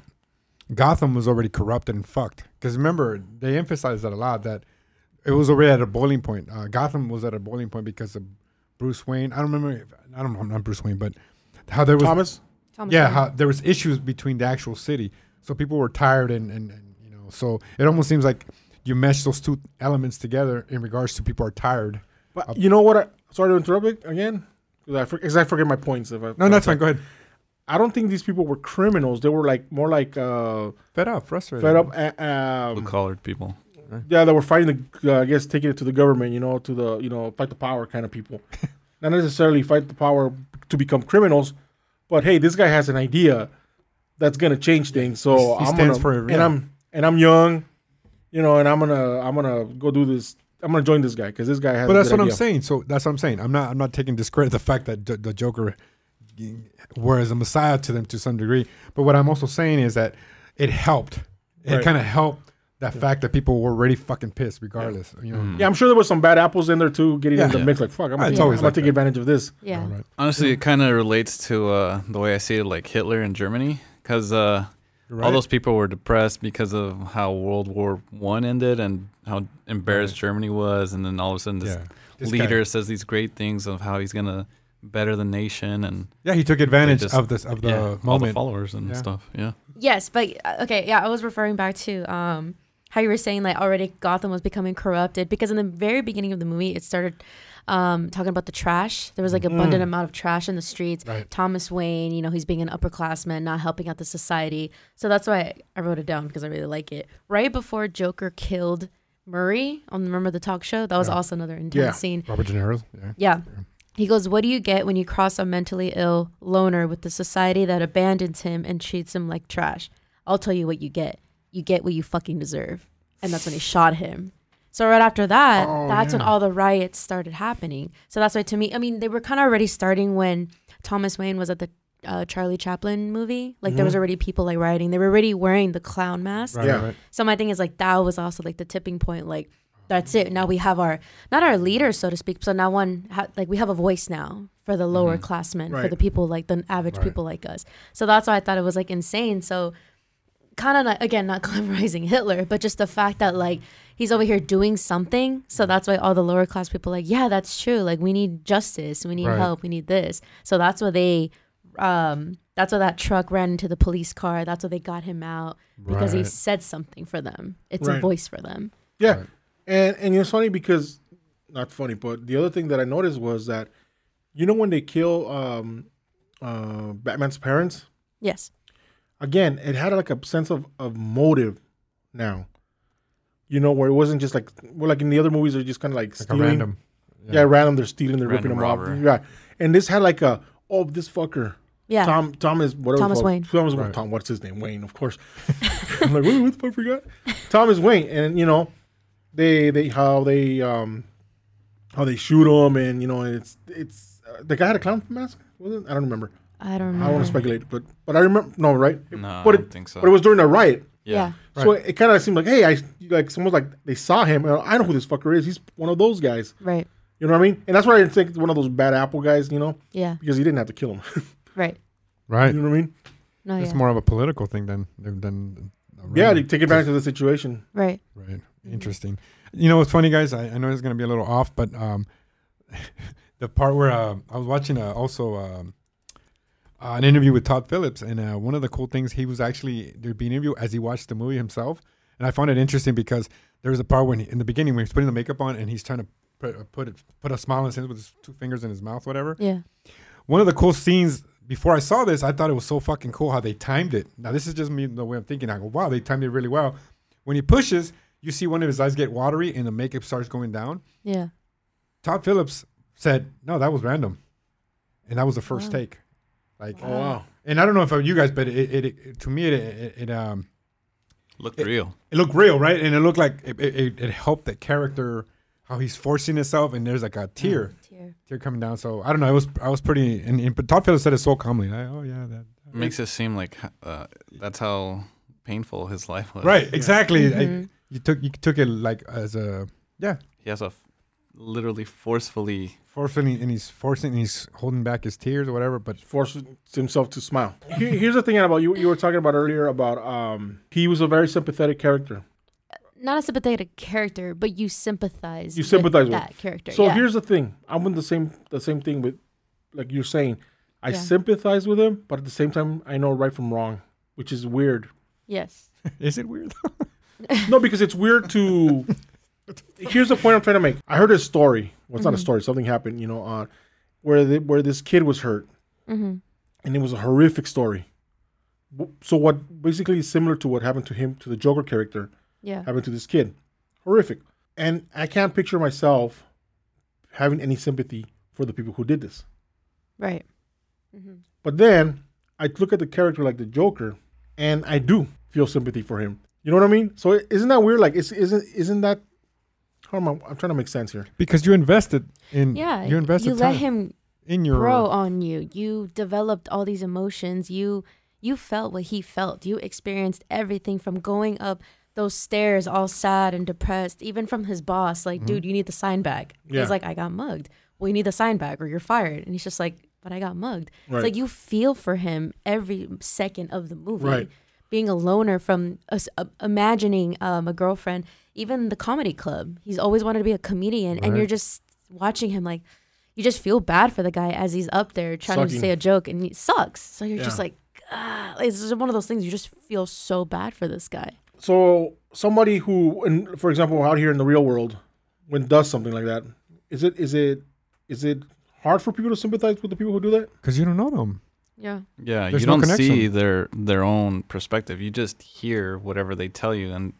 [SPEAKER 2] Gotham was already corrupted and fucked? Because remember, they emphasized that a lot. That it was already at a boiling point. Uh, Gotham was at a boiling point because of Bruce Wayne. I don't remember. If, I don't know. Not Bruce Wayne, but how there was
[SPEAKER 1] Thomas,
[SPEAKER 3] Thomas
[SPEAKER 2] yeah
[SPEAKER 3] Wayne.
[SPEAKER 2] how, there was issues between the actual city so people were tired and, and, and you know so it almost seems like you mesh those two elements together in regards to people are tired
[SPEAKER 1] but you know what? I, sorry to interrupt it again, because I, for- 'cause I forget my points. If I,
[SPEAKER 2] no that's fine go ahead
[SPEAKER 1] I don't think these people were criminals. They were like more like uh,
[SPEAKER 2] fed up frustrated
[SPEAKER 1] fed up. a- Um,
[SPEAKER 4] Blue collared people.
[SPEAKER 1] yeah, that were fighting the, uh, I guess, taking it to the government. You know, to the you know, fight the power kind of people. Not necessarily fight the power to become criminals, but hey, this guy has an idea that's gonna change things. So
[SPEAKER 2] He- he
[SPEAKER 1] I'm
[SPEAKER 2] stands
[SPEAKER 1] gonna,
[SPEAKER 2] for it,
[SPEAKER 1] and
[SPEAKER 2] yeah.
[SPEAKER 1] I'm and I'm young, you know, and I'm gonna I'm gonna go do this. I'm gonna join this guy because this guy has.
[SPEAKER 2] but
[SPEAKER 1] a
[SPEAKER 2] that's
[SPEAKER 1] good
[SPEAKER 2] what i'm
[SPEAKER 1] idea.
[SPEAKER 2] saying so that's what i'm saying i'm not i'm not taking discredit the fact that the, the joker was a messiah to them to some degree but what i'm also saying is that it helped it
[SPEAKER 1] Right.
[SPEAKER 2] kind of helped that fact that people were already fucking pissed regardless you know
[SPEAKER 1] Yeah, I'm sure there was some bad apples in there too, getting in
[SPEAKER 2] Yeah. Ah,
[SPEAKER 1] the mix. Like fuck, I'm gonna,
[SPEAKER 2] It's
[SPEAKER 1] take, I'm
[SPEAKER 2] always
[SPEAKER 1] gonna
[SPEAKER 2] like
[SPEAKER 1] take
[SPEAKER 2] that.
[SPEAKER 1] advantage of this.
[SPEAKER 3] yeah.
[SPEAKER 2] All right.
[SPEAKER 4] Honestly, it kind of relates to uh, the way I see it, like Hitler in Germany, because uh,
[SPEAKER 2] You're
[SPEAKER 4] all
[SPEAKER 2] right.
[SPEAKER 4] those people were depressed because of how World War One ended and how embarrassed Germany was, and then all of a sudden this
[SPEAKER 2] Yeah. This guy.
[SPEAKER 4] leader says these great things of how he's gonna better the nation and
[SPEAKER 2] yeah he took advantage
[SPEAKER 4] just-
[SPEAKER 2] of this of the
[SPEAKER 4] yeah, all the
[SPEAKER 2] moment
[SPEAKER 4] followers and
[SPEAKER 2] Yeah.
[SPEAKER 4] stuff. Yeah,
[SPEAKER 3] Yes, but uh, okay, yeah, I was referring back to um how you were saying like already Gotham was becoming corrupted because in the very beginning of the movie it started um talking about the trash. There was like
[SPEAKER 1] Mm.
[SPEAKER 3] abundant amount of trash in the streets.
[SPEAKER 2] Right.
[SPEAKER 3] Thomas Wayne, you know, he's being an upperclassman, not helping out the society. So that's why I wrote it down because I really like it. Right before Joker killed Murray on remember the talk show, that was also another intense
[SPEAKER 1] Yeah.
[SPEAKER 3] scene.
[SPEAKER 2] Robert De Niro's. Yeah.
[SPEAKER 3] Yeah. He goes, What do you get when you cross a mentally ill loner with the society that abandons him and treats him like trash? I'll tell you what you get. You get what you fucking deserve. And that's when he shot him. So right after that, that's when all the riots started happening. So that's why to me, I mean, they were kind of already starting when Thomas Wayne was at the uh, Charlie Chaplin movie. Like there was already people like rioting. They were already wearing the clown mask.
[SPEAKER 2] Right,
[SPEAKER 1] Yeah.
[SPEAKER 2] right.
[SPEAKER 3] So my thing is like that was also like the tipping point. Like that's it. Now we have our not our leaders, so to speak. So now one ha- like we have a voice now for the lower classmen, for
[SPEAKER 1] Right.
[SPEAKER 3] the people like the average
[SPEAKER 2] Mm-hmm. Right.
[SPEAKER 3] people like us. So that's why I thought it was like insane. So kind of not, again not glamorizing Hitler, but just the fact that like he's over here doing something. So that's why all the lower class people are like yeah, that's true. Like we need justice, we need
[SPEAKER 2] Right.
[SPEAKER 3] help, we need this. So that's why they. Um, that's why that truck ran into the police car. That's why they got him out because he
[SPEAKER 2] Right.
[SPEAKER 3] said something for them. It's a
[SPEAKER 1] Right.
[SPEAKER 3] voice for them.
[SPEAKER 1] Yeah, and and it's funny because not funny, but the other thing that I noticed was that you know when they kill um, uh, Batman's parents
[SPEAKER 3] Yes.
[SPEAKER 1] again, it had like a sense of of motive now. You know where it wasn't just like well, like in the other movies they're just kind of like,
[SPEAKER 2] Like a
[SPEAKER 1] stealing.
[SPEAKER 2] random.
[SPEAKER 1] Yeah. random. They're stealing. They're ripping
[SPEAKER 4] Random
[SPEAKER 1] them off.
[SPEAKER 4] robber.
[SPEAKER 1] Yeah, and this had like a oh this fucker.
[SPEAKER 3] Yeah.
[SPEAKER 1] Tom Thomas whatever
[SPEAKER 3] Thomas
[SPEAKER 1] fuck-
[SPEAKER 3] Wayne.
[SPEAKER 1] Thomas Wayne.
[SPEAKER 2] Right.
[SPEAKER 1] Tom what's his name Wayne of course I'm like wait what the fuck I forgot Thomas Wayne and you know they they how they um how they shoot him and you know it's it's uh, the guy had a clown mask was it I don't remember I
[SPEAKER 3] I don't
[SPEAKER 1] don't want
[SPEAKER 3] remember.
[SPEAKER 1] to speculate but but I remember no right
[SPEAKER 4] No,
[SPEAKER 1] but
[SPEAKER 4] I
[SPEAKER 1] it,
[SPEAKER 4] don't think so.
[SPEAKER 1] but it was during a riot
[SPEAKER 3] yeah.
[SPEAKER 1] so it, kind of seemed like hey I like someone's like they saw him and I know who this fucker is he's one of those guys
[SPEAKER 3] Right.
[SPEAKER 1] you know what I mean and that's why I didn't think one of those bad apple guys you know
[SPEAKER 3] Yeah.
[SPEAKER 1] because he didn't have to kill him
[SPEAKER 3] Right.
[SPEAKER 2] Right.
[SPEAKER 1] you know what I mean
[SPEAKER 3] No.
[SPEAKER 2] It's
[SPEAKER 3] Yeah.
[SPEAKER 2] more of a political thing than than. a
[SPEAKER 1] Oh, yeah they
[SPEAKER 2] random-
[SPEAKER 1] take advantage of the situation
[SPEAKER 3] right.
[SPEAKER 2] Right. Interesting. You know what's funny, guys? I, I know it's gonna be a little off, but um, the part where uh, I was watching uh, also um, uh, an interview with Todd Phillips, and uh, one of the cool things he was actually there'd be an interview as he watched the movie himself, and I found it interesting because there was a part when he, in the beginning when he's putting the makeup on and he's trying to put put, it, put a smile on his face with his two fingers in his mouth, whatever
[SPEAKER 3] Yeah.
[SPEAKER 2] one of the cool scenes before I saw this, I thought it was so fucking cool how they timed it. Now this is just me the way I'm thinking. I go, wow, they timed it really well. When he pushes, you see one of his eyes get watery and the makeup starts going down.
[SPEAKER 3] Yeah.
[SPEAKER 2] Todd Phillips said, "No, that was random," and that was the first
[SPEAKER 3] Wow.
[SPEAKER 2] take. Like,
[SPEAKER 1] oh wow
[SPEAKER 2] and I don't know if you guys, but it, it, it to me it, it, it um
[SPEAKER 4] Looked real.
[SPEAKER 2] it looked real, right? And it looked like it, it, it- it helped the character how he's forcing himself, and there's like a tear
[SPEAKER 3] Tear.
[SPEAKER 2] tear coming down. So I don't know. I was I was pretty, and, and but Todd Phillips said it so calmly. Like, oh yeah, that
[SPEAKER 4] Makes it seem like uh, that's how painful his life was.
[SPEAKER 2] Right, exactly. I-
[SPEAKER 3] Mhm.
[SPEAKER 2] you took you took it like as a yeah,
[SPEAKER 4] He has a f- literally forcefully.
[SPEAKER 2] forcing and he's forcing and he's holding back his tears or whatever. But
[SPEAKER 1] forces himself to smile. Here- Here's the thing about you. You were talking about earlier about um, he was a very sympathetic character.
[SPEAKER 3] Not a sympathetic character, but you sympathize.
[SPEAKER 1] You sympathize with.
[SPEAKER 3] that character.
[SPEAKER 1] So
[SPEAKER 3] yeah.
[SPEAKER 1] here's the thing. I'm in the same the same thing with like you're saying. I
[SPEAKER 3] Yeah.
[SPEAKER 1] sympathize with him, but at the same time, I know right from wrong, which is weird.
[SPEAKER 3] yes.
[SPEAKER 2] is it weird?
[SPEAKER 1] No, because it's weird to. Here's the point I'm trying to make. I heard a story. Well, it's not a
[SPEAKER 3] Mm-hmm.
[SPEAKER 1] story. Something happened, you know, on where the, where this kid was hurt,
[SPEAKER 3] Mm-hmm.
[SPEAKER 1] and it was a horrific story. W- So what basically is similar to what happened to him to the Joker character.
[SPEAKER 3] Yeah.
[SPEAKER 1] happened to this kid. Horrific. And I can't picture myself having any sympathy for the people who did this.
[SPEAKER 3] Right. Mm-hmm.
[SPEAKER 1] But then I look at the character like the Joker, and I do feel sympathy for him. You know what I mean? So i- isn't that weird? Like, it's, isn't isn't that? How am I? I'm trying to make sense here.
[SPEAKER 2] Because you invested in
[SPEAKER 3] Yeah.
[SPEAKER 2] you invested
[SPEAKER 3] you let
[SPEAKER 2] time
[SPEAKER 3] him
[SPEAKER 2] in your
[SPEAKER 3] grow on you. You developed all these emotions. You you felt what he felt. You experienced everything from going up those stairs all sad and depressed, even from his boss, like, dude, you need the sign back.
[SPEAKER 1] Mm-hmm. Yeah.
[SPEAKER 3] He's like, I got mugged. Well, you need the sign back or you're fired. And he's just like, But I got mugged.
[SPEAKER 1] Right.
[SPEAKER 3] It's like you feel for him every second of the movie.
[SPEAKER 1] Right.
[SPEAKER 3] Being a loner from us- uh, imagining um, a girlfriend, even the comedy club. He's always wanted to be a comedian, and you're just watching him like, you just feel bad for the guy as he's up there trying to
[SPEAKER 1] Sucking.
[SPEAKER 3] say a joke and he sucks. So you're just
[SPEAKER 1] Yeah.
[SPEAKER 3] like, ah, it's just one of those things you just feel so bad for this guy.
[SPEAKER 1] So somebody who, in, for example, out here in the real world, when does something like that, is it is it is it hard for people to sympathize with the people who do that?
[SPEAKER 2] because you don't know them.
[SPEAKER 3] Yeah.
[SPEAKER 4] Yeah,
[SPEAKER 2] There's
[SPEAKER 4] you
[SPEAKER 2] no
[SPEAKER 4] don't see
[SPEAKER 2] connection.
[SPEAKER 4] their their own perspective. You just hear whatever they tell you, and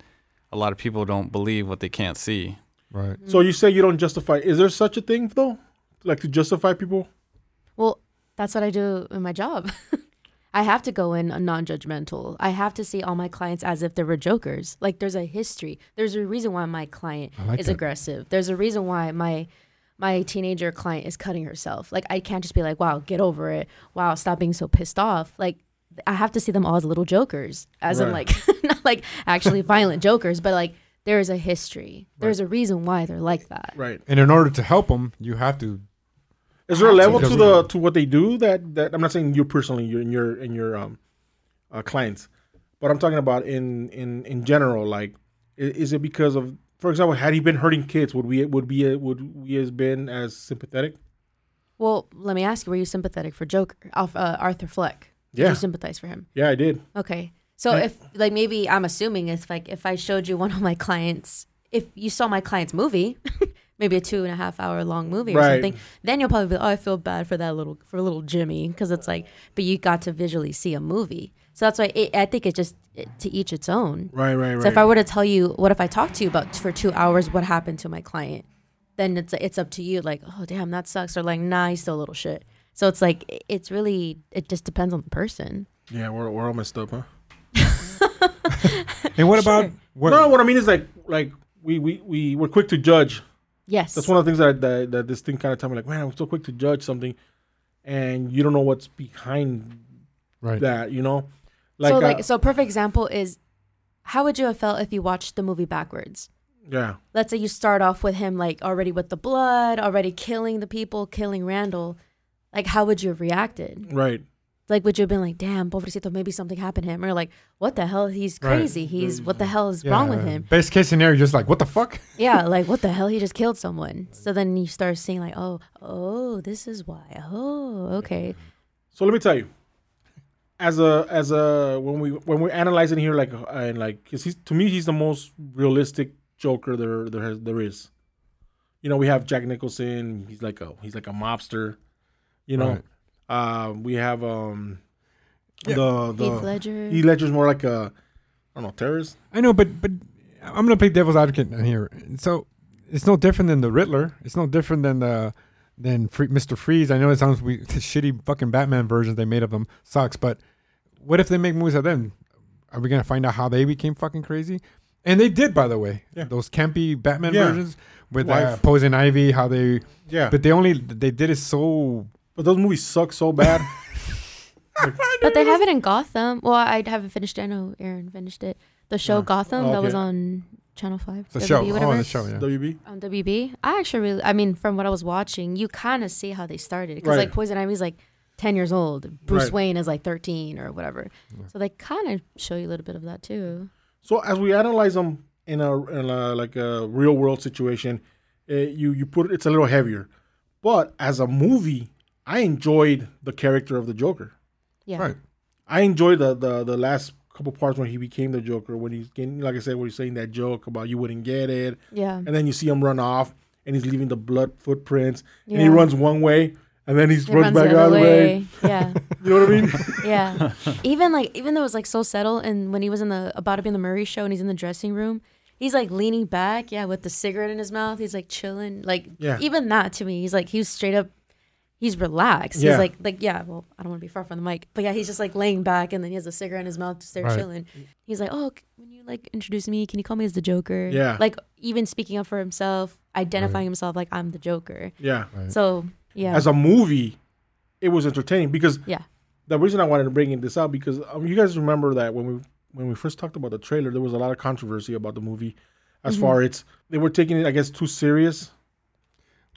[SPEAKER 4] a lot of people don't believe what they can't see.
[SPEAKER 2] Right.
[SPEAKER 1] So you say you don't justify. Is there such a thing though? Like to justify people?
[SPEAKER 3] Well, that's what I do in my job. I have to go in non judgmental. I have to see all my clients as if they were jokers. Like there's a history. There's a reason why my client
[SPEAKER 2] I like
[SPEAKER 3] is
[SPEAKER 2] that.
[SPEAKER 3] aggressive. There's a reason why my my teenager client is cutting herself. Like I can't just be like, wow, get over it. Wow, stop being so pissed off. Like I have to see them all as little jokers, as in
[SPEAKER 1] Right.
[SPEAKER 3] like not like actually violent jokers, but like there is a history. There's a reason why they're like that.
[SPEAKER 1] Right.
[SPEAKER 2] And in order to help them, you have to.
[SPEAKER 1] Is there a level to
[SPEAKER 2] Doesn't-
[SPEAKER 1] the to what they do that that I'm not saying you personally, you and your and your um uh, clients, but I'm talking about in in in general. Like, i- is it because of, for example, had he been hurting kids, would we would be would we has been as sympathetic?
[SPEAKER 3] Well, let me ask you: Were you sympathetic for Joker, Alf- uh, Arthur Fleck? Did
[SPEAKER 1] Yeah.
[SPEAKER 3] you sympathize for him?
[SPEAKER 1] Yeah, I did.
[SPEAKER 3] Okay. So if like maybe I'm assuming if like if I showed you one of my clients, if you saw my client's movie, maybe a two and a half hour long movie or
[SPEAKER 1] Right.
[SPEAKER 3] something, then you'll probably be like, oh, I feel bad for that little for little Jimmy because it's like, but you got to visually see a movie, so that's why it, I think it just it, to each its own.
[SPEAKER 1] Right, right, right.
[SPEAKER 3] So if I were to tell you, what if I talk to you about for two hours what happened to my client? Then it's it's up to you. Like, oh damn, that sucks, or like, nah, he's still a little shit. So it's like it- it's really it just depends on the person.
[SPEAKER 1] yeah, we're, we're all messed up, huh?
[SPEAKER 2] And what about
[SPEAKER 3] Sure.
[SPEAKER 2] what?
[SPEAKER 1] No, what I mean is like like we we we we're quick to judge.
[SPEAKER 3] Yes,
[SPEAKER 1] That's one of the things that that, that this thing kind of taught me. Like, man, I'm so quick to judge something, and you don't know what's behind
[SPEAKER 2] Right.
[SPEAKER 1] that. You know, like,
[SPEAKER 3] so
[SPEAKER 1] uh,
[SPEAKER 3] like so a perfect example is how would you have felt if you watched the movie backwards?
[SPEAKER 1] yeah,
[SPEAKER 3] Let's say you start off with him like already with the blood, already killing the people, killing Randall. Like how would you have reacted?
[SPEAKER 1] right.
[SPEAKER 3] Like would you have been like, "Damn, pobrecito, maybe something happened to him," or like, "What the hell? He's
[SPEAKER 2] Right.
[SPEAKER 3] crazy. He's what the hell is wrong with him?"
[SPEAKER 2] Best case scenario, just like what the fuck?
[SPEAKER 3] Yeah, like what the hell? He just killed someone. So then you start seeing like, "Oh, oh, this is why. Oh, okay,
[SPEAKER 1] So let me tell you, as a as a when we when we're analyzing here, like uh, and like, 'cause he's to me he's the most realistic Joker there there has there is. You know, we have Jack Nicholson. He's like a he's like a mobster. You know, uh, we have um the the
[SPEAKER 3] Heath Ledger."
[SPEAKER 1] Heath Ledger's more like a I don't know terrorist.
[SPEAKER 2] I know, but but I'm gonna play devil's advocate here. So it's no different than the Riddler. It's no different than the than Free, Mr. Freeze. I know it sounds we the shitty fucking Batman versions they made of them sucks, but what if they make movies of them? Are we gonna find out how they became fucking crazy? And they did, by the way.
[SPEAKER 1] Yeah.
[SPEAKER 2] Those campy Batman
[SPEAKER 1] Yeah.
[SPEAKER 2] versions with uh,
[SPEAKER 1] Wife.
[SPEAKER 2] Poison Ivy, how they,
[SPEAKER 1] Yeah, but,
[SPEAKER 2] but they only they did it so
[SPEAKER 1] those movies suck so bad.
[SPEAKER 3] But they have it in Gotham. Well, I haven't finished it. I know Aaron finished it. The show Gotham
[SPEAKER 1] Oh,
[SPEAKER 3] that was
[SPEAKER 1] okay.
[SPEAKER 3] on Channel Five.
[SPEAKER 2] the
[SPEAKER 3] WB,
[SPEAKER 2] show.
[SPEAKER 3] whatever.
[SPEAKER 2] Oh, the show, yeah.
[SPEAKER 1] WB.
[SPEAKER 3] On WB, I actually really, I mean, from what I was watching, you kind of see how they started because
[SPEAKER 1] Right.
[SPEAKER 3] like Poison Ivy's like ten years old, Bruce
[SPEAKER 1] Right.
[SPEAKER 3] Wayne is like thirteen or whatever, so they kind of show you a little bit of that too.
[SPEAKER 1] So as we analyze them in a, in a like a real world situation, uh you you put it, it's a little heavier. But as a movie, I enjoyed the character of the Joker.
[SPEAKER 3] Yeah,
[SPEAKER 2] right.
[SPEAKER 1] I enjoyed the the, the last couple parts when he became the Joker. When he's getting, like I said, when he's saying that joke about you wouldn't get it,
[SPEAKER 3] yeah,
[SPEAKER 1] and then you see him run off, and he's leaving the blood footprints, and he
[SPEAKER 3] Yeah.
[SPEAKER 1] runs one way, and then he runs,
[SPEAKER 3] It runs
[SPEAKER 1] back
[SPEAKER 3] the
[SPEAKER 1] the other way.
[SPEAKER 3] Yeah,
[SPEAKER 1] You know what I mean?
[SPEAKER 3] yeah. even like, even though it was like so subtle, and when he was in the about to be in the Murray show, and he's in the dressing room, he's like leaning back, yeah, with the cigarette in his mouth. He's like chilling, like
[SPEAKER 1] Yeah.
[SPEAKER 3] even that to me, he's like he's straight up, he's relaxed.
[SPEAKER 1] Yeah.
[SPEAKER 3] He's like like yeah, well, I don't want to be far from the mic, but yeah, he's just like laying back, and then he has a cigarette in his mouth, just there
[SPEAKER 2] Right.
[SPEAKER 3] chilling. He's like, oh, c- when you like introduce me, can you call me as the Joker?
[SPEAKER 1] Yeah.
[SPEAKER 3] like even speaking up for himself, identifying himself like I'm the Joker.
[SPEAKER 1] yeah.
[SPEAKER 3] So yeah,
[SPEAKER 1] As a movie, it was entertaining because
[SPEAKER 3] yeah,
[SPEAKER 1] the reason I wanted to bring this out because um, you guys remember that when we when we first talked about the trailer, there was a lot of controversy about the movie. As
[SPEAKER 3] Mm-hmm.
[SPEAKER 1] far it's they were taking it, I guess, too serious.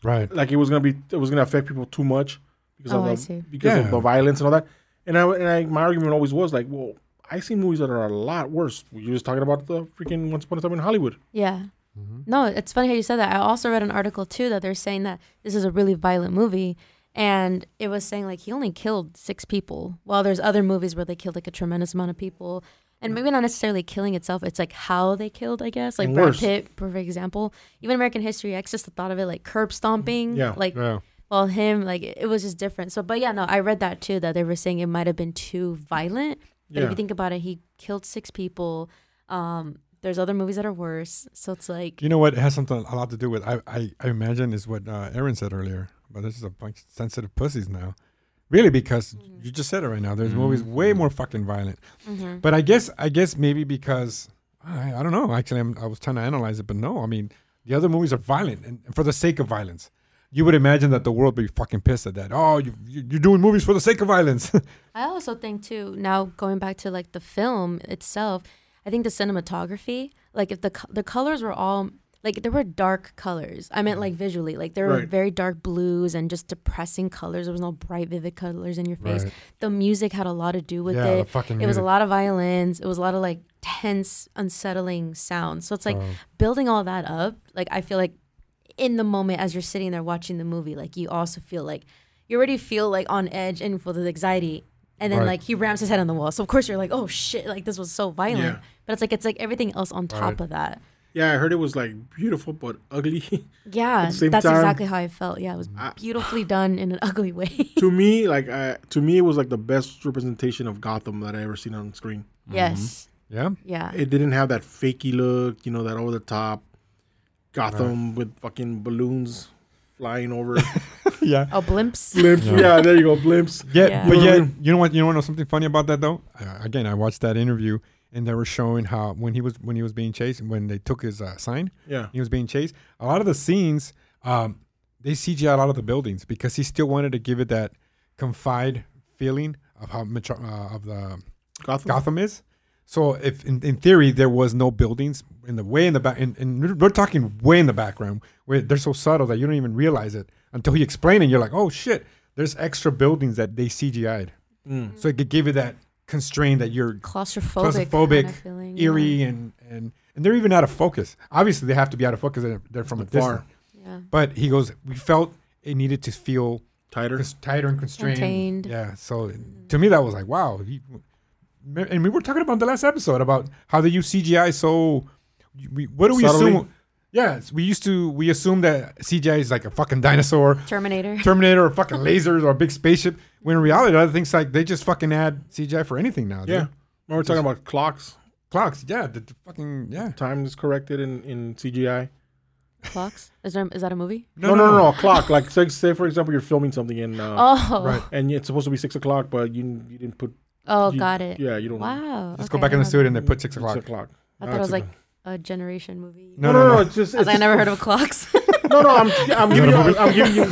[SPEAKER 2] Right.
[SPEAKER 1] Like it was gonna be, it was gonna affect people too much because
[SPEAKER 3] Oh, I
[SPEAKER 1] of the,
[SPEAKER 3] see.
[SPEAKER 1] because
[SPEAKER 2] Yeah.
[SPEAKER 1] of the violence and all that. And I and I, my argument always was like, well, I see movies that are a lot worse. We were just talking about the freaking Once Upon a Time in Hollywood.
[SPEAKER 3] Yeah.
[SPEAKER 1] Mm-hmm.
[SPEAKER 3] No, it's funny how you said that. I also read an article too that they're saying that this is a really violent movie. And it was saying like he only killed six people, while there's other movies where they killed like a tremendous amount of people. And maybe not necessarily killing itself, it's like how they killed, I guess. Like
[SPEAKER 1] Mm. And
[SPEAKER 3] Brad
[SPEAKER 1] worse.
[SPEAKER 3] Pitt, for example. Even American History X, just the thought of it, like curb stomping.
[SPEAKER 1] Yeah,
[SPEAKER 3] Like
[SPEAKER 2] Yeah.
[SPEAKER 3] well him like it it was just different so but yeah no i read that too that they were saying it might have been too violent but if
[SPEAKER 1] Yeah.
[SPEAKER 3] you think about it he killed six people um there's other movies that are worse so it's like
[SPEAKER 2] You know what? It has something a lot to do with I I, I imagine is what uh, Aaron said earlier. But this is a bunch of sensitive pussies now, really, because
[SPEAKER 3] Mm-hmm.
[SPEAKER 2] you just said it right now. There's movies way more fucking violent. But I guess I guess maybe because I, I don't know. Actually, I'm, I was trying to analyze it, but no. I mean, the other movies are violent and for the sake of violence. you would imagine that the world would be fucking pissed at that. Oh, you, you- you're doing movies for the sake of violence.
[SPEAKER 3] I also think too. Now going back to like the film itself, I think the cinematography, like if the co- the colors were all like there were dark colors. I
[SPEAKER 2] Mm-hmm.
[SPEAKER 3] meant like visually, like there were
[SPEAKER 1] Right.
[SPEAKER 3] very dark blues and just depressing colors. There was no bright, vivid colors in your face.
[SPEAKER 2] Right.
[SPEAKER 3] The music had a lot to do with
[SPEAKER 2] Yeah, the
[SPEAKER 3] it.
[SPEAKER 2] fucking
[SPEAKER 3] it was a
[SPEAKER 2] music.
[SPEAKER 3] lot of violins. It was a lot of like tense, unsettling sounds. So it's
[SPEAKER 1] Oh.
[SPEAKER 3] like building all that up. Like I feel like in the moment as you're sitting there watching the movie, like you also feel like you already feel like on edge and full of anxiety. And then
[SPEAKER 2] Right.
[SPEAKER 3] like he rams his head on the wall. So of course you're like, oh shit, like this was so violent.
[SPEAKER 1] Yeah.
[SPEAKER 3] But it's like it's like everything else on top
[SPEAKER 2] Right.
[SPEAKER 3] of that.
[SPEAKER 1] Yeah, I heard it was like beautiful but ugly. the
[SPEAKER 3] Yeah. That's
[SPEAKER 1] same time-
[SPEAKER 3] exactly how I felt. Yeah. It was
[SPEAKER 1] I- Mm-hmm.
[SPEAKER 3] beautifully done in an ugly way.
[SPEAKER 1] to me, like uh, to me, it was like the best representation of Gotham that I ever seen on screen.
[SPEAKER 3] yes.
[SPEAKER 2] yeah.
[SPEAKER 3] Yeah.
[SPEAKER 1] It didn't have that fakey look, you know, that over the top Gotham with fucking balloons flying over.
[SPEAKER 2] Yeah.
[SPEAKER 3] oh blimps.
[SPEAKER 1] blimps. Yeah. there you go, blimps.
[SPEAKER 2] Yeah,
[SPEAKER 3] Yeah.
[SPEAKER 2] but
[SPEAKER 1] You know what I
[SPEAKER 2] yeah,
[SPEAKER 1] mean?
[SPEAKER 2] you know what? You know what? Something funny about that though. Uh, again, I watched that interview, and they were showing how when he was when he was being chased, when they took his uh, sign,
[SPEAKER 1] Yeah.
[SPEAKER 2] he was being chased. A lot of the scenes, um, they CGI out of the buildings because he still wanted to give it that confide feeling of how metro- uh, of the
[SPEAKER 1] Gotham.
[SPEAKER 2] Gotham is. So if in, in theory there was no buildings in the way in the back, and, and we're- we're talking way in the background, where they're so subtle that you don't even realize it until he explained it. You're like, oh shit, there's extra buildings that they CGI'd,
[SPEAKER 1] Mm.
[SPEAKER 2] so it could give you that constraint that you're
[SPEAKER 3] Claustrophobic.
[SPEAKER 2] claustrophobic,
[SPEAKER 3] kinda feeling,
[SPEAKER 2] eerie, and and and they're even out of focus. Obviously, they have to be out of focus. They're, they're from a
[SPEAKER 1] Far.
[SPEAKER 2] distance.
[SPEAKER 3] Yeah.
[SPEAKER 2] But he goes, we felt it needed to feel
[SPEAKER 1] Tighter.
[SPEAKER 2] cons- tighter and constrained.
[SPEAKER 3] Contained.
[SPEAKER 2] Yeah. So to me, that was like, wow. he- and we were talking about the last episode about how they use CGI. So we, what do we
[SPEAKER 1] Subtly?
[SPEAKER 2] assume? Yes, we used to we assume that CGI is like a fucking dinosaur,
[SPEAKER 3] yeah. Terminator.
[SPEAKER 2] Terminator, or fucking lasers, or a big spaceship. When in reality, other things like they just fucking add CGI for anything now. dude.
[SPEAKER 1] Yeah. Remember we're talking about clocks.
[SPEAKER 2] Clocks. Yeah. The, the fucking yeah.
[SPEAKER 1] Time is corrected in, in CGI.
[SPEAKER 3] Clocks. Is there is that a movie?
[SPEAKER 1] No, no, no, no. a clock. Like, say, say, for example, you're filming something and uh,
[SPEAKER 3] Oh.
[SPEAKER 2] Right.
[SPEAKER 1] and it's supposed to be six o'clock, but you you didn't put.
[SPEAKER 3] Oh,
[SPEAKER 1] you-
[SPEAKER 3] got it.
[SPEAKER 1] Yeah, you don't.
[SPEAKER 3] Wow.
[SPEAKER 2] Just
[SPEAKER 3] okay,
[SPEAKER 2] go back
[SPEAKER 3] I
[SPEAKER 2] in the
[SPEAKER 3] know.
[SPEAKER 2] studio and they put six
[SPEAKER 1] Six
[SPEAKER 2] o'clock.
[SPEAKER 1] o'clock.
[SPEAKER 3] I
[SPEAKER 1] Now
[SPEAKER 3] thought it
[SPEAKER 1] it's
[SPEAKER 3] was like
[SPEAKER 1] a-
[SPEAKER 3] a generation movie.
[SPEAKER 1] No, no, no. It's just.
[SPEAKER 3] I
[SPEAKER 1] It's
[SPEAKER 3] was like, I
[SPEAKER 1] just
[SPEAKER 3] never heard of clocks.
[SPEAKER 1] no, no. I'm, I'm giving you. I'm giving you.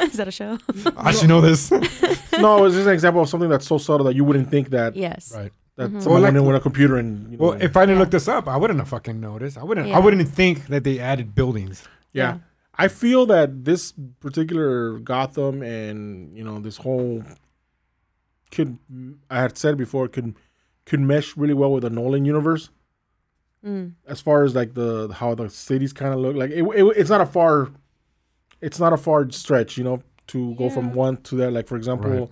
[SPEAKER 3] Is that a show?
[SPEAKER 2] I should know this.
[SPEAKER 1] No, it's just an example of something that's so subtle that you wouldn't think that
[SPEAKER 3] Yes.
[SPEAKER 2] right.
[SPEAKER 1] that
[SPEAKER 3] Mhm.
[SPEAKER 1] someone
[SPEAKER 2] Well, like-
[SPEAKER 1] went in with a computer and you know,
[SPEAKER 2] Well, if I didn't
[SPEAKER 3] Yeah.
[SPEAKER 2] look this up, I wouldn't have fucking noticed. I wouldn't.
[SPEAKER 3] Yeah.
[SPEAKER 2] I wouldn't think that they added buildings.
[SPEAKER 1] yeah.
[SPEAKER 3] yeah.
[SPEAKER 1] I feel that this particular Gotham and you know this whole could I had said before could could mesh really well with the Nolan universe
[SPEAKER 3] Mm.
[SPEAKER 1] as far as like the how the cities kind of look like it, it, it's not a far it's not a far stretch you know to go
[SPEAKER 3] Yeah.
[SPEAKER 1] from one to that like for example
[SPEAKER 2] Right.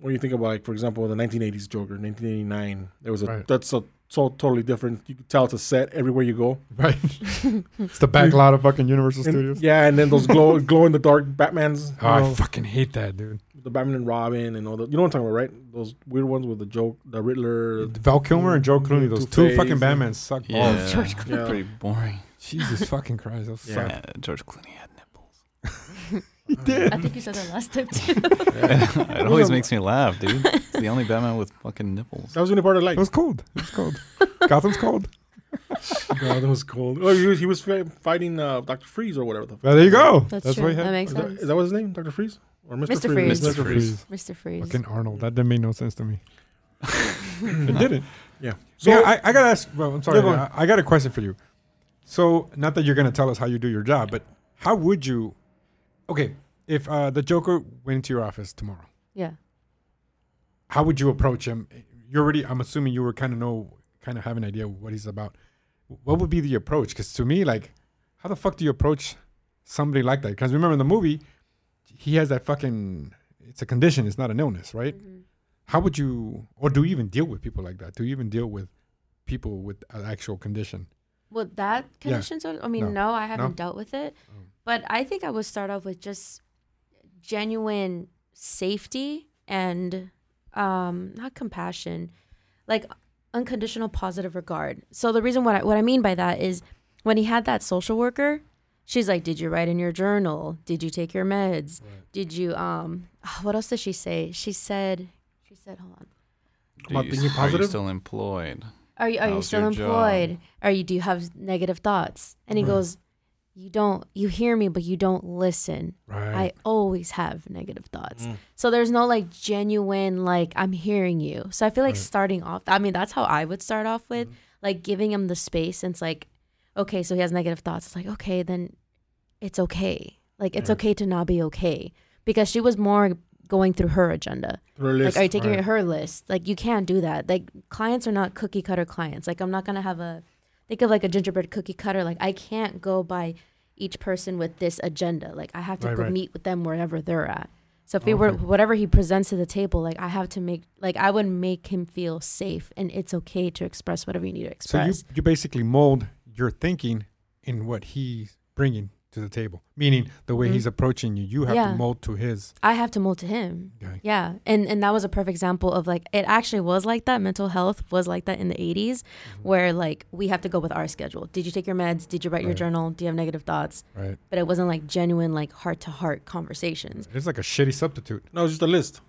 [SPEAKER 1] when you think about like for example the 1980s Joker 1989 there was a
[SPEAKER 2] Right.
[SPEAKER 1] that's a so totally different you could tell it's a set everywhere you go
[SPEAKER 2] Right. it's the back lot of fucking Universal
[SPEAKER 1] And-
[SPEAKER 2] Studios.
[SPEAKER 1] Yeah, and then those glow glow in the dark Batmans, you
[SPEAKER 2] Oh, I
[SPEAKER 1] know,
[SPEAKER 2] fucking hate that, dude.
[SPEAKER 1] the Batman and Robin, and all the you know what I'm talking about, right? Those weird ones with the joke, the Riddler.
[SPEAKER 2] Val Kilmer and Joe Clooney, those two
[SPEAKER 1] Two-Face
[SPEAKER 2] fucking
[SPEAKER 1] and-
[SPEAKER 2] Batmans suck balls.
[SPEAKER 4] Oh, Yeah.
[SPEAKER 3] George
[SPEAKER 1] Clooney.
[SPEAKER 4] Pretty boring.
[SPEAKER 2] Jesus fucking Christ, those
[SPEAKER 1] Yeah.
[SPEAKER 2] suck.
[SPEAKER 4] Yeah, George Clooney had nipples.
[SPEAKER 2] He
[SPEAKER 3] I
[SPEAKER 2] did.
[SPEAKER 3] think you said that last time too.
[SPEAKER 4] it always makes me laugh, dude. It's the only Batman with fucking nipples.
[SPEAKER 1] That was the only part I
[SPEAKER 2] It
[SPEAKER 1] liked.
[SPEAKER 2] was cold. It was cold. Gotham's cold.
[SPEAKER 1] God, that was cold. Oh, he was, he was fi- fighting uh, Doctor Freeze or whatever. The fuck.
[SPEAKER 2] Well, there you go.
[SPEAKER 3] That's,
[SPEAKER 2] That's,
[SPEAKER 3] true.
[SPEAKER 2] why he
[SPEAKER 3] that
[SPEAKER 2] had
[SPEAKER 1] Is
[SPEAKER 3] makes
[SPEAKER 1] that,
[SPEAKER 3] sense.
[SPEAKER 1] is that what his name? Doctor Freeze or Mr.
[SPEAKER 3] Mr.
[SPEAKER 1] Freeze?
[SPEAKER 3] Freeze.
[SPEAKER 2] Mr. Freeze.
[SPEAKER 3] Mr. Freeze.
[SPEAKER 2] Fucking Arnold. That didn't make no sense to me. it didn't.
[SPEAKER 1] Yeah. So
[SPEAKER 2] So yeah, I, I gotta ask. Well, I'm sorry.
[SPEAKER 1] Yeah, go
[SPEAKER 2] I, I got a question for you. So, not that you're gonna tell us how you do your job, but how would you? Okay, if uh, the Joker went into your office tomorrow,
[SPEAKER 3] Yeah.
[SPEAKER 2] how would you approach him? You already, I'm assuming you were kind of know, kind of have an idea what he's about. What would be the approach? Because to me, like, how the fuck do you approach somebody like that? Because remember in the movie, he has that fucking. It's a condition. It's not an illness, right?
[SPEAKER 3] Mm-hmm.
[SPEAKER 2] How would you, or do you even deal with people like that? Do you even deal with people with an actual condition?
[SPEAKER 3] Well, that condition. So I mean,
[SPEAKER 2] No.
[SPEAKER 3] no, Oh. I haven't dealt with it, but I think I would start off with just genuine safety and um, not compassion, like unconditional positive regard. So the reason what I, what I mean by that is when he had that social worker, she's like, "Did you write in your journal? Did you take your meds? Did you um? What else did she say? She said, she said, hold on."
[SPEAKER 4] Do
[SPEAKER 1] About
[SPEAKER 4] you,
[SPEAKER 1] being
[SPEAKER 4] are you
[SPEAKER 1] positive?
[SPEAKER 4] still employed?
[SPEAKER 3] Are you are you
[SPEAKER 4] How's
[SPEAKER 3] still
[SPEAKER 4] your job?
[SPEAKER 3] employed? Are you do you have negative thoughts? And he goes, you don't you hear me but you don't listen i
[SPEAKER 2] Right.
[SPEAKER 3] always have negative thoughts
[SPEAKER 4] Mm.
[SPEAKER 3] so there's no like genuine like i'm hearing you so i feel like starting off i mean that's how i would start off with
[SPEAKER 4] Mm.
[SPEAKER 3] like giving him the space and it's like okay so he has negative thoughts it's like okay then it's okay like it's okay to not be okay because she was more going through her agenda like,
[SPEAKER 1] Realist.
[SPEAKER 3] are you taking
[SPEAKER 2] right.
[SPEAKER 3] her list? Like, you can't do that. Like, clients are not cookie cutter clients. Like, I'm not gonna have a think of like a gingerbread cookie cutter. Like, I can't go by each person with this agenda. Like, I have to
[SPEAKER 2] Right,
[SPEAKER 3] go
[SPEAKER 2] right.
[SPEAKER 3] meet with them wherever they're at. So if he were whatever he presents to the table, like I have to make like I would make him feel safe, and it's okay to express whatever you need to
[SPEAKER 2] So you,
[SPEAKER 3] express.
[SPEAKER 2] you basically mold your thinking in what he's bringing to the table, meaning the way
[SPEAKER 3] Mhm.
[SPEAKER 2] he's approaching you. You have
[SPEAKER 3] Yeah.
[SPEAKER 2] to mold to his.
[SPEAKER 3] I have to mold to him.
[SPEAKER 2] Okay.
[SPEAKER 3] Yeah, and and that was a perfect example of like it actually was like that. Mental health was like that in the 80s,
[SPEAKER 1] Mm-hmm.
[SPEAKER 3] where like we have to go with our schedule. Did you take your meds? Did you write your
[SPEAKER 2] Right.
[SPEAKER 3] journal? Do you have negative thoughts?
[SPEAKER 2] Right.
[SPEAKER 3] But it wasn't like genuine like heart to heart conversations.
[SPEAKER 2] It's like a shitty substitute.
[SPEAKER 1] No, it's just a list.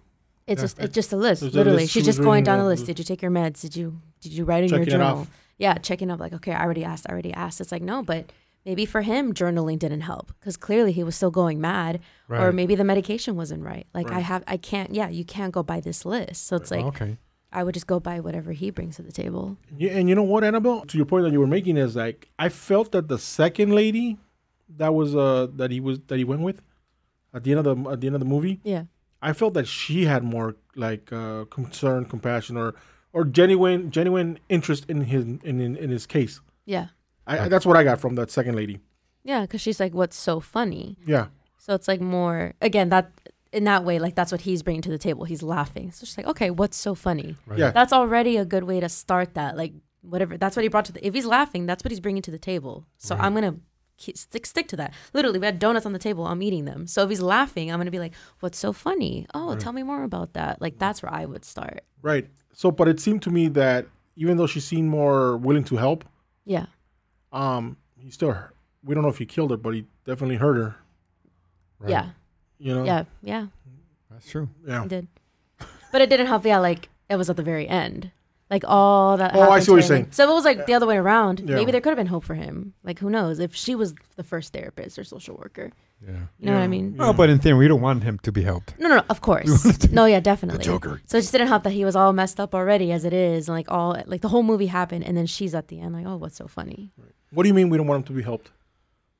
[SPEAKER 3] It's
[SPEAKER 2] Yeah.
[SPEAKER 3] just it's just a list.
[SPEAKER 1] There's a
[SPEAKER 3] literally,
[SPEAKER 1] list, she
[SPEAKER 3] she's
[SPEAKER 1] was
[SPEAKER 3] just going
[SPEAKER 1] reading
[SPEAKER 3] down the
[SPEAKER 1] all
[SPEAKER 3] list.
[SPEAKER 1] the-
[SPEAKER 3] Did you take your meds? Did you did you write in your
[SPEAKER 1] Checking it
[SPEAKER 3] journal?
[SPEAKER 1] off.
[SPEAKER 3] Yeah, checking up like okay, I already asked, I already asked. It's like no, but maybe for him journaling didn't help because clearly he was still going mad or
[SPEAKER 2] Right.
[SPEAKER 3] maybe the medication wasn't right. Like I
[SPEAKER 1] Right.
[SPEAKER 3] have, I can't. Yeah, you can't go by this list. So it's like
[SPEAKER 2] Oh, okay.
[SPEAKER 3] I would just go by whatever he brings to the table.
[SPEAKER 1] Yeah, and you know what, Annabelle? To your point that you were making is like I felt that the second lady that was uh that he was that he went with at the end of the at the end of the movie,
[SPEAKER 3] Yeah,
[SPEAKER 1] I felt that she had more like uh concern, compassion, or or genuine genuine interest in his in in, in his case.
[SPEAKER 3] yeah,
[SPEAKER 1] I, I- that's what I got from that second lady.
[SPEAKER 3] yeah. Because she's like, "What's so funny?"
[SPEAKER 1] Yeah,
[SPEAKER 3] So it's like more again that in that way, like that's what he's bringing to the table. He's laughing. So she's like, "Okay, what's so funny?"
[SPEAKER 2] Right.
[SPEAKER 1] yeah.
[SPEAKER 3] That's already a good way to start that. Like whatever. That's what he brought to the. If he's laughing, that's what he's bringing to the table. So I'm gonna. ke- Stick stick to that. Literally, we had donuts on the table. I'm eating them. So if he's laughing, I'm gonna be like, "What's so funny? Oh, tell me more about that." Like that's where I would start.
[SPEAKER 1] right. So, but it seemed to me that even though she seemed more willing to help,
[SPEAKER 3] Yeah.
[SPEAKER 1] um, he still we don't know if he killed her, but he definitely hurt her.
[SPEAKER 2] Right.
[SPEAKER 3] Yeah.
[SPEAKER 1] You know.
[SPEAKER 3] Yeah. Yeah.
[SPEAKER 2] That's true.
[SPEAKER 1] Yeah.
[SPEAKER 3] It did. But it didn't help. Yeah, like it was at the very end. Like all that.
[SPEAKER 1] Oh, I
[SPEAKER 3] happened
[SPEAKER 1] see
[SPEAKER 3] to
[SPEAKER 1] what you're
[SPEAKER 3] him.
[SPEAKER 1] saying.
[SPEAKER 3] So if it was like the other way around,
[SPEAKER 1] Yeah.
[SPEAKER 3] maybe there could have been hope for him. Like who knows if she was the first therapist or social worker.
[SPEAKER 2] Yeah.
[SPEAKER 3] You know what
[SPEAKER 1] Yeah.
[SPEAKER 3] I mean?
[SPEAKER 2] Oh, but in theory, we don't want him to be helped.
[SPEAKER 3] No, no, no, of course. no, yeah, definitely.
[SPEAKER 2] Joker.
[SPEAKER 3] So it just didn't help that he was all messed up already as it is, and like all like the whole movie happened, and then she's at the end like, oh, what's so funny?
[SPEAKER 1] What do you mean we don't want him to be helped?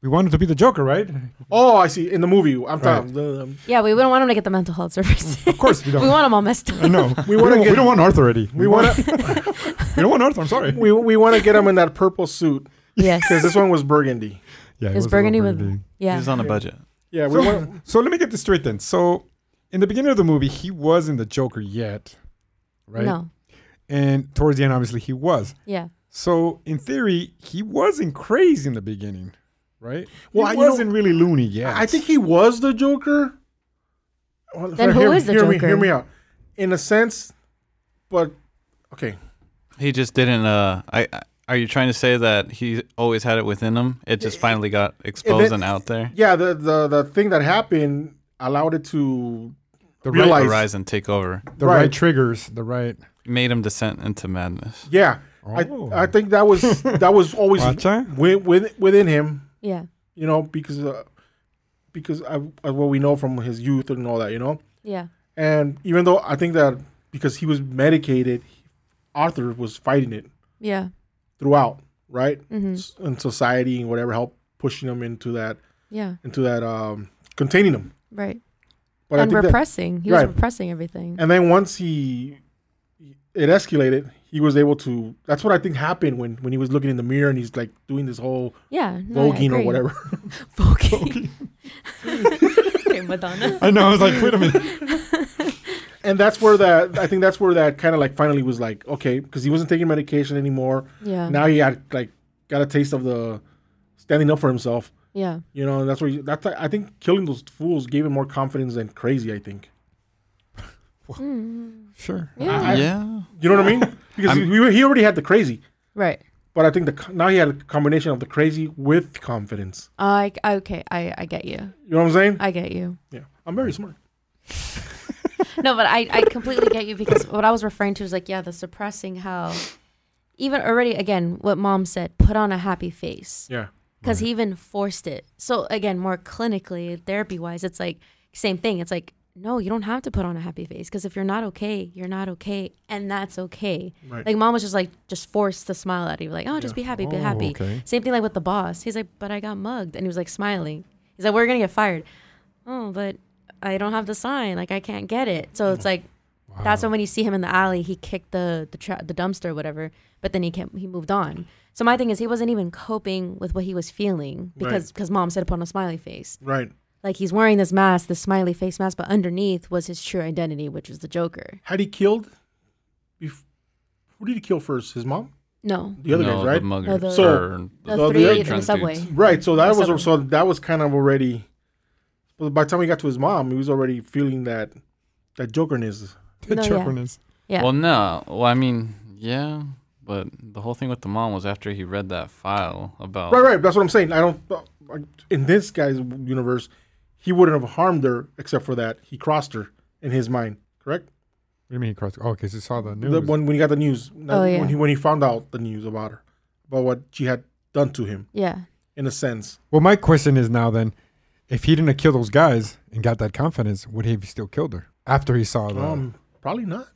[SPEAKER 2] We want him to be the Joker, right?
[SPEAKER 1] Oh, I see. In the movie, I'm talking. um,
[SPEAKER 3] Yeah, we wouldn't want him to get the mental health services.
[SPEAKER 2] Of course we don't.
[SPEAKER 3] we want him all messed up.
[SPEAKER 2] Uh, no, we,
[SPEAKER 1] wanna
[SPEAKER 2] don't,
[SPEAKER 1] get-
[SPEAKER 2] we don't want Arthur already.
[SPEAKER 1] we want to
[SPEAKER 2] we don't want Arthur. I'm sorry.
[SPEAKER 1] we, we want to get him in that purple suit
[SPEAKER 3] Yes.
[SPEAKER 1] because this one was burgundy.
[SPEAKER 2] Yeah,
[SPEAKER 3] Is Burgundy with? Yeah.
[SPEAKER 4] He's on a budget.
[SPEAKER 1] Yeah, we
[SPEAKER 2] So,
[SPEAKER 1] want.
[SPEAKER 2] so let me get this straight then. So in the beginning of the movie, he wasn't the Joker yet, right?
[SPEAKER 3] No.
[SPEAKER 2] And towards the end, obviously, he was.
[SPEAKER 3] Yeah.
[SPEAKER 2] So in theory, he wasn't crazy in the beginning, right?
[SPEAKER 1] Well, I-
[SPEAKER 2] he
[SPEAKER 1] you know-
[SPEAKER 2] wasn't really loony yet.
[SPEAKER 1] I think he was the Joker. Well,
[SPEAKER 3] Then who
[SPEAKER 1] hear,
[SPEAKER 3] is the
[SPEAKER 1] hear Me,
[SPEAKER 3] Joker?
[SPEAKER 1] hear me out. In a sense, but okay.
[SPEAKER 4] He just didn't. Uh, I. I- Are you trying to say that he always had it within him? It just finally got exposed and out there.
[SPEAKER 1] Yeah, the the the thing that happened allowed it to
[SPEAKER 2] the right,
[SPEAKER 1] realize-
[SPEAKER 4] Arise and take over.
[SPEAKER 2] the right.
[SPEAKER 1] right.
[SPEAKER 2] triggers, the right.
[SPEAKER 4] Made him descent into madness.
[SPEAKER 1] Yeah,
[SPEAKER 2] Oh.
[SPEAKER 1] I I think that was that was always
[SPEAKER 2] Watcha?
[SPEAKER 1] wi- wi- within him,
[SPEAKER 3] Yeah.
[SPEAKER 1] you know, because uh, because of, of what we know from his youth and all that, you know.
[SPEAKER 3] Yeah.
[SPEAKER 1] And even though I think that because he was medicated, Arthur was fighting it
[SPEAKER 3] Yeah.
[SPEAKER 1] throughout, right?
[SPEAKER 3] Mm-hmm.
[SPEAKER 1] S- And society and whatever helped pushing him into that
[SPEAKER 3] Yeah.
[SPEAKER 1] into that um containing him.
[SPEAKER 3] Right.
[SPEAKER 1] But I
[SPEAKER 3] and
[SPEAKER 1] think that-
[SPEAKER 3] repressing. he
[SPEAKER 1] Right.
[SPEAKER 3] was repressing everything.
[SPEAKER 1] and then once he it escalated, he was able to. That's what I think happened when when he was looking in the mirror and he's like doing this whole
[SPEAKER 3] yeah. No, I
[SPEAKER 1] voguing or
[SPEAKER 3] agree.
[SPEAKER 1] whatever.
[SPEAKER 3] Voguing. okay, Madonna.
[SPEAKER 2] I know. I was like, wait a minute.
[SPEAKER 1] and that's where that I think that's where that kind of like finally was like okay because he wasn't taking medication anymore.
[SPEAKER 3] Yeah.
[SPEAKER 1] Now he had like got a taste of the standing up for himself.
[SPEAKER 3] yeah.
[SPEAKER 1] You know, and that's where he, that's I think killing those fools gave him more confidence than crazy. I think.
[SPEAKER 2] Sure.
[SPEAKER 3] Mm, Yeah.
[SPEAKER 1] I-
[SPEAKER 4] yeah.
[SPEAKER 1] You know what I mean? Because he, he already had the crazy,
[SPEAKER 3] Right.
[SPEAKER 1] but I think the co- now he had a combination of the crazy with confidence.
[SPEAKER 3] I okay. I I get you.
[SPEAKER 1] You know what I'm saying?
[SPEAKER 3] I get you.
[SPEAKER 1] yeah, I'm very smart.
[SPEAKER 3] No, but I I completely get you because what I was referring to is like yeah, the suppressing how. Even already, again, what mom said, put on a happy face.
[SPEAKER 1] Yeah,
[SPEAKER 3] because he even forced it. So again, more clinically, therapy wise, it's like same thing. It's like no, you don't have to put on a happy face because if you're not okay, you're not okay, and that's okay.
[SPEAKER 1] Right.
[SPEAKER 3] Like mom was just like just forced to smile at you, like oh, just be happy, be
[SPEAKER 2] Oh,
[SPEAKER 3] happy.
[SPEAKER 2] okay.
[SPEAKER 3] Same thing like with the boss. He's like, but I got mugged, and he was like smiling. He's like, we're gonna get fired. Oh, but I don't have the sign. Like I can't get it. So it's like. That's when when you see him in the alley, he kicked the the, tra- the dumpster, whatever. But then he kept, he moved on. So my thing is, he wasn't even coping with what he was feeling because because mom said upon a smiley face,
[SPEAKER 1] Right.
[SPEAKER 3] like he's wearing this mask, this smiley face mask, but underneath was his true identity, which was the Joker.
[SPEAKER 1] Had he killed? Bef- who did he kill first? His mom?
[SPEAKER 3] No,
[SPEAKER 1] The other
[SPEAKER 4] no,
[SPEAKER 1] guys, right?
[SPEAKER 4] The mugger.
[SPEAKER 3] No, the-
[SPEAKER 1] So-
[SPEAKER 4] or
[SPEAKER 3] the
[SPEAKER 1] So the
[SPEAKER 3] three
[SPEAKER 1] other
[SPEAKER 3] in the
[SPEAKER 4] trans
[SPEAKER 3] subway.
[SPEAKER 4] dudes.
[SPEAKER 1] Right. So that was
[SPEAKER 3] Seven.
[SPEAKER 1] so that was kind of already. But by the time he got to his mom, he was already feeling that that jokerness.
[SPEAKER 2] The
[SPEAKER 3] No, yeah.
[SPEAKER 2] chokerness.
[SPEAKER 3] Yeah.
[SPEAKER 4] Well, no. Well, I mean, yeah, but the whole thing with the mom was after he read that file
[SPEAKER 3] Oh.
[SPEAKER 4] about.
[SPEAKER 1] Right. Right. That's what I'm saying. I don't. In this guy's universe, he wouldn't have harmed her except for that he crossed her in his mind. Correct.
[SPEAKER 2] What do you mean he crossed? Oh, because he saw the news.
[SPEAKER 1] The, when when he got the news.
[SPEAKER 3] Oh, yeah.
[SPEAKER 1] When he when he found out the news about her, about what she had done to him,
[SPEAKER 3] yeah,
[SPEAKER 1] in a sense.
[SPEAKER 2] well, my question is now then, if he didn't kill those guys and got that confidence, would he have still killed her after he saw
[SPEAKER 3] Oh,
[SPEAKER 2] the?
[SPEAKER 1] Um. Probably not.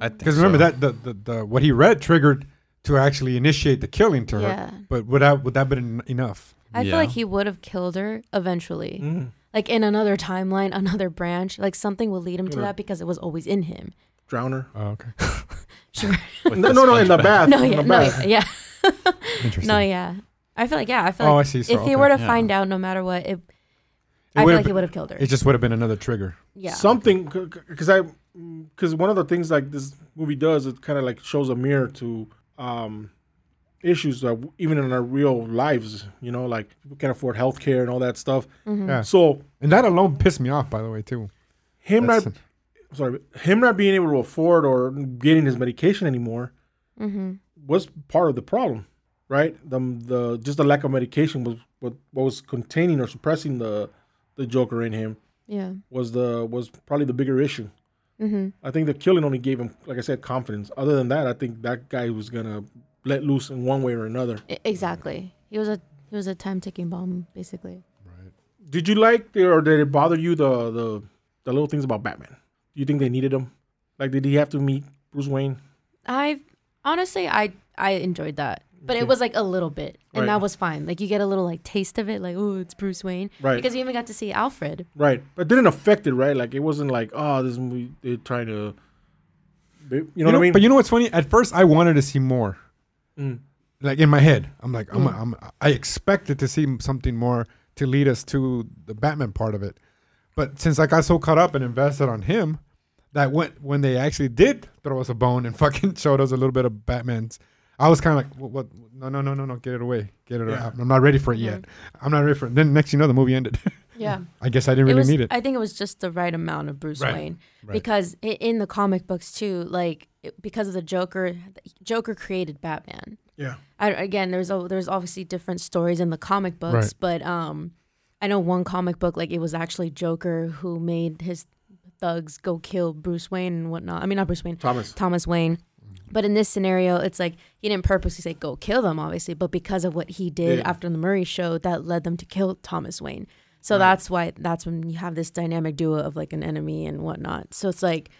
[SPEAKER 4] I think
[SPEAKER 2] Because remember
[SPEAKER 4] so.
[SPEAKER 2] that the, the, the what he read triggered to actually initiate the killing to
[SPEAKER 3] yeah.
[SPEAKER 2] her. But would that would that been enough?
[SPEAKER 3] I
[SPEAKER 4] Yeah.
[SPEAKER 3] feel like he would have killed her eventually,
[SPEAKER 1] Mm.
[SPEAKER 3] like in another timeline, another branch, like something will lead him to
[SPEAKER 1] Yeah.
[SPEAKER 3] that because it was always in him.
[SPEAKER 1] Drown her.
[SPEAKER 2] Oh, okay,
[SPEAKER 3] Sure.
[SPEAKER 4] With
[SPEAKER 1] No,
[SPEAKER 4] the
[SPEAKER 1] no, no, in the
[SPEAKER 4] SpongeBob.
[SPEAKER 1] bath.
[SPEAKER 3] no,
[SPEAKER 1] in
[SPEAKER 3] yeah,
[SPEAKER 1] the
[SPEAKER 3] no,
[SPEAKER 1] bath.
[SPEAKER 3] yeah.
[SPEAKER 2] interesting.
[SPEAKER 3] No, yeah. I feel like yeah. I feel
[SPEAKER 2] Oh,
[SPEAKER 3] like
[SPEAKER 2] I see. So,
[SPEAKER 3] if he
[SPEAKER 2] okay.
[SPEAKER 3] were to
[SPEAKER 4] Yeah.
[SPEAKER 3] find out, no matter what, it,
[SPEAKER 2] It
[SPEAKER 3] I feel
[SPEAKER 2] would've
[SPEAKER 3] like he
[SPEAKER 2] been-
[SPEAKER 3] would have killed her.
[SPEAKER 2] It just would have been another trigger.
[SPEAKER 3] yeah.
[SPEAKER 1] something because I because one of the things like this movie does it kind of like shows a mirror to um issues that w- even in our real lives you know like people can't afford health care and all that stuff
[SPEAKER 2] Yeah.
[SPEAKER 1] so
[SPEAKER 2] And that alone pissed me off, by the way, too.
[SPEAKER 1] him
[SPEAKER 2] That's-
[SPEAKER 1] not sorry him not being able to afford or getting his medication anymore was part of the problem right the the just the lack of medication was what, what was containing or suppressing the the joker in him
[SPEAKER 3] yeah. mm-hmm,
[SPEAKER 1] was the was probably the bigger issue. I think the killing only gave him, like I said, confidence. Other than that, I think that guy was gonna let loose in one way or another.
[SPEAKER 3] E- exactly. He was a he was a time ticking bomb, basically.
[SPEAKER 1] Did you like the, or did it bother you the the the little things about Batman? Do you think they needed him? Like, did he have to meet Bruce Wayne?
[SPEAKER 3] I honestly, I I enjoyed that, but it was like a little bit, and
[SPEAKER 1] Right.
[SPEAKER 3] that was fine. Like you get a little like taste of it, like oh, it's Bruce Wayne,
[SPEAKER 1] Right.
[SPEAKER 3] Because you even got to see Alfred.
[SPEAKER 1] Right, but it didn't affect it, right? Like, it wasn't like, oh, this movie they're trying to, you know,
[SPEAKER 2] You
[SPEAKER 1] what I
[SPEAKER 2] know-
[SPEAKER 1] mean?
[SPEAKER 2] But you know what's funny? At first, I wanted to see more.
[SPEAKER 1] Mm.
[SPEAKER 2] Like in my head, I'm like, I'm, I'm, I expected to see something more to lead us to the Batman part of it. But since I got so caught up and invested on him, that when when they actually did throw us a bone and fucking showed us a little bit of Batman's, I was kind of like, what, what? No, no, no, no, no! Get it away! Get it!
[SPEAKER 1] Yeah.
[SPEAKER 2] out. I'm not ready for it yet. I'm not ready for it. Then next, you know, the movie ended.
[SPEAKER 3] Yeah.
[SPEAKER 2] I guess I didn't really
[SPEAKER 3] was,
[SPEAKER 2] need it.
[SPEAKER 3] I think it was just the right amount of Bruce
[SPEAKER 2] Right.
[SPEAKER 3] Wayne
[SPEAKER 2] Right.
[SPEAKER 3] because i in the comic books too, like it- because of the Joker, Joker created Batman.
[SPEAKER 1] yeah,
[SPEAKER 3] I, again, there's a, there's obviously different stories in the comic books,
[SPEAKER 2] Right.
[SPEAKER 3] but um, I know one comic book like it was actually Joker who made his thugs go kill Bruce Wayne and whatnot. I mean, not Bruce Wayne,
[SPEAKER 1] Thomas.
[SPEAKER 3] Thomas Wayne. But in this scenario, it's like he didn't purposely say go kill them, obviously, but because of what he did
[SPEAKER 1] Yeah.
[SPEAKER 3] after the Murray show, that led them to kill Thomas Wayne. So that's why that's when you have this dynamic duo of like an enemy and whatnot. So it's like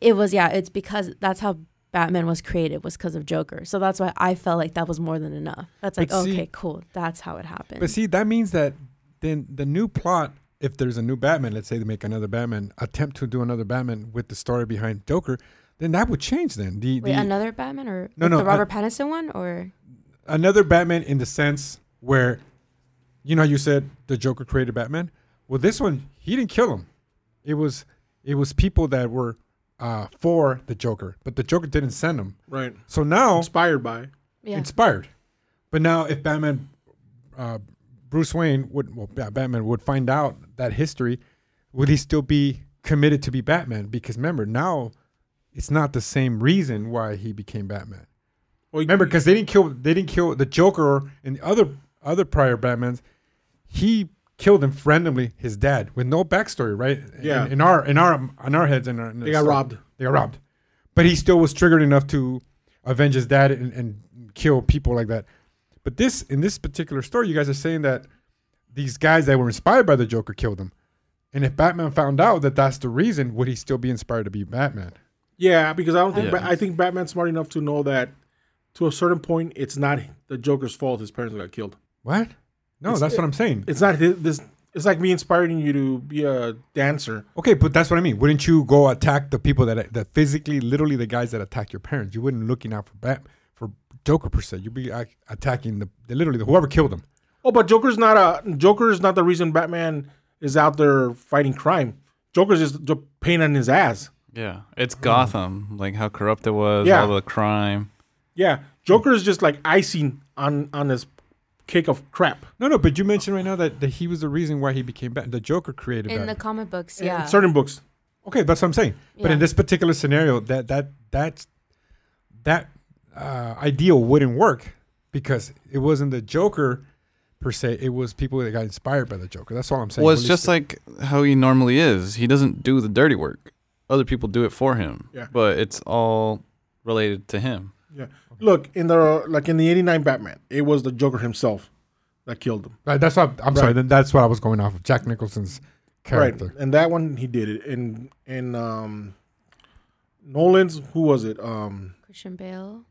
[SPEAKER 3] it was yeah, it's because that's how Batman was created was because of Joker. So that's why I felt like that was more than enough. That's like
[SPEAKER 2] But see-
[SPEAKER 3] okay, cool. That's how it happened.
[SPEAKER 2] But see, that means that then the new plot, if there's a new Batman, let's say they make another Batman, attempt to do another Batman with the story behind Joker, then that would change. Then the,
[SPEAKER 3] Wait,
[SPEAKER 2] the-
[SPEAKER 3] another Batman or
[SPEAKER 2] No,
[SPEAKER 3] like
[SPEAKER 2] no,
[SPEAKER 3] the
[SPEAKER 2] uh,
[SPEAKER 3] Robert Pattinson one or
[SPEAKER 2] another Batman in the sense where, you know, how you said the Joker created Batman. Well, this one he didn't kill him. It was it was people that were uh, for the Joker, but the Joker didn't send him.
[SPEAKER 1] right,
[SPEAKER 2] So now
[SPEAKER 1] inspired by.
[SPEAKER 3] yeah.
[SPEAKER 2] inspired. But now, if Batman, uh, Bruce Wayne would, well, yeah, Batman would find out that history, would he still be committed to be Batman? Because remember, now it's not the same reason why he became Batman.
[SPEAKER 1] Well,
[SPEAKER 2] Remember, because they didn't kill, they didn't kill the Joker and the other other prior Batmans. He killed him randomly, his dad, with no backstory, right?
[SPEAKER 1] Yeah.
[SPEAKER 2] In, in our in our in our heads, in our, in
[SPEAKER 1] They
[SPEAKER 2] our
[SPEAKER 1] got
[SPEAKER 2] story.
[SPEAKER 1] robbed.
[SPEAKER 2] They got robbed. But he still was triggered enough to avenge his dad and, and kill people like that. But this in this particular story, you guys are saying that these guys that were inspired by the Joker killed him. And if Batman found out that that's the reason, would he still be inspired to be Batman?
[SPEAKER 1] Yeah, because I don't think
[SPEAKER 4] Yeah.
[SPEAKER 1] Ba- I think Batman's smart enough to know that to a certain point it's not the Joker's fault his parents got killed.
[SPEAKER 2] What? No, that's what I'm saying.
[SPEAKER 1] It's not his, this. It's like me inspiring you to be a dancer.
[SPEAKER 2] Okay, but that's what I mean. Wouldn't you go attack the people that that physically, literally the guys that attack your parents? You wouldn't looking out for Bat for Joker per se. You'd be ac- attacking the, the literally the, whoever killed him.
[SPEAKER 1] Oh, but Joker's not a Joker's not the reason Batman is out there fighting crime. Joker's just the pain in his ass.
[SPEAKER 4] Yeah, it's Gotham, like how corrupt it was,
[SPEAKER 1] Yeah.
[SPEAKER 4] all the crime.
[SPEAKER 1] Yeah, Joker's just like icing on on this cake of crap.
[SPEAKER 2] No, no, but you mentioned right now that, that he was the reason why he became Batman. The Joker created
[SPEAKER 3] in the
[SPEAKER 2] Batman.
[SPEAKER 3] comic books. Yeah,
[SPEAKER 1] In certain books.
[SPEAKER 2] okay, that's what I'm saying. But in
[SPEAKER 3] Yeah.
[SPEAKER 2] this particular scenario, that that that that uh, ideal wouldn't work because it wasn't the Joker per se. It was people that got inspired by the Joker. That's all I'm saying.
[SPEAKER 4] Well, it's
[SPEAKER 2] Really
[SPEAKER 4] just
[SPEAKER 2] sti-
[SPEAKER 4] like how he normally is. He doesn't do the dirty work. Other people do it for him.
[SPEAKER 1] Yeah.
[SPEAKER 4] But it's all related to him.
[SPEAKER 1] Yeah. Look in the like in the '89 Batman, it was the Joker himself that killed him.
[SPEAKER 2] Right, that's what I'm sorry. Then that's what I was going off of Jack Nicholson's character.
[SPEAKER 4] Um,
[SPEAKER 1] Right, and that one he did it. And and um, Nolan's who was it? Um,
[SPEAKER 3] Christian Bale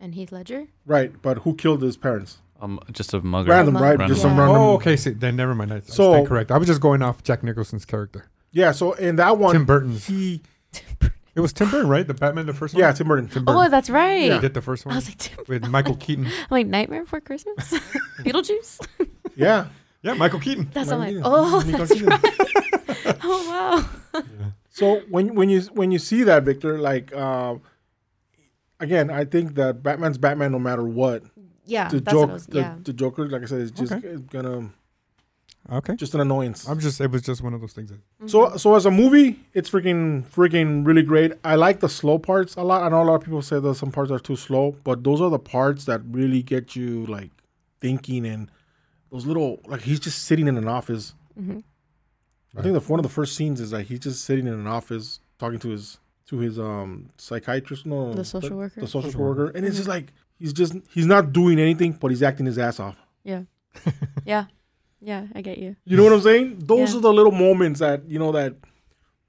[SPEAKER 3] and Heath Ledger.
[SPEAKER 1] right, but who killed his parents?
[SPEAKER 4] Um, just a mugger.
[SPEAKER 1] Random,
[SPEAKER 3] Random.
[SPEAKER 1] right? Just some
[SPEAKER 3] Yeah.
[SPEAKER 1] random.
[SPEAKER 2] Oh, okay. See, then never mind. I,
[SPEAKER 1] So-
[SPEAKER 2] so, I stand correct. I was just going off Jack Nicholson's character.
[SPEAKER 1] Yeah. So in that one,
[SPEAKER 2] Tim Burton's.
[SPEAKER 1] he
[SPEAKER 2] It was Tim Burton, right? The Batman, the first one.
[SPEAKER 1] yeah, Tim Burton.
[SPEAKER 2] Tim Burton.
[SPEAKER 3] Oh, that's right.
[SPEAKER 2] He did the first
[SPEAKER 3] I
[SPEAKER 2] one
[SPEAKER 3] was like, Tim,
[SPEAKER 2] with Michael Keaton.
[SPEAKER 3] I'm like Nightmare Before Christmas, Beetlejuice.
[SPEAKER 1] Yeah.
[SPEAKER 2] Yeah, Michael Keaton.
[SPEAKER 3] That's
[SPEAKER 1] Michael
[SPEAKER 3] all. Like,
[SPEAKER 1] Keaton.
[SPEAKER 3] oh,
[SPEAKER 1] Michael
[SPEAKER 3] that's
[SPEAKER 1] Keaton.
[SPEAKER 3] right. Oh wow.
[SPEAKER 1] So when when you when you see that Victor, like uh, again, I think that Batman's Batman no matter what.
[SPEAKER 3] Yeah,
[SPEAKER 1] The
[SPEAKER 3] Uh, that's what
[SPEAKER 1] joke,
[SPEAKER 3] I was.
[SPEAKER 1] the,
[SPEAKER 3] Yeah.
[SPEAKER 1] the Joker, like I said, is just gonna
[SPEAKER 2] Okay.
[SPEAKER 1] just an annoyance.
[SPEAKER 2] I'm just. It was just one of those things. That,
[SPEAKER 3] Mm-hmm.
[SPEAKER 1] So so as a movie, it's freaking freaking really great. I like the slow parts a lot. I know a lot of people say that some parts are too slow, but those are the parts that really get you like thinking and those little like he's just sitting in an office.
[SPEAKER 3] Mm-hmm.
[SPEAKER 1] I think the one of the first scenes is like he's just sitting in an office talking to his to his um psychiatrist, no,
[SPEAKER 3] The social worker. Mm-hmm.
[SPEAKER 1] the social,
[SPEAKER 2] Social
[SPEAKER 1] worker, and it's just like he's just he's not doing anything, but he's acting his ass off.
[SPEAKER 3] Yeah. yeah. Yeah, I get you.
[SPEAKER 1] You know what I'm saying? Those
[SPEAKER 3] Yeah.
[SPEAKER 1] are the little moments that you know that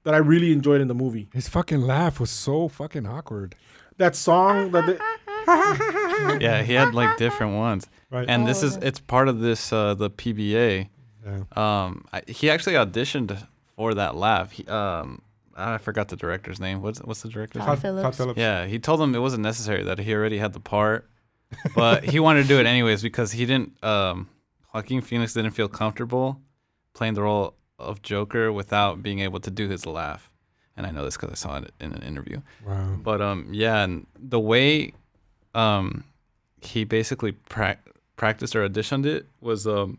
[SPEAKER 1] that I really enjoyed in the movie.
[SPEAKER 2] his fucking laugh was so fucking awkward.
[SPEAKER 1] that song that they,
[SPEAKER 4] yeah, he had like different ones.
[SPEAKER 2] Right.
[SPEAKER 4] And this is it's part of this uh, the PBA.
[SPEAKER 2] Yeah.
[SPEAKER 4] Um, I, he actually auditioned for that laugh. He, um, I forgot the director's name. What's what's the director's
[SPEAKER 3] Todd
[SPEAKER 4] name?
[SPEAKER 2] Todd-
[SPEAKER 3] Phillips.
[SPEAKER 2] Todd Phillips.
[SPEAKER 4] Yeah, he told them it wasn't necessary that he already had the part, but he wanted to do it anyways because he didn't. Um, Joaquin Phoenix didn't feel comfortable playing the role of Joker without being able to do his laugh. And I know this because I saw it in an interview.
[SPEAKER 2] Wow.
[SPEAKER 4] But um, yeah, and the way um, he basically prac practiced or auditioned it was um,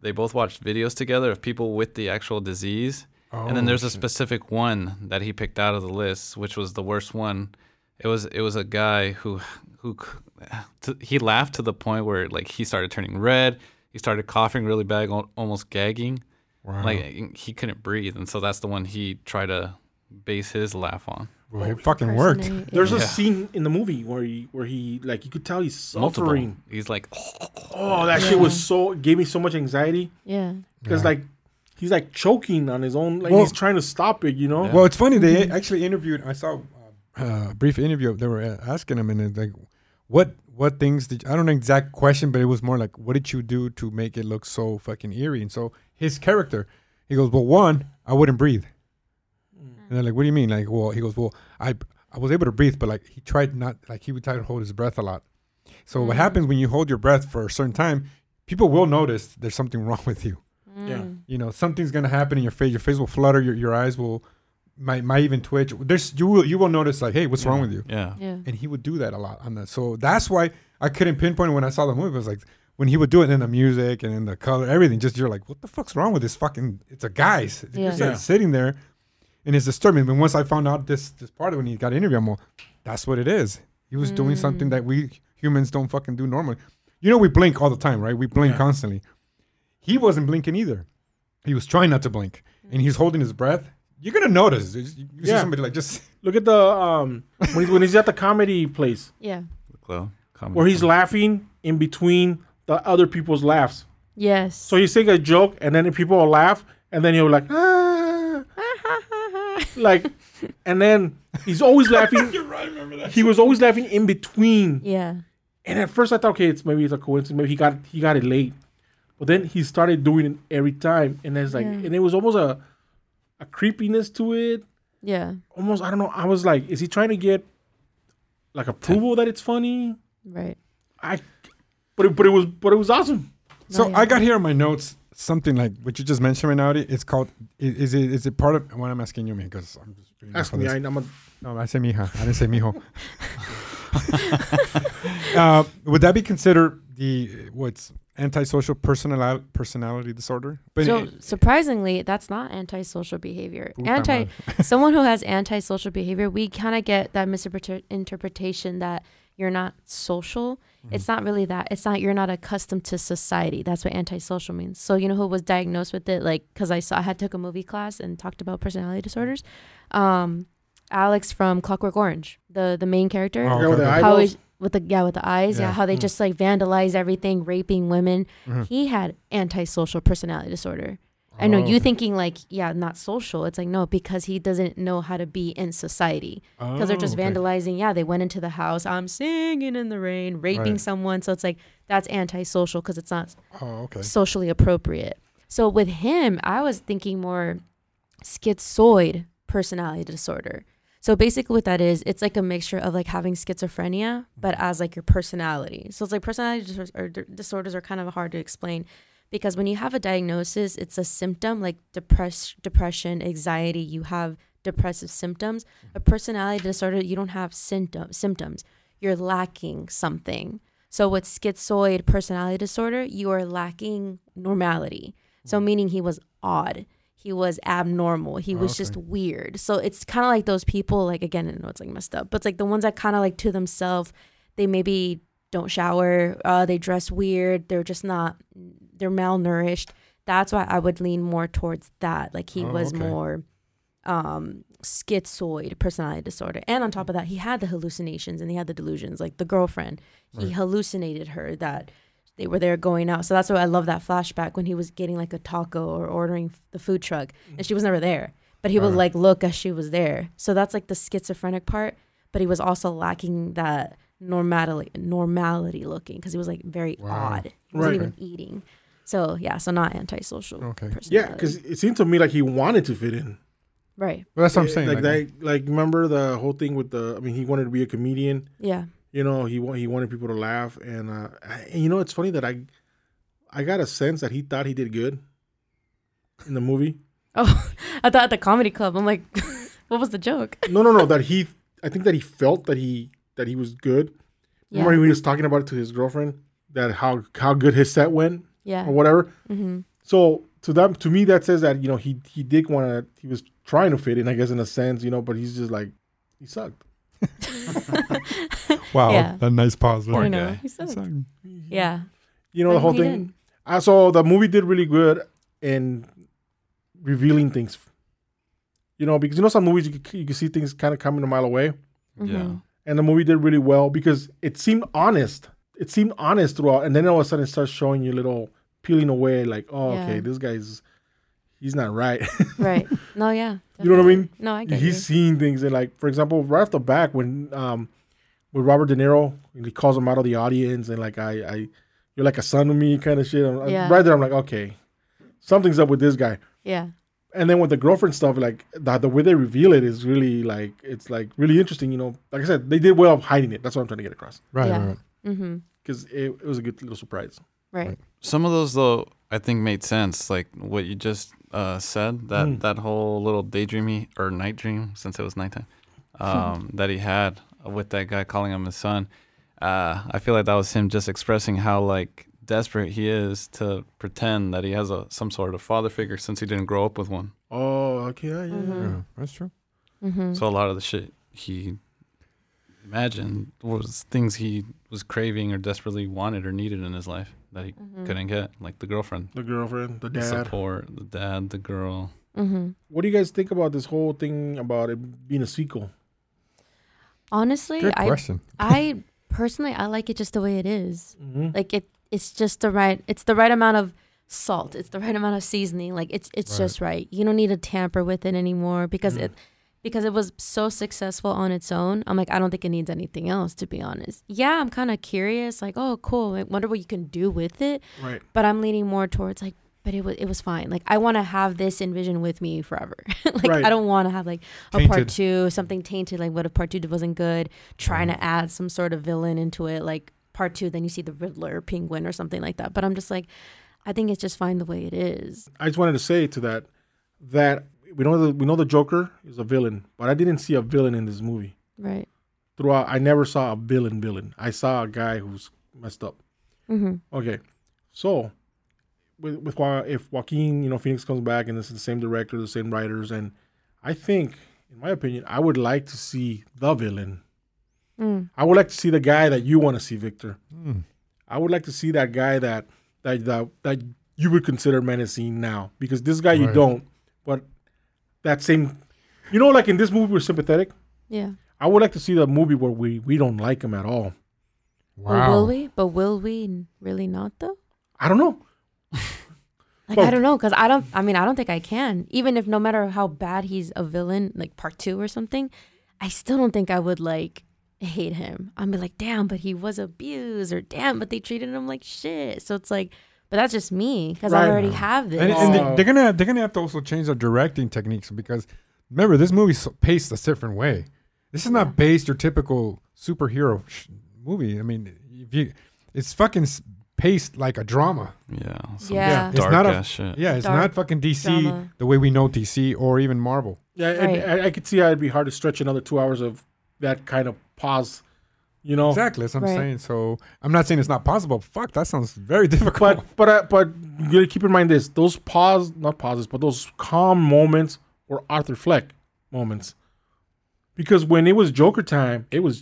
[SPEAKER 4] they both watched videos together of people with the actual disease, and then
[SPEAKER 2] Oh,
[SPEAKER 4] there's a
[SPEAKER 2] shit.
[SPEAKER 4] specific one that he picked out of the list, which was the worst one. It was it was a guy who who c- t- he laughed to the point where like he started turning red, he started coughing really bad, al- almost gagging,
[SPEAKER 2] Wow.
[SPEAKER 4] like he couldn't breathe, and so that's the one he tried to base his laugh on.
[SPEAKER 2] Well,
[SPEAKER 3] Oh,
[SPEAKER 2] it fucking worked.
[SPEAKER 3] Personally,
[SPEAKER 1] there's
[SPEAKER 3] yeah.
[SPEAKER 1] a scene in the movie where he where he like you could tell he's
[SPEAKER 4] Multiple.
[SPEAKER 1] suffering.
[SPEAKER 4] He's like,
[SPEAKER 1] Oh, that shit was so gave me so much anxiety
[SPEAKER 3] Yeah.
[SPEAKER 1] because like he's like choking on his own, like
[SPEAKER 2] Well-
[SPEAKER 1] he's trying to stop it, you know.
[SPEAKER 2] Well, it's funny. They actually interviewed. I saw uh, a brief interview. They were uh, asking him, and it's like, what what things did I don't know exact question, but it was more like, what did you do to make it look so fucking eerie? And so his character, he goes, well, one, I wouldn't breathe. And they're like, what do you mean? Like, well, he goes, well, I I was able to breathe, but like he tried not, like he would try to hold his breath a lot. So what happens when you hold your breath for a certain time? People will notice there's something wrong with you
[SPEAKER 1] yeah.
[SPEAKER 3] Mm,
[SPEAKER 2] you know something's gonna happen in your face your face will flutter your, your eyes will might might even twitch there's you will you will notice like hey what's wrong with you
[SPEAKER 4] yeah.
[SPEAKER 3] Yeah.
[SPEAKER 2] and he would do that a lot on that so that's why i couldn't pinpoint when i saw the movie it was like when he would do it and the music and then the color everything just you're like what the fuck's wrong with this fucking it's a guy's
[SPEAKER 3] Yeah.
[SPEAKER 2] it's
[SPEAKER 1] Yeah.
[SPEAKER 2] sitting there and it's disturbing but once i found out this this part of when he got interviewed i'm like that's what it is he was doing
[SPEAKER 3] Mm.
[SPEAKER 2] something that we humans don't fucking do normally you know we blink all the time right we blink constantly he wasn't blinking either he was trying not to blink and he's holding his breath you're gonna notice you you see
[SPEAKER 1] Yeah.
[SPEAKER 2] somebody like just
[SPEAKER 1] Look at the um when he's, when he's at the comedy place
[SPEAKER 3] Yeah.
[SPEAKER 4] Glow. Comedy
[SPEAKER 1] where he's
[SPEAKER 4] club.
[SPEAKER 1] laughing in between the other people's laughs.
[SPEAKER 3] Yes.
[SPEAKER 1] So he's saying a joke, and then people will laugh, and then he'll like, ah, like, and then he's always laughing.
[SPEAKER 2] You're right, remember that.
[SPEAKER 1] He was always laughing in between.
[SPEAKER 3] yeah.
[SPEAKER 1] And at first I thought, okay, it's maybe it's a coincidence. Maybe he got he got it late, but then he started doing it every time, and it's like,
[SPEAKER 3] Yeah.
[SPEAKER 1] and it was almost a a creepiness to it.
[SPEAKER 3] Yeah.
[SPEAKER 1] Almost, I don't know. I was like, is he trying to get like approval that it's funny?
[SPEAKER 3] Right.
[SPEAKER 1] I, but it, but it was but it was awesome.
[SPEAKER 2] So
[SPEAKER 3] yeah.
[SPEAKER 2] I got here on my notes something like what you just mentioned right now. It's called. Is, is it? Is it part of? When I'm asking you, me, because I'm just. doing this
[SPEAKER 1] Ask
[SPEAKER 2] for
[SPEAKER 1] me,
[SPEAKER 2] this.
[SPEAKER 1] I, I'm a
[SPEAKER 2] No, I say mija. I didn't say mijo. uh, would that be considered the what's antisocial personal personality disorder? But
[SPEAKER 3] So surprisingly, that's not antisocial behavior.
[SPEAKER 2] Puta
[SPEAKER 3] Anti someone who has antisocial behavior, we kind of get that misinterpretation that you're not social.
[SPEAKER 2] Mm-hmm.
[SPEAKER 3] It's not really that. It's not you're not accustomed to society. That's what antisocial means. So you know who was diagnosed with it? Like because I saw I had took a movie class and talked about personality disorders. Um, Alex from Clockwork Orange, the the main character.
[SPEAKER 2] Oh,
[SPEAKER 1] girl with the
[SPEAKER 2] okay.
[SPEAKER 3] How
[SPEAKER 1] eyeballs.
[SPEAKER 3] is with the yeah with the eyes yeah,
[SPEAKER 2] Yeah.
[SPEAKER 3] how they
[SPEAKER 2] Mm.
[SPEAKER 3] just like vandalize everything raping women
[SPEAKER 2] Mhm.
[SPEAKER 3] he had antisocial personality disorder i know
[SPEAKER 2] Oh,
[SPEAKER 3] you
[SPEAKER 2] okay.
[SPEAKER 3] thinking like yeah not social it's like no because he doesn't know how to be in society
[SPEAKER 2] Oh,
[SPEAKER 3] because they're just vandalizing yeah they went into the house i'm singing in the rain raping
[SPEAKER 2] Right.
[SPEAKER 3] someone so it's like that's antisocial because it's not
[SPEAKER 2] Oh, okay.
[SPEAKER 3] socially appropriate. So with him, I was thinking more schizoid personality disorder. So basically what that is, it's like a mixture of like having schizophrenia, but as like your personality. So it's like personality disorders are, disorders are kind of hard to explain because when you have a diagnosis, it's a symptom like depress, depression, anxiety, you have depressive symptoms. A personality disorder, you don't have symptom, symptoms. You're lacking something. So with schizoid personality disorder, you are lacking normality. So meaning he was odd. He was abnormal. He was just weird. So it's kind of like those people, like again, I know it's like messed up, but it's like the ones that kind of like to themselves, they maybe don't shower, uh, they dress weird, they're just not, they're malnourished. That's why I would lean more towards that. Like he
[SPEAKER 2] Oh,
[SPEAKER 3] was
[SPEAKER 2] okay.
[SPEAKER 3] more um schizoid personality disorder and on top of that he had the hallucinations and he had the delusions like the girlfriend he hallucinated her that they were there going out so that's why i love that flashback when he was getting like a taco or ordering f- the food truck and she was never there but he would like look as she was there so that's like the schizophrenic part but he was also lacking that normality normality looking because he was like very
[SPEAKER 2] Wow.
[SPEAKER 3] odd he wasn't
[SPEAKER 1] Right.
[SPEAKER 3] even eating so yeah so not antisocial
[SPEAKER 2] Okay.
[SPEAKER 1] yeah,
[SPEAKER 3] personality.
[SPEAKER 1] because it seemed to me like he wanted to fit in.
[SPEAKER 3] right
[SPEAKER 2] Well, that's what I'm saying.
[SPEAKER 1] like that, like remember the whole thing with the. I mean, he wanted to be a comedian.
[SPEAKER 3] yeah
[SPEAKER 1] you know he wa- he wanted people to laugh and uh I, and you know it's funny that i i got a sense that he thought he did good in the movie
[SPEAKER 3] Oh, I thought at the comedy club. I'm like, what was the joke?
[SPEAKER 1] no no no that he i think that he felt that he that he was good
[SPEAKER 3] Yeah,
[SPEAKER 1] remember he was talking about it to his girlfriend that how how good his set went
[SPEAKER 3] yeah,
[SPEAKER 1] or whatever
[SPEAKER 3] mm-hmm.
[SPEAKER 1] so to them to me that says that you know he he did want to he was trying to fit in i guess in a sense you know but he's just like he sucked
[SPEAKER 2] wow,
[SPEAKER 3] Yeah.
[SPEAKER 2] that nice pause.
[SPEAKER 4] Poor
[SPEAKER 3] I
[SPEAKER 2] wasn't
[SPEAKER 3] know.
[SPEAKER 4] guy.
[SPEAKER 3] He
[SPEAKER 2] it?
[SPEAKER 3] sucked. Yeah,
[SPEAKER 1] you know the
[SPEAKER 3] But
[SPEAKER 1] whole
[SPEAKER 3] he
[SPEAKER 1] thing
[SPEAKER 3] did.
[SPEAKER 1] I saw the movie did really good in revealing things. You know, because you know some movies you can, you can see things kind of coming a mile away,
[SPEAKER 4] Yeah.
[SPEAKER 3] Mhm.
[SPEAKER 1] and the movie did really well because it seemed honest. It seemed honest throughout, and then all of a sudden it starts showing you little peeling away, like, oh,
[SPEAKER 3] Yeah.
[SPEAKER 1] okay, this guy's he's not right.
[SPEAKER 3] right. No, yeah.
[SPEAKER 1] You know what I
[SPEAKER 3] definitely.
[SPEAKER 1] mean?
[SPEAKER 3] No, I get
[SPEAKER 1] he's seeing things, and like for example, right off the back when um with Robert De Niro, he calls him out of the audience, and like I, I you're like a son to me, kind of shit. I'm- I'm-
[SPEAKER 3] Yeah.
[SPEAKER 1] Right there, I'm like, okay, something's up with this guy.
[SPEAKER 3] you. Yeah,
[SPEAKER 1] and then with the girlfriend stuff, like the, the way they reveal it is really like it's like really interesting. You know, like I said, they did well hiding it. That's what I'm trying to get across
[SPEAKER 2] Right,
[SPEAKER 3] Yeah.
[SPEAKER 2] right, right.
[SPEAKER 3] mm-hmm.
[SPEAKER 1] because it, it was a good little surprise.
[SPEAKER 3] right.
[SPEAKER 2] Right.
[SPEAKER 4] Some of those though, I think made sense. Like what you just uh, said that
[SPEAKER 1] Mm.
[SPEAKER 4] that whole little daydreamy or night dream, since it was nighttime, um, that he had with that guy calling him his son. Uh, I feel like that was him just expressing how like desperate he is to pretend that he has a some sort of father figure since he didn't grow up with one.
[SPEAKER 1] Oh, okay, yeah, yeah.
[SPEAKER 3] Mhm.
[SPEAKER 2] Yeah, that's true.
[SPEAKER 3] Mm-hmm.
[SPEAKER 4] So a lot of the shit he imagined was things he was craving or desperately wanted or needed in his life that he
[SPEAKER 3] Mm-hmm.
[SPEAKER 1] Mm.
[SPEAKER 4] couldn't get, like the girlfriend.
[SPEAKER 1] the girlfriend, the
[SPEAKER 4] The
[SPEAKER 1] dad.
[SPEAKER 4] support, the dad, the girl.
[SPEAKER 3] Mm-hmm.
[SPEAKER 1] What do you guys think about this whole thing about it being a sequel?
[SPEAKER 3] Honestly,
[SPEAKER 2] Good
[SPEAKER 3] I
[SPEAKER 2] question.
[SPEAKER 3] I personally, I like it just the way it is.
[SPEAKER 1] Mm-hmm.
[SPEAKER 3] Like it, it's just the right. It's the right amount of salt. It's the right amount of seasoning. Like it's it's
[SPEAKER 2] Right.
[SPEAKER 3] just right. You don't need to tamper with it anymore because it because it was so successful on its own. I'm like, I don't think it needs anything else to be honest. Yeah, I'm kind of curious. Like, oh, cool. I wonder what you can do with it.
[SPEAKER 1] Right.
[SPEAKER 3] But I'm leaning more towards like. But it was it was fine. Like I want to have this envision with me forever. like
[SPEAKER 1] Right.
[SPEAKER 3] I don't want to have like a
[SPEAKER 2] Tainted.
[SPEAKER 3] part two, something tainted. Like what if part two wasn't good? Trying
[SPEAKER 2] Mm.
[SPEAKER 3] to add some sort of villain into it, like part two, then you see the Riddler, Penguin, or something like that. But I'm just like, I think it's just fine the way it is.
[SPEAKER 1] I just wanted to say to that that we know the we know the Joker is a villain, but I didn't see a villain in this movie.
[SPEAKER 3] Right.
[SPEAKER 1] Throughout, I never saw a villain. Villain. I saw a guy who's messed up.
[SPEAKER 3] Mm-hmm.
[SPEAKER 1] Okay, so with with Wa- if Joaquin, you know, Phoenix comes back and this is the same director, the same writers, and I think, in my opinion, I would like to see the villain.
[SPEAKER 3] Mm.
[SPEAKER 1] I would like to see the guy that you want to see, Victor.
[SPEAKER 2] Hmm.
[SPEAKER 1] I would like to see that guy that that that, that you would consider menacing now because this guy you
[SPEAKER 2] Right.
[SPEAKER 1] don't, but that same, you know, like in this movie we're sympathetic.
[SPEAKER 3] Yeah.
[SPEAKER 1] I would like to see the movie where we we don't like him at all.
[SPEAKER 3] But will
[SPEAKER 2] Wow.
[SPEAKER 3] we? But will we n- really not though?
[SPEAKER 1] I don't know.
[SPEAKER 3] Like
[SPEAKER 1] Well-
[SPEAKER 3] I don't know, cause I don't. I mean, I don't think I can. Even if no matter how bad he's a villain, like part two or something, I still don't think I would like hate him. I'm like, damn, but he was abused, or damn, but they treated him like shit. So it's like, but that's just me, cause I
[SPEAKER 1] Right.
[SPEAKER 3] already have this.
[SPEAKER 2] And, and
[SPEAKER 1] Oh.
[SPEAKER 2] they, are gonna they're gonna have to also change their directing techniques because remember this movie's so- paced a different way. This is not based your typical superhero sh- movie. I mean, if you, it's fucking s- paced like a drama.
[SPEAKER 4] Yeah. Some
[SPEAKER 3] yeah.
[SPEAKER 2] It's
[SPEAKER 4] Dark
[SPEAKER 2] not a
[SPEAKER 4] ass shit.
[SPEAKER 2] yeah. It's
[SPEAKER 3] Dark
[SPEAKER 2] not fucking DC
[SPEAKER 3] drama.
[SPEAKER 2] the way we know DC or even Marvel.
[SPEAKER 1] Yeah, and
[SPEAKER 3] Right.
[SPEAKER 1] I, I could see how it'd be hard to stretch another two hours of that kind of pause. You know,
[SPEAKER 2] Exactly, that's what I'm
[SPEAKER 3] Right.
[SPEAKER 2] saying. So I'm not saying it's not possible. Fuck, that sounds very difficult.
[SPEAKER 1] but but uh, but you gotta keep in mind this: those pause, not pauses, but those calm moments were Arthur Fleck moments. Because when it was Joker time, it was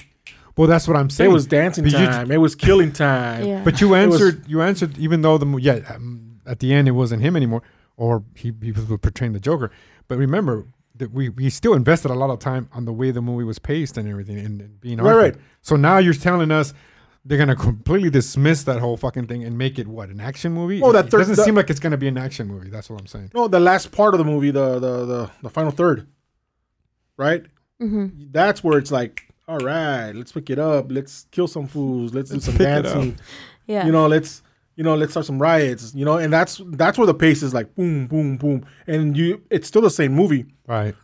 [SPEAKER 2] well, that's what I'm
[SPEAKER 1] it
[SPEAKER 2] saying.
[SPEAKER 1] was dancing
[SPEAKER 2] But you-
[SPEAKER 1] time, it was killing time.
[SPEAKER 3] yeah.
[SPEAKER 2] But you
[SPEAKER 1] It was-
[SPEAKER 2] answered. you answered, even though the mo- yeah, um, at the end it wasn't him anymore, or he he was portraying the Joker. But remember that we we still invested a lot of time on the way the movie was paced and everything, and, and being
[SPEAKER 1] Right,
[SPEAKER 2] Arthur.
[SPEAKER 1] right.
[SPEAKER 2] So now you're telling us. They're gonna completely dismiss that whole fucking thing and make it what an action movie.
[SPEAKER 1] Oh, that
[SPEAKER 2] It
[SPEAKER 1] third-
[SPEAKER 2] doesn't
[SPEAKER 1] the-
[SPEAKER 2] seem like it's gonna be an action movie. That's what I'm saying.
[SPEAKER 1] No, the last part of the movie, the the the, the final third, right? Mm-hmm. That's where it's like, all right, let's pick it up, let's kill some fools, let's, do some
[SPEAKER 2] pick it up.
[SPEAKER 1] dancing.
[SPEAKER 3] yeah.
[SPEAKER 1] you know let's you know let's start some riots you know and that's that's where the pace is like boom boom boom and you it's still the same movie
[SPEAKER 2] Right.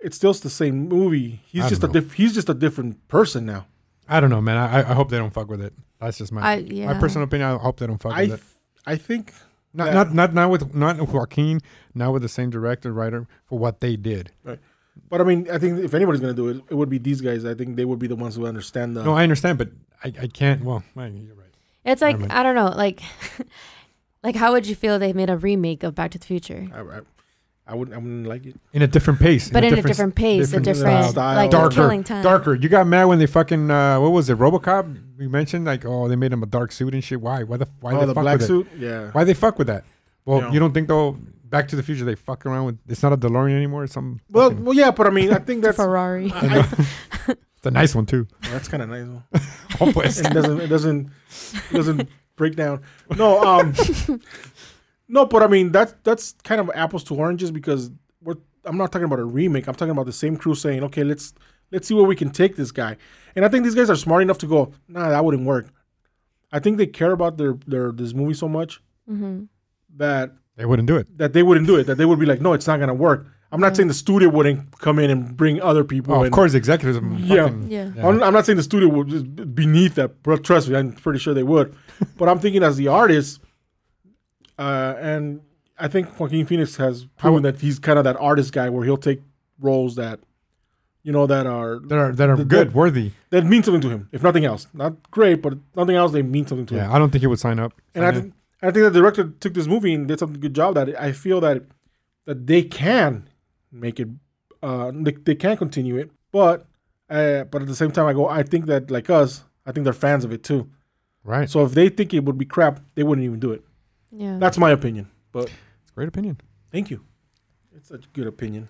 [SPEAKER 1] it's still the same movie he's
[SPEAKER 2] I
[SPEAKER 1] just a
[SPEAKER 2] don't know.
[SPEAKER 1] diff- he's just a different person now
[SPEAKER 2] I don't know, man. I, I- I hope they don't fuck with it. That's just my
[SPEAKER 3] I-
[SPEAKER 2] my
[SPEAKER 3] yeah.
[SPEAKER 2] personal opinion. I hope they don't fuck
[SPEAKER 1] i
[SPEAKER 2] with it.
[SPEAKER 1] th- i think
[SPEAKER 2] Not
[SPEAKER 1] that-
[SPEAKER 2] not not not with not with Joaquin, not with the same director writer for what they did.
[SPEAKER 1] but i mean i think if anybody's gonna do it it would be these guys i think they would be the ones who understand the
[SPEAKER 2] No, I understand, but I, I can't. Well, man, you're right.
[SPEAKER 3] It's like
[SPEAKER 2] Never mind.
[SPEAKER 3] I don't know, like, like how would you feel they made a remake of Back to the Future,
[SPEAKER 1] I, I, I wouldn't i wouldn't like it
[SPEAKER 2] In a different pace,
[SPEAKER 3] but in a different pace,
[SPEAKER 2] different
[SPEAKER 3] a different
[SPEAKER 1] style.
[SPEAKER 3] like
[SPEAKER 1] Darker,
[SPEAKER 3] darker, killing time,
[SPEAKER 2] darker. You got mad when they fucking uh, what was it, RoboCop? We mentioned like, oh, they made him a dark suit and shit. Why? Why the why
[SPEAKER 1] oh
[SPEAKER 2] they
[SPEAKER 1] the
[SPEAKER 2] fuck
[SPEAKER 1] black
[SPEAKER 2] with
[SPEAKER 1] suit yeah
[SPEAKER 2] It? Why they fuck with that? Well,
[SPEAKER 1] Yeah.
[SPEAKER 2] you don't think though? Back to the Future, they fuck around with. It's not a DeLorean anymore. It's some
[SPEAKER 1] well
[SPEAKER 2] fucking-
[SPEAKER 1] well yeah but i mean i think that's
[SPEAKER 3] Ferrari.
[SPEAKER 1] I- I-
[SPEAKER 2] it's a nice one too.
[SPEAKER 1] that's kind of nice though.
[SPEAKER 2] Oh, pues.
[SPEAKER 1] it doesn't it doesn't it doesn't break down. No, um No, but I mean that's that's kind of apples to oranges because we're I'm not talking about a remake. I'm talking about the same crew saying, "Okay, let's let's see where we can take this guy." And I think these guys are smart enough to go, "Nah, that wouldn't work." I think they care about their their this movie so much
[SPEAKER 3] Mm-hmm.
[SPEAKER 1] that
[SPEAKER 2] they wouldn't do it.
[SPEAKER 1] that they wouldn't do it. That they would be like, "No, it's not gonna work." I'm not saying the studio wouldn't come in and bring other people.
[SPEAKER 2] Mm. Oh, of
[SPEAKER 1] and-
[SPEAKER 2] course, the executives. are
[SPEAKER 1] Yeah.
[SPEAKER 2] fucking-
[SPEAKER 3] Yeah.
[SPEAKER 1] I'm, I'm not saying the studio would just b- beneath that, but trust me, I'm pretty sure they would. but I'm thinking as the artist, uh, and I think Joaquin Phoenix has proven that he's kind of that artist guy where he'll take roles that, you know, that are
[SPEAKER 2] that are that are
[SPEAKER 1] The-
[SPEAKER 2] good,
[SPEAKER 1] the-
[SPEAKER 2] worthy.
[SPEAKER 1] that mean something to him, if nothing else. Not great, but nothing else, they mean something to him.
[SPEAKER 2] Yeah, I don't think he would sign up.
[SPEAKER 1] And I, think I think the director took this movie and did some good job. That I feel that that they can make it, uh, they, they can continue it. But uh, but at the same time, I go, I think that like us, I think they're fans of it too.
[SPEAKER 2] right.
[SPEAKER 1] So if they think it would be crap, they wouldn't even do it.
[SPEAKER 3] yeah.
[SPEAKER 1] That's my opinion. But
[SPEAKER 2] It's a great opinion.
[SPEAKER 1] thank you, it's such a good opinion.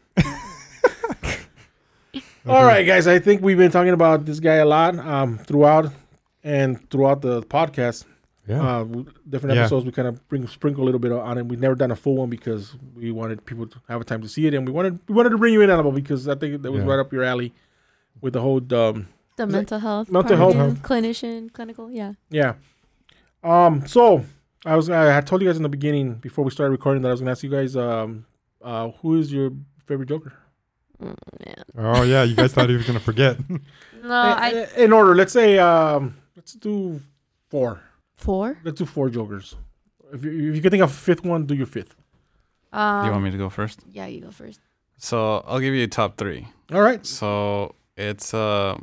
[SPEAKER 1] All right, guys. I think we've been talking about this guy a lot um, throughout. and throughout the podcast,
[SPEAKER 2] Yeah.
[SPEAKER 1] uh, w- different
[SPEAKER 2] Yeah.
[SPEAKER 1] episodes, we kind of bring sprinkle a little bit on it. We've never done a full one because we wanted people to have a time to see it, and we wanted we wanted to bring you in, Annabelle, because I think that was
[SPEAKER 2] Yeah.
[SPEAKER 1] right up your alley with the whole um,
[SPEAKER 3] The
[SPEAKER 1] Is it-
[SPEAKER 3] mental health,
[SPEAKER 1] Mental
[SPEAKER 2] health.
[SPEAKER 3] part, yeah, clinician, clinical, yeah.
[SPEAKER 1] Yeah. Um. So I was I had told you guys in the beginning before we started recording that I was gonna ask you guys um uh who is your favorite Joker?
[SPEAKER 3] Mm, yeah.
[SPEAKER 2] Oh yeah, you guys thought he was gonna forget.
[SPEAKER 3] No,
[SPEAKER 1] in,
[SPEAKER 3] Uh, I
[SPEAKER 1] in order, let's say um let's do four.
[SPEAKER 3] four.
[SPEAKER 1] Let's do four Jokers. If you if you can think of a fifth one, do your fifth.
[SPEAKER 3] Um,
[SPEAKER 4] you want me to go first?
[SPEAKER 3] Yeah, you go first.
[SPEAKER 4] So I'll give you top three.
[SPEAKER 1] All right.
[SPEAKER 4] So it's uh,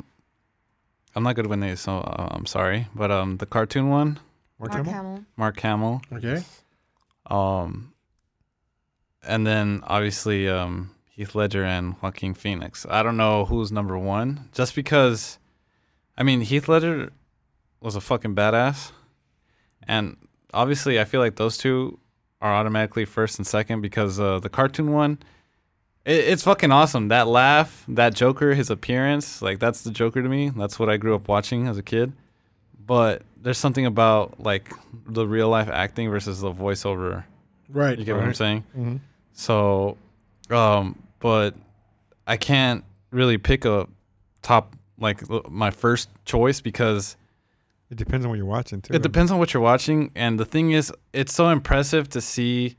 [SPEAKER 4] I'm not good with names, so uh, I'm sorry. But um, the cartoon one,
[SPEAKER 2] Mark
[SPEAKER 3] Mark
[SPEAKER 2] Hamill?
[SPEAKER 3] Hamill.
[SPEAKER 4] Mark Hamill.
[SPEAKER 1] Okay.
[SPEAKER 4] Um, and then obviously um, Heath Ledger and Joaquin Phoenix. I don't know who's number one, just because. I mean, Heath Ledger was a fucking badass, and obviously, I feel like those two are automatically first and second because uh, the cartoon one. It, it's fucking awesome. That laugh, that Joker, his appearance, like that's the Joker to me. That's what I grew up watching as a kid. But there's something about like the real life acting versus the voiceover
[SPEAKER 1] Right.
[SPEAKER 4] you get what I'm
[SPEAKER 2] Right.
[SPEAKER 4] saying?
[SPEAKER 2] Mhm.
[SPEAKER 4] So, um, but I can't really pick a top like l- my first choice because
[SPEAKER 2] It depends on what you're watching too.
[SPEAKER 4] it depends on what you're watching. And the thing is, it's so impressive to see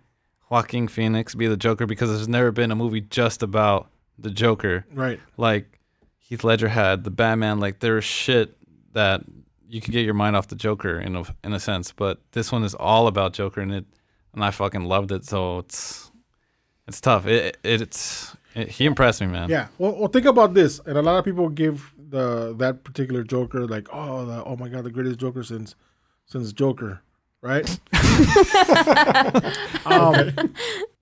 [SPEAKER 4] Joaquin Phoenix be the Joker because there's never been a movie just about the Joker.
[SPEAKER 1] Right.
[SPEAKER 4] Like Heath Ledger had the Batman. Like there's shit that you could get your mind off the Joker in a, in a sense. But this one is all about Joker, and it and I fucking loved it. So it's it's tough. It, it it's it, he impressed me, man.
[SPEAKER 1] Yeah. Well, well, think about this, and a lot of people give the that particular Joker like, oh, the, oh my God, the greatest Joker since since Joker, right? um,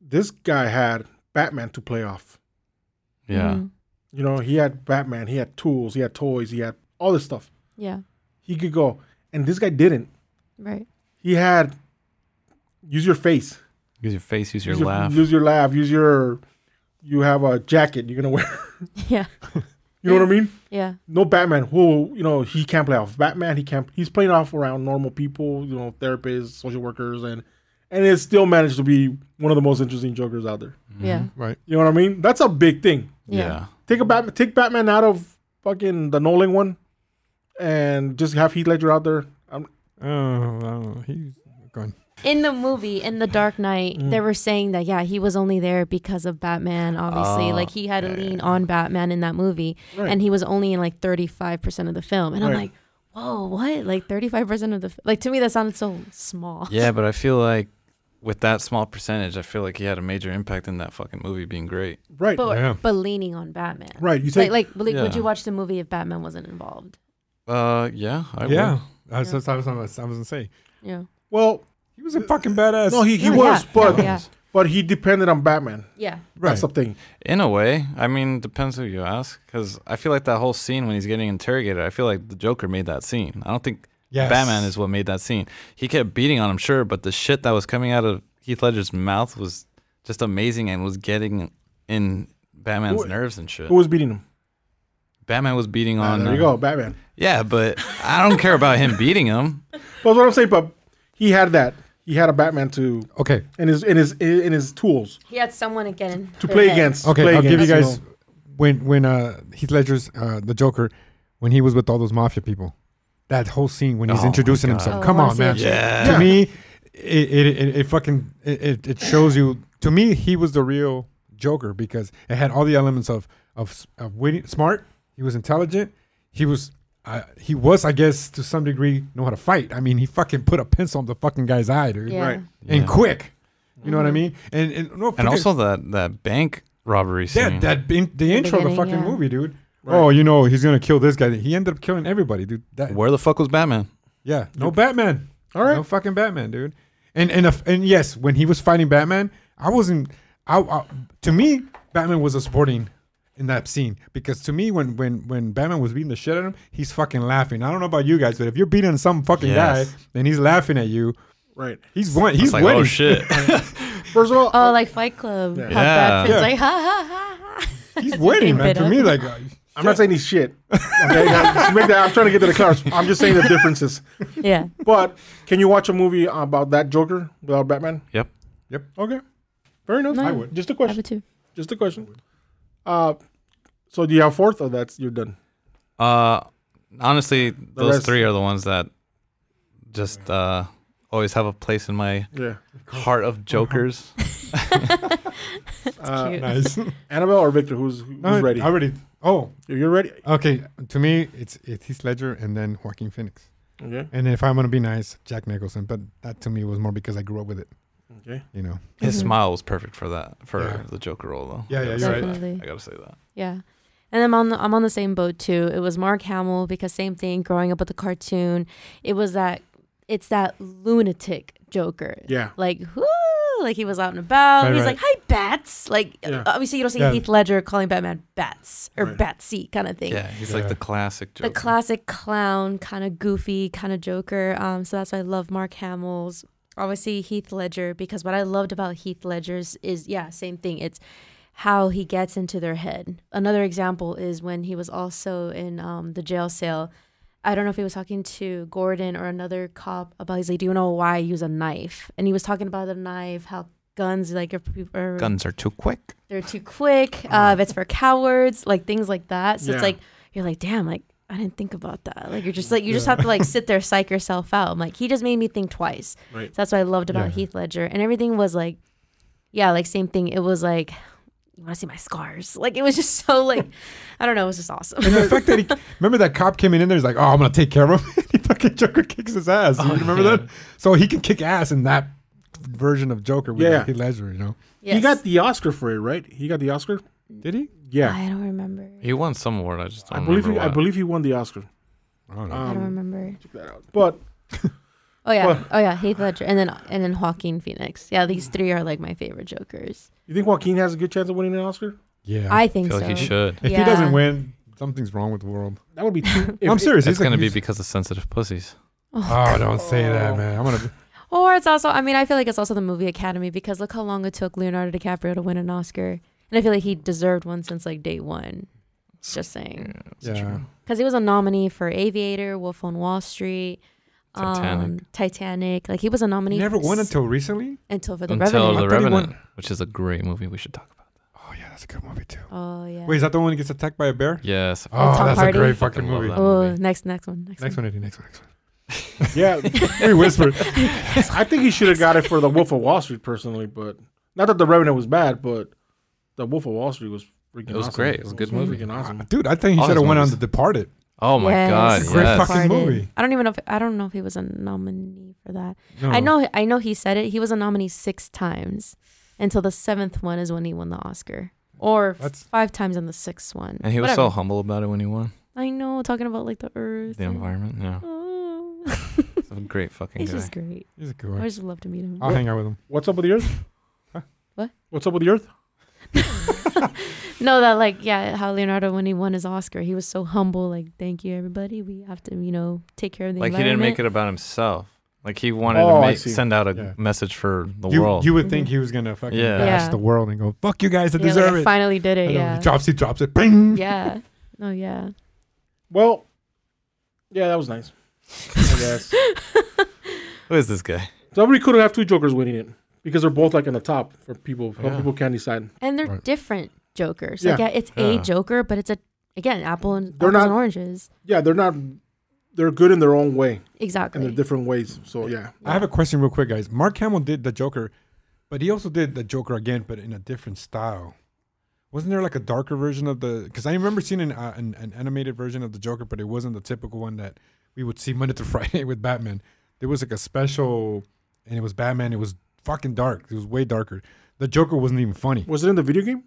[SPEAKER 1] this guy had Batman to play off.
[SPEAKER 4] yeah.
[SPEAKER 3] Mhm.
[SPEAKER 1] You know, he had Batman, he had tools, he had toys, he had all this stuff.
[SPEAKER 3] Yeah.
[SPEAKER 1] He could go, and this guy didn't.
[SPEAKER 3] Right.
[SPEAKER 1] He had use your face,
[SPEAKER 4] Use your face, use your
[SPEAKER 1] use
[SPEAKER 4] laugh.
[SPEAKER 1] use your laugh, use your. You have a jacket you're gonna wear.
[SPEAKER 3] Yeah.
[SPEAKER 1] You know what I mean?
[SPEAKER 3] Yeah.
[SPEAKER 1] no Batman who you know he can't play off Batman he can't he's playing off around normal people you know therapists social workers and and it still managed to be one of the most interesting Jokers out there
[SPEAKER 3] Yeah.
[SPEAKER 2] Right.
[SPEAKER 1] you know what I mean that's a big thing
[SPEAKER 3] Yeah.
[SPEAKER 4] Mm-hmm. yeah.
[SPEAKER 1] take a Batman take Batman out of fucking the Nolan one and just have Heath Ledger out there I'm,
[SPEAKER 2] Oh, oh, he's gone.
[SPEAKER 3] In the movie, in The Dark Knight, they were saying that yeah, he was only there because of Batman. Obviously,
[SPEAKER 4] Ah,
[SPEAKER 3] like he had to
[SPEAKER 4] yeah, yeah,
[SPEAKER 3] lean on Batman in that movie,
[SPEAKER 1] Right.
[SPEAKER 3] and he was only in like thirty five percent of the film. And I'm
[SPEAKER 1] Right.
[SPEAKER 3] like, whoa, what? Like thirty five percent of the f-? like to me that sounded so small.
[SPEAKER 4] Yeah, but I feel like with that small percentage, I feel like he had a major impact in that fucking movie being great.
[SPEAKER 1] right
[SPEAKER 3] But
[SPEAKER 2] Yeah.
[SPEAKER 3] but leaning on Batman.
[SPEAKER 1] right you
[SPEAKER 3] Like
[SPEAKER 1] take
[SPEAKER 3] like, like would
[SPEAKER 4] Yeah.
[SPEAKER 3] you watch the movie if Batman wasn't involved?
[SPEAKER 4] Uh, yeah, I
[SPEAKER 2] yeah.
[SPEAKER 4] would.
[SPEAKER 2] That's what I was, I was, I was gonna say.
[SPEAKER 3] Yeah.
[SPEAKER 1] well
[SPEAKER 2] He
[SPEAKER 4] Uh,
[SPEAKER 2] was a fucking badass.
[SPEAKER 1] no he, he
[SPEAKER 3] No,
[SPEAKER 1] was
[SPEAKER 3] yeah.
[SPEAKER 1] but
[SPEAKER 3] No, yeah.
[SPEAKER 1] but he depended on Batman
[SPEAKER 3] Yeah.
[SPEAKER 2] right.
[SPEAKER 1] that's the thing
[SPEAKER 4] In a way, I mean, depends who you ask. Because I feel like that whole scene when he's getting interrogated, I feel like the Joker made that scene. I don't think
[SPEAKER 2] Yes.
[SPEAKER 4] Batman is what made that scene. He kept beating on him, sure, but the shit that was coming out of Heath Ledger's mouth was just amazing and was getting in Batman's
[SPEAKER 1] Who-
[SPEAKER 4] nerves and shit.
[SPEAKER 1] who was beating him
[SPEAKER 4] Batman was beating
[SPEAKER 1] Ah,
[SPEAKER 4] on.
[SPEAKER 1] there you
[SPEAKER 4] uh,
[SPEAKER 1] go Batman
[SPEAKER 4] Yeah, but I don't care about him beating him.
[SPEAKER 1] but what I'm saying but he had that he had a Batman to
[SPEAKER 2] Okay.
[SPEAKER 1] in his in his in his tools
[SPEAKER 3] He had someone again
[SPEAKER 1] to play against.
[SPEAKER 2] Okay.
[SPEAKER 1] play
[SPEAKER 2] I'll give you
[SPEAKER 1] against,
[SPEAKER 2] guys
[SPEAKER 1] know.
[SPEAKER 2] when when uh Heath Ledger's uh the Joker when he was with all those mafia people. That whole scene when he's
[SPEAKER 4] Oh my
[SPEAKER 2] introducing
[SPEAKER 4] God.
[SPEAKER 2] himself.
[SPEAKER 3] Oh, I
[SPEAKER 2] Come
[SPEAKER 3] wanna
[SPEAKER 2] on,
[SPEAKER 3] see
[SPEAKER 2] man.
[SPEAKER 3] it.
[SPEAKER 4] Yeah.
[SPEAKER 2] to
[SPEAKER 1] Yeah.
[SPEAKER 2] me, it it, it, it fucking it, it- it shows you. To me, he was the real Joker because it had all the elements of of s- of witty, smart. He was intelligent. He was uh, he was, I guess, to some degree, know how to fight. I mean, he fucking put a pencil in the fucking guy's eye, dude,
[SPEAKER 3] Yeah. Mm-hmm.
[SPEAKER 1] Right.
[SPEAKER 2] and
[SPEAKER 4] Yeah.
[SPEAKER 2] quick. You know what I mean? And and no,
[SPEAKER 4] And
[SPEAKER 2] fucking-
[SPEAKER 4] also that that bank robbery scene.
[SPEAKER 2] yeah, that in, the intro of the
[SPEAKER 3] beginning,
[SPEAKER 2] fucking
[SPEAKER 3] yeah.
[SPEAKER 2] movie, dude.
[SPEAKER 1] Right.
[SPEAKER 2] Oh, you know he's gonna kill this guy. He ended up killing everybody, dude. That,
[SPEAKER 4] Where the fuck was Batman?
[SPEAKER 2] yeah, no Batman.
[SPEAKER 1] All right.
[SPEAKER 2] No fucking Batman, dude. And and if, and yes, when he was fighting Batman, I wasn't. I, I to me, Batman was a supporting in that scene because to me, when when when Batman was beating the shit out of him, he's fucking laughing. I don't know about you guys, but if you're beating some fucking
[SPEAKER 4] Yes.
[SPEAKER 2] guy and he's laughing at you,
[SPEAKER 1] Right.
[SPEAKER 2] he's won.
[SPEAKER 4] It's
[SPEAKER 2] He's
[SPEAKER 4] like,
[SPEAKER 2] winning.
[SPEAKER 4] oh shit.
[SPEAKER 1] First of all,
[SPEAKER 3] Oh, like Fight Club.
[SPEAKER 1] Yeah.
[SPEAKER 3] How Brad
[SPEAKER 4] Yeah.
[SPEAKER 3] Pitt's
[SPEAKER 2] Yeah.
[SPEAKER 3] like ha ha ha ha.
[SPEAKER 2] He's winning, man.
[SPEAKER 3] Bit
[SPEAKER 2] To
[SPEAKER 3] up.
[SPEAKER 2] me, like uh,
[SPEAKER 1] I'm not saying he's shit. Okay, Just make that, I'm trying to get to the cars. I'm just saying the differences.
[SPEAKER 3] Yeah.
[SPEAKER 1] But can you watch a movie about that Joker without Batman?
[SPEAKER 4] Yep.
[SPEAKER 1] Okay, fair enough.
[SPEAKER 3] No, I
[SPEAKER 2] would.
[SPEAKER 1] Just a
[SPEAKER 3] I
[SPEAKER 1] question.
[SPEAKER 3] would too.
[SPEAKER 1] Just a question. Uh, so do you have fourth, or that's you're done?
[SPEAKER 4] Uh, honestly, those
[SPEAKER 1] rest-
[SPEAKER 4] three are the ones that just uh, always have a place in my
[SPEAKER 1] Yeah.
[SPEAKER 4] heart
[SPEAKER 2] Uh-huh.
[SPEAKER 4] of jokers.
[SPEAKER 1] Uh,
[SPEAKER 3] Cute.
[SPEAKER 2] Nice. No,
[SPEAKER 1] Annabelle or Victor? Who's who's
[SPEAKER 2] I-
[SPEAKER 1] ready?
[SPEAKER 2] I already. Oh,
[SPEAKER 1] You're ready.
[SPEAKER 2] okay. To me, it's it's Heath Ledger and then Joaquin Phoenix.
[SPEAKER 1] Okay.
[SPEAKER 2] And if I'm gonna be nice, Jack Nicholson. But that to me was more because I grew up with it.
[SPEAKER 1] Okay.
[SPEAKER 2] You know.
[SPEAKER 4] His
[SPEAKER 3] Mhm.
[SPEAKER 4] smile was perfect for that for
[SPEAKER 2] Yeah.
[SPEAKER 4] the Joker role, though.
[SPEAKER 2] Yeah, yeah,
[SPEAKER 4] I
[SPEAKER 2] you're
[SPEAKER 4] gotta
[SPEAKER 2] right.
[SPEAKER 4] say that.
[SPEAKER 3] Definitely.
[SPEAKER 4] I gotta say that.
[SPEAKER 3] Yeah. And I'm on the, I'm on the same boat too. It was Mark Hamill because same thing growing up with the cartoon. It was that it's that lunatic Joker.
[SPEAKER 1] Yeah.
[SPEAKER 3] Like whoo, like he was out and about.
[SPEAKER 2] Right,
[SPEAKER 3] He's
[SPEAKER 2] right.
[SPEAKER 3] like, "Hi bats." Like
[SPEAKER 1] Yeah.
[SPEAKER 3] obviously you don't see
[SPEAKER 2] Yeah.
[SPEAKER 3] Heath Ledger calling Batman bats or
[SPEAKER 1] Right.
[SPEAKER 3] Batsy kind of thing.
[SPEAKER 4] Yeah, he's like
[SPEAKER 2] Yeah.
[SPEAKER 4] the classic
[SPEAKER 3] The
[SPEAKER 4] Joker.
[SPEAKER 3] classic clown kind of goofy kind of Joker. Um so that's why I love Mark Hamill's. Obviously Heath Ledger because what I loved about Heath Ledger's is yeah, same thing. It's how he gets into their head. Another example is when he was also in um, the jail cell. I don't know if he was talking to Gordon or another cop about. He's like, "Do you know why I use a knife?" And he was talking about the knife, how guns like are, are
[SPEAKER 4] Guns are too quick.
[SPEAKER 3] they're too quick. Uh, if it's for cowards, like things like that. So
[SPEAKER 1] Yeah.
[SPEAKER 3] it's like you're like, damn, like I didn't think about that. Like you're just like you just have to like sit there, psych yourself out. I'm like he just made me think twice.
[SPEAKER 1] Right.
[SPEAKER 3] So that's what I loved about
[SPEAKER 2] Yeah.
[SPEAKER 3] Heath Ledger, and everything was like, yeah, like same thing. It was like. You want to see my scars? Like it was just so like, I don't know. It was just awesome.
[SPEAKER 2] And the fact that he remember that cop came in there, he's like, "Oh, I'm gonna take care of him." he fucking Joker kicks his ass. You remember
[SPEAKER 4] Oh, yeah.
[SPEAKER 2] that? So he can kick ass in that version of Joker with
[SPEAKER 1] Yeah.
[SPEAKER 2] Heath Ledger. You know?
[SPEAKER 1] He
[SPEAKER 3] Yes.
[SPEAKER 1] got the Oscar for it, right? He got the Oscar.
[SPEAKER 2] Did he?
[SPEAKER 1] Yeah.
[SPEAKER 3] I don't remember.
[SPEAKER 4] He won some award. I just
[SPEAKER 1] I,
[SPEAKER 4] don't
[SPEAKER 1] believe
[SPEAKER 4] remember
[SPEAKER 1] he, I
[SPEAKER 4] what.
[SPEAKER 1] believe he won the Oscar.
[SPEAKER 2] I don't know.
[SPEAKER 3] I don't
[SPEAKER 1] Um,
[SPEAKER 3] remember.
[SPEAKER 1] but
[SPEAKER 3] Oh yeah.
[SPEAKER 1] well-
[SPEAKER 3] oh yeah. Heath Ledger, and then and then Joaquin Phoenix. Yeah, these three are like my favorite Jokers.
[SPEAKER 1] you think Joaquin has a good chance of winning an Oscar?
[SPEAKER 2] yeah.
[SPEAKER 3] I
[SPEAKER 4] I
[SPEAKER 3] think
[SPEAKER 4] feel
[SPEAKER 3] so.
[SPEAKER 4] like he should.
[SPEAKER 2] if he
[SPEAKER 3] yeah.
[SPEAKER 2] doesn't win, something's wrong with the world.
[SPEAKER 1] That would be. Too,
[SPEAKER 2] I'm serious. he's
[SPEAKER 4] It's gonna
[SPEAKER 2] like,
[SPEAKER 4] be
[SPEAKER 2] he's-
[SPEAKER 4] because of sensitive pussies.
[SPEAKER 2] Oh, don't say that,
[SPEAKER 1] Oh.
[SPEAKER 2] man. I'm gonna.
[SPEAKER 3] Or it's also, I mean, I feel like it's also the movie Academy because look how long it took Leonardo DiCaprio to win an Oscar. And I feel like he deserved one since like day one. Just saying.
[SPEAKER 2] Yeah.
[SPEAKER 3] Because he was a nominee for Aviator, Wolf on Wall Street, Um,
[SPEAKER 4] Titanic.
[SPEAKER 3] Titanic. Like he was a nominee.
[SPEAKER 2] He never won
[SPEAKER 3] s-
[SPEAKER 2] until recently.
[SPEAKER 3] until for the
[SPEAKER 4] Until
[SPEAKER 3] Revenant.
[SPEAKER 4] The
[SPEAKER 2] I thought he won-
[SPEAKER 4] Revenant, which is a great movie we should talk about.
[SPEAKER 2] Oh yeah, that's a good movie too.
[SPEAKER 3] oh yeah.
[SPEAKER 2] Wait, is that the one who gets attacked by a bear?
[SPEAKER 4] Yes.
[SPEAKER 2] Oh,
[SPEAKER 3] Tom
[SPEAKER 2] that's
[SPEAKER 3] Hardy.
[SPEAKER 2] a great fucking
[SPEAKER 4] Fucking love
[SPEAKER 2] movie.
[SPEAKER 4] that.
[SPEAKER 3] oh,
[SPEAKER 4] movie.
[SPEAKER 3] next, next one, next,
[SPEAKER 2] Next
[SPEAKER 3] one.
[SPEAKER 2] one, Eddie. Next one. Next one.
[SPEAKER 3] Oh.
[SPEAKER 1] Yeah,
[SPEAKER 2] We whispered.
[SPEAKER 1] I think he should have got it for the Wolf of Wall Street personally, but not that the Revenant was bad, but the Wolf of Wall Street was freaking.
[SPEAKER 4] It was
[SPEAKER 1] awesome.
[SPEAKER 4] great. It was a good movie.
[SPEAKER 1] Freaking awesome.
[SPEAKER 2] Dude, I think he
[SPEAKER 4] All
[SPEAKER 2] should have
[SPEAKER 4] his
[SPEAKER 2] went on The
[SPEAKER 4] movies.
[SPEAKER 2] Departed.
[SPEAKER 4] Oh my
[SPEAKER 3] Yes.
[SPEAKER 4] god.
[SPEAKER 2] Great
[SPEAKER 4] Yes.
[SPEAKER 2] fucking
[SPEAKER 3] Departed.
[SPEAKER 2] movie.
[SPEAKER 3] I don't even know. If, I don't know if he was a nominee for that.
[SPEAKER 2] No.
[SPEAKER 4] Oh.
[SPEAKER 3] I know. I know he said it. He was a nominee six times, until the seventh one is when he won the Oscar, or f-
[SPEAKER 2] That's-
[SPEAKER 3] five times on the sixth one.
[SPEAKER 4] And he was so
[SPEAKER 3] Whatever.
[SPEAKER 4] humble about it when he won
[SPEAKER 3] I know, talking about like the earth.
[SPEAKER 4] the
[SPEAKER 3] and-
[SPEAKER 4] environment. Yeah.
[SPEAKER 3] Oh.
[SPEAKER 4] He's a great fucking
[SPEAKER 3] He's
[SPEAKER 4] guy.
[SPEAKER 3] just great.
[SPEAKER 2] He's a good
[SPEAKER 3] I
[SPEAKER 2] one.
[SPEAKER 3] would just love to meet him.
[SPEAKER 4] Ah.
[SPEAKER 2] I'll hang out with him.
[SPEAKER 1] What's up with the Earth?
[SPEAKER 2] Huh?
[SPEAKER 3] What?
[SPEAKER 1] What's up with the Earth?
[SPEAKER 3] No, that like yeah, how Leonardo when he won his Oscar, he was so humble. Like, thank you everybody. We have to you know take care of the
[SPEAKER 4] Like he didn't
[SPEAKER 3] environment.
[SPEAKER 4] make it about himself. Like he wanted
[SPEAKER 1] Oh,
[SPEAKER 4] to
[SPEAKER 1] I
[SPEAKER 4] make,
[SPEAKER 1] see.
[SPEAKER 4] send out a
[SPEAKER 2] Yeah.
[SPEAKER 4] message for the
[SPEAKER 2] you,
[SPEAKER 4] world.
[SPEAKER 2] you would think he was gonna fucking
[SPEAKER 4] Yeah.
[SPEAKER 2] bash
[SPEAKER 3] Yeah.
[SPEAKER 2] the world and go, "Fuck you guys, I
[SPEAKER 3] Yeah, like,
[SPEAKER 2] deserve
[SPEAKER 3] I
[SPEAKER 2] it."
[SPEAKER 3] finally did
[SPEAKER 2] I
[SPEAKER 3] it.
[SPEAKER 2] know.
[SPEAKER 3] Yeah.
[SPEAKER 2] He drops, he drops it. Bing.
[SPEAKER 3] yeah. No. Yeah.
[SPEAKER 1] Well, yeah, that was nice. I guess
[SPEAKER 4] Who is this guy?
[SPEAKER 1] somebody could have two Jokers winning it because they're both like on the top for people. how
[SPEAKER 4] Yeah.
[SPEAKER 1] People can decide.
[SPEAKER 3] And they're
[SPEAKER 2] Right.
[SPEAKER 3] different Jokers.
[SPEAKER 1] Yeah.
[SPEAKER 3] Like yeah, it's
[SPEAKER 4] Yeah.
[SPEAKER 3] a Joker, but it's a again apple and
[SPEAKER 1] They're
[SPEAKER 3] apples and
[SPEAKER 1] not-
[SPEAKER 3] oranges.
[SPEAKER 1] Yeah, they're not. They're good in their own way and
[SPEAKER 3] Exactly.
[SPEAKER 1] they're different ways. So yeah,
[SPEAKER 2] I have a question, real quick, guys. Mark Hamill did the Joker, but he also did the Joker again, but in a different style. Wasn't there like a darker version of the? Because I remember seeing an, uh, an an animated version of the Joker, but it wasn't the typical one that we would see Monday through Friday with Batman. There was like a special, and it was Batman. It was fucking dark. It was way darker. The Joker wasn't even funny.
[SPEAKER 1] was it in the video game?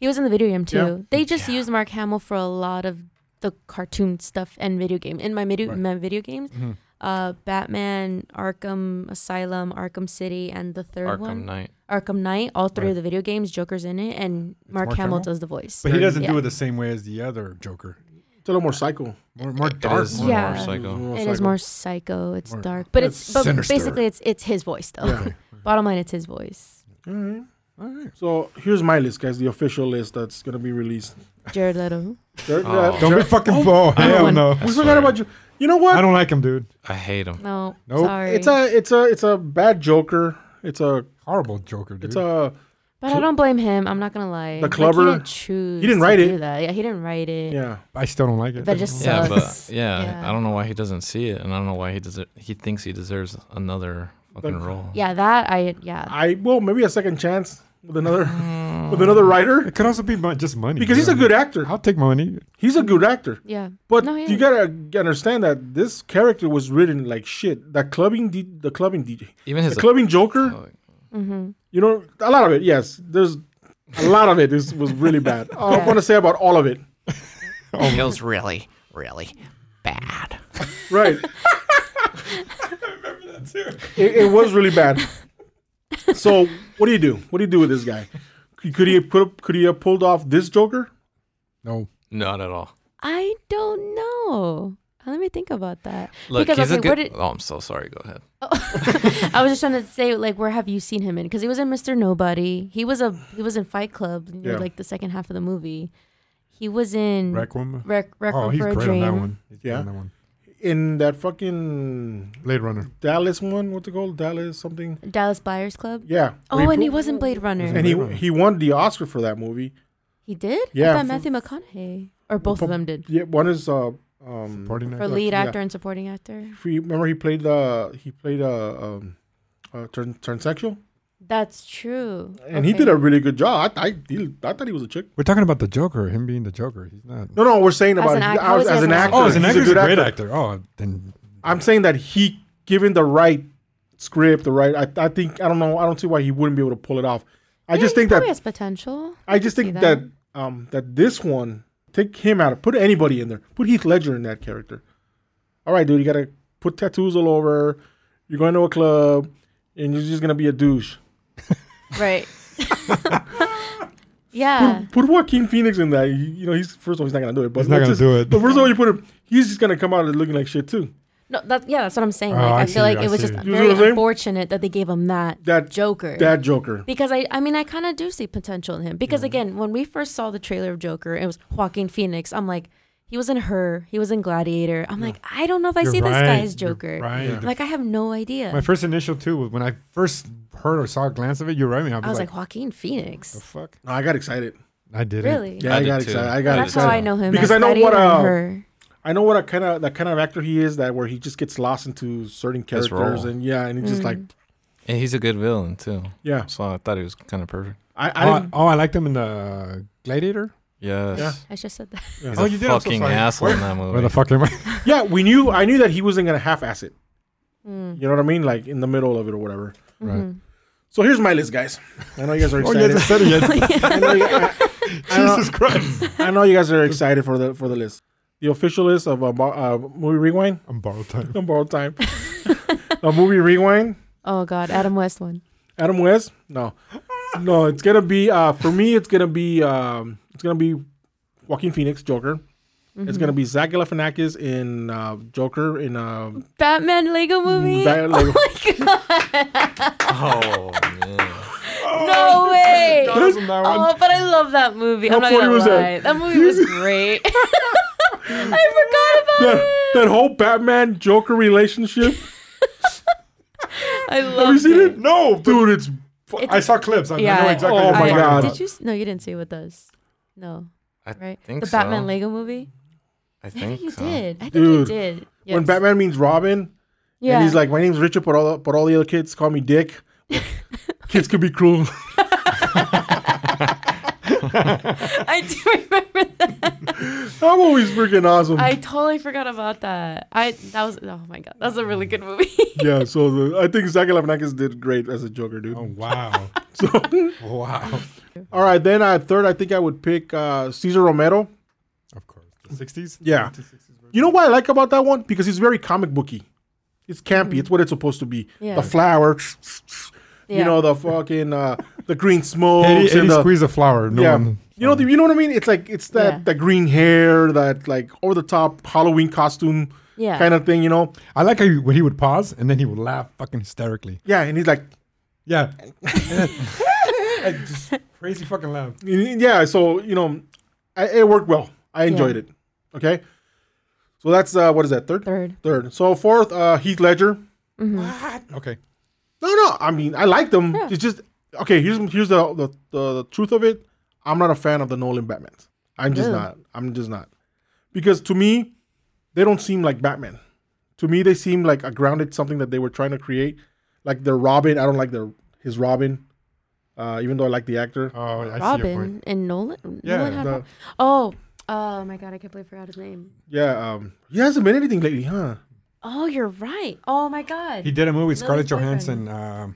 [SPEAKER 3] He was in the video game too.
[SPEAKER 1] Yeah.
[SPEAKER 3] They just used Mark Hamill for a lot of the cartoon stuff and video game. In my video,
[SPEAKER 2] Right.
[SPEAKER 3] my video games,
[SPEAKER 2] Mhm.
[SPEAKER 3] uh, Batman, Arkham Asylum, Arkham City, and the third
[SPEAKER 4] Arkham
[SPEAKER 3] one,
[SPEAKER 4] Knight.
[SPEAKER 3] Arkham Knight. All three
[SPEAKER 2] Right.
[SPEAKER 3] of the video games, Joker's in it, and Mark,
[SPEAKER 2] Mark
[SPEAKER 3] Hamill
[SPEAKER 2] Hamill?
[SPEAKER 3] does the voice.
[SPEAKER 2] But he doesn't do
[SPEAKER 3] Yeah.
[SPEAKER 2] it the same way as the other Joker.
[SPEAKER 1] It's a little more psycho.
[SPEAKER 2] More, more
[SPEAKER 4] It
[SPEAKER 2] dark.
[SPEAKER 4] is
[SPEAKER 2] more-
[SPEAKER 3] Yeah.
[SPEAKER 4] more
[SPEAKER 1] It was
[SPEAKER 4] psycho.
[SPEAKER 1] more
[SPEAKER 3] It is
[SPEAKER 1] psycho.
[SPEAKER 3] more psycho. It's
[SPEAKER 2] More-
[SPEAKER 3] dark, but
[SPEAKER 2] it's
[SPEAKER 3] it's, but
[SPEAKER 2] sinister.
[SPEAKER 3] basically it's it's his voice though.
[SPEAKER 1] Yeah.
[SPEAKER 3] Bottom line, it's his voice.
[SPEAKER 1] All right.
[SPEAKER 2] All right.
[SPEAKER 1] So here's my list, guys. The official list that's gonna be released.
[SPEAKER 3] Jared Leto.
[SPEAKER 1] Jared-
[SPEAKER 4] Oh.
[SPEAKER 1] uh,
[SPEAKER 2] Don't be
[SPEAKER 1] Jared-
[SPEAKER 2] fucking oh, hell
[SPEAKER 3] one.
[SPEAKER 2] no.
[SPEAKER 1] we forgot about you. You know what?
[SPEAKER 2] I don't like him, dude.
[SPEAKER 4] I hate him.
[SPEAKER 3] No,
[SPEAKER 2] Nope.
[SPEAKER 3] sorry.
[SPEAKER 1] It's a it's a it's a bad Joker. It's a
[SPEAKER 2] Horrible Joker, dude.
[SPEAKER 1] it's a
[SPEAKER 3] but I don't blame him. I'm not gonna lie.
[SPEAKER 1] The
[SPEAKER 3] Like,
[SPEAKER 1] clubber-
[SPEAKER 3] he didn't choose.
[SPEAKER 1] he didn't
[SPEAKER 3] to
[SPEAKER 1] write it.
[SPEAKER 3] do that. Yeah, he didn't write it.
[SPEAKER 1] yeah.
[SPEAKER 2] I still don't like it.
[SPEAKER 3] But just
[SPEAKER 4] Yeah,
[SPEAKER 3] Sucks.
[SPEAKER 4] but yeah,
[SPEAKER 3] Yeah.
[SPEAKER 4] I don't know why he doesn't see it, and I don't know why he does He thinks he deserves another fucking role.
[SPEAKER 3] Yeah, that I yeah.
[SPEAKER 1] I well maybe a second chance with another with another writer
[SPEAKER 2] it could also be mon- just money.
[SPEAKER 1] because he's a
[SPEAKER 2] dude.
[SPEAKER 1] good actor.
[SPEAKER 2] I'll take money.
[SPEAKER 1] He's a good actor.
[SPEAKER 3] Yeah.
[SPEAKER 1] But
[SPEAKER 3] No, yeah.
[SPEAKER 1] you gotta understand that this character was written like shit. That clubbing, D- the clubbing DJ,
[SPEAKER 4] Even his Oh,
[SPEAKER 1] the clubbing Joker. You know, a lot of it. Yes, there's a lot of it. Is, was really bad. I
[SPEAKER 3] Yeah.
[SPEAKER 1] want to say about all of it.
[SPEAKER 5] It feels really, really bad.
[SPEAKER 1] Right. It, it was really bad. So what do you do? What do you do with this guy? Could he have put? up- Could he have pulled off this Joker?
[SPEAKER 2] No.
[SPEAKER 4] not at all.
[SPEAKER 3] I don't know. Let me think about that.
[SPEAKER 4] Look,
[SPEAKER 3] because okay,
[SPEAKER 4] he's a good.
[SPEAKER 3] what did,
[SPEAKER 4] oh, I'm so sorry. Go ahead.
[SPEAKER 3] I was just trying to say like where have you seen him in? Because he was in Mr. Nobody. He was a he was in Fight Club. You know,
[SPEAKER 1] Yeah.
[SPEAKER 3] like the second half of the movie. He was in
[SPEAKER 2] Requiem.
[SPEAKER 3] Rec, Rec
[SPEAKER 2] Hmm. Oh,
[SPEAKER 3] Room
[SPEAKER 2] he's
[SPEAKER 3] for a
[SPEAKER 2] great on
[SPEAKER 3] Dream.
[SPEAKER 2] that one. He's great
[SPEAKER 1] Yeah.
[SPEAKER 2] on that one.
[SPEAKER 1] In that fucking
[SPEAKER 2] Blade Runner.
[SPEAKER 1] Dallas one, what's it called? Dallas something.
[SPEAKER 3] Dallas Buyers Club.
[SPEAKER 1] Yeah.
[SPEAKER 3] Oh, and he
[SPEAKER 1] was.
[SPEAKER 3] was in Blade Runner.
[SPEAKER 1] And he he won the Oscar for that movie.
[SPEAKER 3] He did?
[SPEAKER 1] Yeah,
[SPEAKER 3] I thought
[SPEAKER 1] for-
[SPEAKER 3] Matthew McConaughey. Or both of them did.
[SPEAKER 1] Yeah, one is uh um
[SPEAKER 2] Supporting
[SPEAKER 3] For
[SPEAKER 2] actor.
[SPEAKER 3] lead
[SPEAKER 1] yeah.
[SPEAKER 3] actor and supporting actor.
[SPEAKER 1] if you remember he played uh he played uh um uh, turn transsexual
[SPEAKER 3] That's true.
[SPEAKER 1] and he did a really good job. I, I he- I thought he was a chick.
[SPEAKER 2] We're talking about the Joker, him being the Joker. He's not.
[SPEAKER 1] No, no, we're saying
[SPEAKER 3] As
[SPEAKER 1] about
[SPEAKER 3] an
[SPEAKER 1] he-
[SPEAKER 3] act-
[SPEAKER 1] I
[SPEAKER 3] how
[SPEAKER 1] was-
[SPEAKER 3] is he
[SPEAKER 1] as an actor.
[SPEAKER 2] Oh, as an
[SPEAKER 1] he's
[SPEAKER 2] actor,
[SPEAKER 1] a
[SPEAKER 2] he's a
[SPEAKER 1] good
[SPEAKER 2] great
[SPEAKER 1] actor.
[SPEAKER 2] actor. Oh, then
[SPEAKER 1] I'm saying that he given the right script, the right. I, I think I don't know. I don't see why he wouldn't be able to pull it off. I just think that
[SPEAKER 3] has potential.
[SPEAKER 1] I just think
[SPEAKER 3] see
[SPEAKER 1] that.
[SPEAKER 3] that.
[SPEAKER 1] um that this one take him out. Put anybody in there. Put Heath Ledger in that character. All right, dude. You gotta put tattoos all over. You're going to a club, and you're just gonna be a douche.
[SPEAKER 3] Right. Hmm. yeah.
[SPEAKER 1] Put Joaquin Phoenix in that. You, you know, he's first of all he's not gonna do it. But
[SPEAKER 2] He's not
[SPEAKER 1] let's
[SPEAKER 2] gonna
[SPEAKER 1] just-
[SPEAKER 2] do it.
[SPEAKER 1] But first of all, you put him. He's just gonna come out looking like shit too.
[SPEAKER 3] No, that, yeah, that's what I'm saying.
[SPEAKER 2] Oh,
[SPEAKER 3] Like,
[SPEAKER 2] I
[SPEAKER 3] I,
[SPEAKER 2] see,
[SPEAKER 3] feel like
[SPEAKER 2] I
[SPEAKER 3] it was
[SPEAKER 2] see.
[SPEAKER 3] just
[SPEAKER 1] You Ah, see what I'm
[SPEAKER 3] very
[SPEAKER 1] saying?
[SPEAKER 3] unfortunate that they gave him that,
[SPEAKER 1] That-
[SPEAKER 3] Joker.
[SPEAKER 1] That Joker.
[SPEAKER 3] because I, I mean, I kind of do see potential in him. Because again, when we first saw the trailer of Joker, it was Joaquin Phoenix. I'm like, he was in Her, he was in Gladiator. I'm like, I don't know if I see this guy as Joker.
[SPEAKER 2] Right.
[SPEAKER 3] Like, I have no idea.
[SPEAKER 2] My first initial too was when I first heard or saw a glance of it. You're right. I was,
[SPEAKER 3] I was
[SPEAKER 2] like,
[SPEAKER 3] like, Joaquin
[SPEAKER 2] the
[SPEAKER 3] Phoenix.
[SPEAKER 2] fuck?
[SPEAKER 1] No, I got excited.
[SPEAKER 2] I did
[SPEAKER 3] Really?
[SPEAKER 1] Yeah,
[SPEAKER 4] I
[SPEAKER 1] I,
[SPEAKER 4] did
[SPEAKER 1] got
[SPEAKER 4] too.
[SPEAKER 1] excited. I got
[SPEAKER 3] That's how
[SPEAKER 1] excited.
[SPEAKER 3] I know him.
[SPEAKER 1] Because
[SPEAKER 3] as
[SPEAKER 1] I know
[SPEAKER 3] Gladiator
[SPEAKER 1] what,
[SPEAKER 3] and
[SPEAKER 1] uh,
[SPEAKER 3] Her.
[SPEAKER 1] I know what a kind of that kind of actor he is. That where he just gets lost into certain
[SPEAKER 4] His
[SPEAKER 1] characters,
[SPEAKER 4] role.
[SPEAKER 1] and yeah, and he's just
[SPEAKER 3] Mm.
[SPEAKER 1] like,
[SPEAKER 4] And he's a good villain too.
[SPEAKER 1] yeah.
[SPEAKER 4] So I thought he was kind of perfect.
[SPEAKER 1] I,
[SPEAKER 2] Oh,
[SPEAKER 1] I
[SPEAKER 2] I-
[SPEAKER 4] Uh,
[SPEAKER 1] didn't.
[SPEAKER 2] oh, I liked him in the Gladiator.
[SPEAKER 4] Yes.
[SPEAKER 1] Yeah.
[SPEAKER 3] I just said that.
[SPEAKER 4] He's
[SPEAKER 2] Oh,
[SPEAKER 4] a
[SPEAKER 2] you did? I'm so
[SPEAKER 4] fucking
[SPEAKER 2] sorry.
[SPEAKER 4] asshole in that
[SPEAKER 2] Where
[SPEAKER 4] movie.
[SPEAKER 2] the fuck am I?
[SPEAKER 1] Yeah, we knew. I knew that he wasn't gonna half-ass it.
[SPEAKER 3] Mm.
[SPEAKER 1] You know what I mean? Like in the middle of it or whatever.
[SPEAKER 3] Mm-hmm.
[SPEAKER 2] Right.
[SPEAKER 1] So here's my list, guys. I know you guys are
[SPEAKER 2] Oh, you
[SPEAKER 1] excited.
[SPEAKER 2] guys said it yet.
[SPEAKER 1] I, know you, I, I know-
[SPEAKER 2] Jesus Christ.
[SPEAKER 1] I know you guys are excited for the for the list. The official list of uh, Bo- uh, movie rewind.
[SPEAKER 2] I'm borrowed time.
[SPEAKER 1] Don't borrow time. a movie rewind.
[SPEAKER 3] Oh God, Adam West one.
[SPEAKER 1] Adam West? No, no. It's gonna be uh, for me. It's gonna be um, it's gonna be Joaquin Phoenix Joker. It's gonna be Zach Galifianakis in uh, Joker in uh,
[SPEAKER 3] Batman Lego movie.
[SPEAKER 1] Bat- Mm, Lego.
[SPEAKER 4] oh man.
[SPEAKER 2] Oh,
[SPEAKER 3] no way.
[SPEAKER 2] Dollars on that one.
[SPEAKER 3] Oh, but I love that movie. I'm
[SPEAKER 1] How
[SPEAKER 3] not
[SPEAKER 1] funny
[SPEAKER 3] gonna
[SPEAKER 1] was that?
[SPEAKER 3] lie. That? movie was great. I forgot about
[SPEAKER 1] that,
[SPEAKER 3] it.
[SPEAKER 1] that whole Batman Joker relationship.
[SPEAKER 3] I loved
[SPEAKER 1] Have you seen it?
[SPEAKER 2] No,
[SPEAKER 1] Dude, it's
[SPEAKER 2] fu-
[SPEAKER 3] It's-
[SPEAKER 2] I saw clips. I, I
[SPEAKER 3] Yeah.
[SPEAKER 2] know exactly.
[SPEAKER 1] Oh
[SPEAKER 2] what
[SPEAKER 1] my
[SPEAKER 2] you're
[SPEAKER 3] I-
[SPEAKER 1] God.
[SPEAKER 2] talking
[SPEAKER 3] Did you? s- No, you didn't see it with us. No,
[SPEAKER 4] I
[SPEAKER 3] right?
[SPEAKER 4] think
[SPEAKER 3] the Batman
[SPEAKER 4] so.
[SPEAKER 3] Lego movie.
[SPEAKER 4] I
[SPEAKER 3] I think
[SPEAKER 4] think
[SPEAKER 3] you
[SPEAKER 4] so.
[SPEAKER 3] did. I think you
[SPEAKER 1] Dude,
[SPEAKER 3] did.
[SPEAKER 1] when
[SPEAKER 3] Yes.
[SPEAKER 1] Batman means Robin,
[SPEAKER 3] yeah.
[SPEAKER 1] and he's like, "My name's Richard, but all but all the other kids call me Dick." kids could be cruel.
[SPEAKER 3] I do remember that.
[SPEAKER 1] I'm always freaking awesome.
[SPEAKER 3] I totally forgot about that. I that was oh my god, that's a really good movie.
[SPEAKER 1] yeah, so the, I think Zach Galifianakis did great as a Joker, dude.
[SPEAKER 2] about. Oh, wow.
[SPEAKER 1] So,
[SPEAKER 2] wow.
[SPEAKER 1] all right, then uh, third, I think I would pick uh, Cesar Romero.
[SPEAKER 2] Of course. The 60s?
[SPEAKER 1] Yeah. You know what I like about that one? Because it's very comic booky. It's campy. It's what it's supposed to be.
[SPEAKER 3] Mm-hmm. Yeah.
[SPEAKER 1] The flower,
[SPEAKER 3] Yeah.
[SPEAKER 1] you know, the fucking uh, the green smoke,
[SPEAKER 2] Eddie, Eddie
[SPEAKER 1] and the,
[SPEAKER 2] squeeze a flower. No
[SPEAKER 1] yeah.
[SPEAKER 2] one.
[SPEAKER 1] You know, the, you know what I mean? It's like it's that
[SPEAKER 3] Yeah.
[SPEAKER 1] the green hair, that like over the top Halloween costume
[SPEAKER 3] Yeah.
[SPEAKER 1] kind of thing. You know?
[SPEAKER 2] I like how you, when he would pause and then he would laugh fucking hysterically.
[SPEAKER 1] Yeah, and he's like,
[SPEAKER 2] Yeah. I just crazy fucking loud.
[SPEAKER 1] yeah so you know I, it worked well i enjoyed it okay so that's uh what is that third
[SPEAKER 3] Third. Mm-hmm.
[SPEAKER 1] third so fourth uh heath ledger
[SPEAKER 2] Okay.
[SPEAKER 1] no no i mean i like them it's just okay here's here's the, the the the truth of it i'm not a fan of the nolan batmans i'm just not i'm just not because to me they don't seem like batman to me they seem like a grounded something that they were trying to create like their robin i don't like their his robin uh even though i like the actor
[SPEAKER 2] Oh, I see your point.
[SPEAKER 3] Robin and Nolan.
[SPEAKER 2] Yeah,
[SPEAKER 3] Nolan had
[SPEAKER 1] the-
[SPEAKER 3] Rob- oh, oh my God! I completely forgot his name.
[SPEAKER 1] Yeah, um, he hasn't been anything lately, huh?
[SPEAKER 3] Oh, you're right. Oh my God!
[SPEAKER 2] He
[SPEAKER 3] He
[SPEAKER 2] did a movie with Scarlett
[SPEAKER 3] Lily's
[SPEAKER 2] Johansson. Um,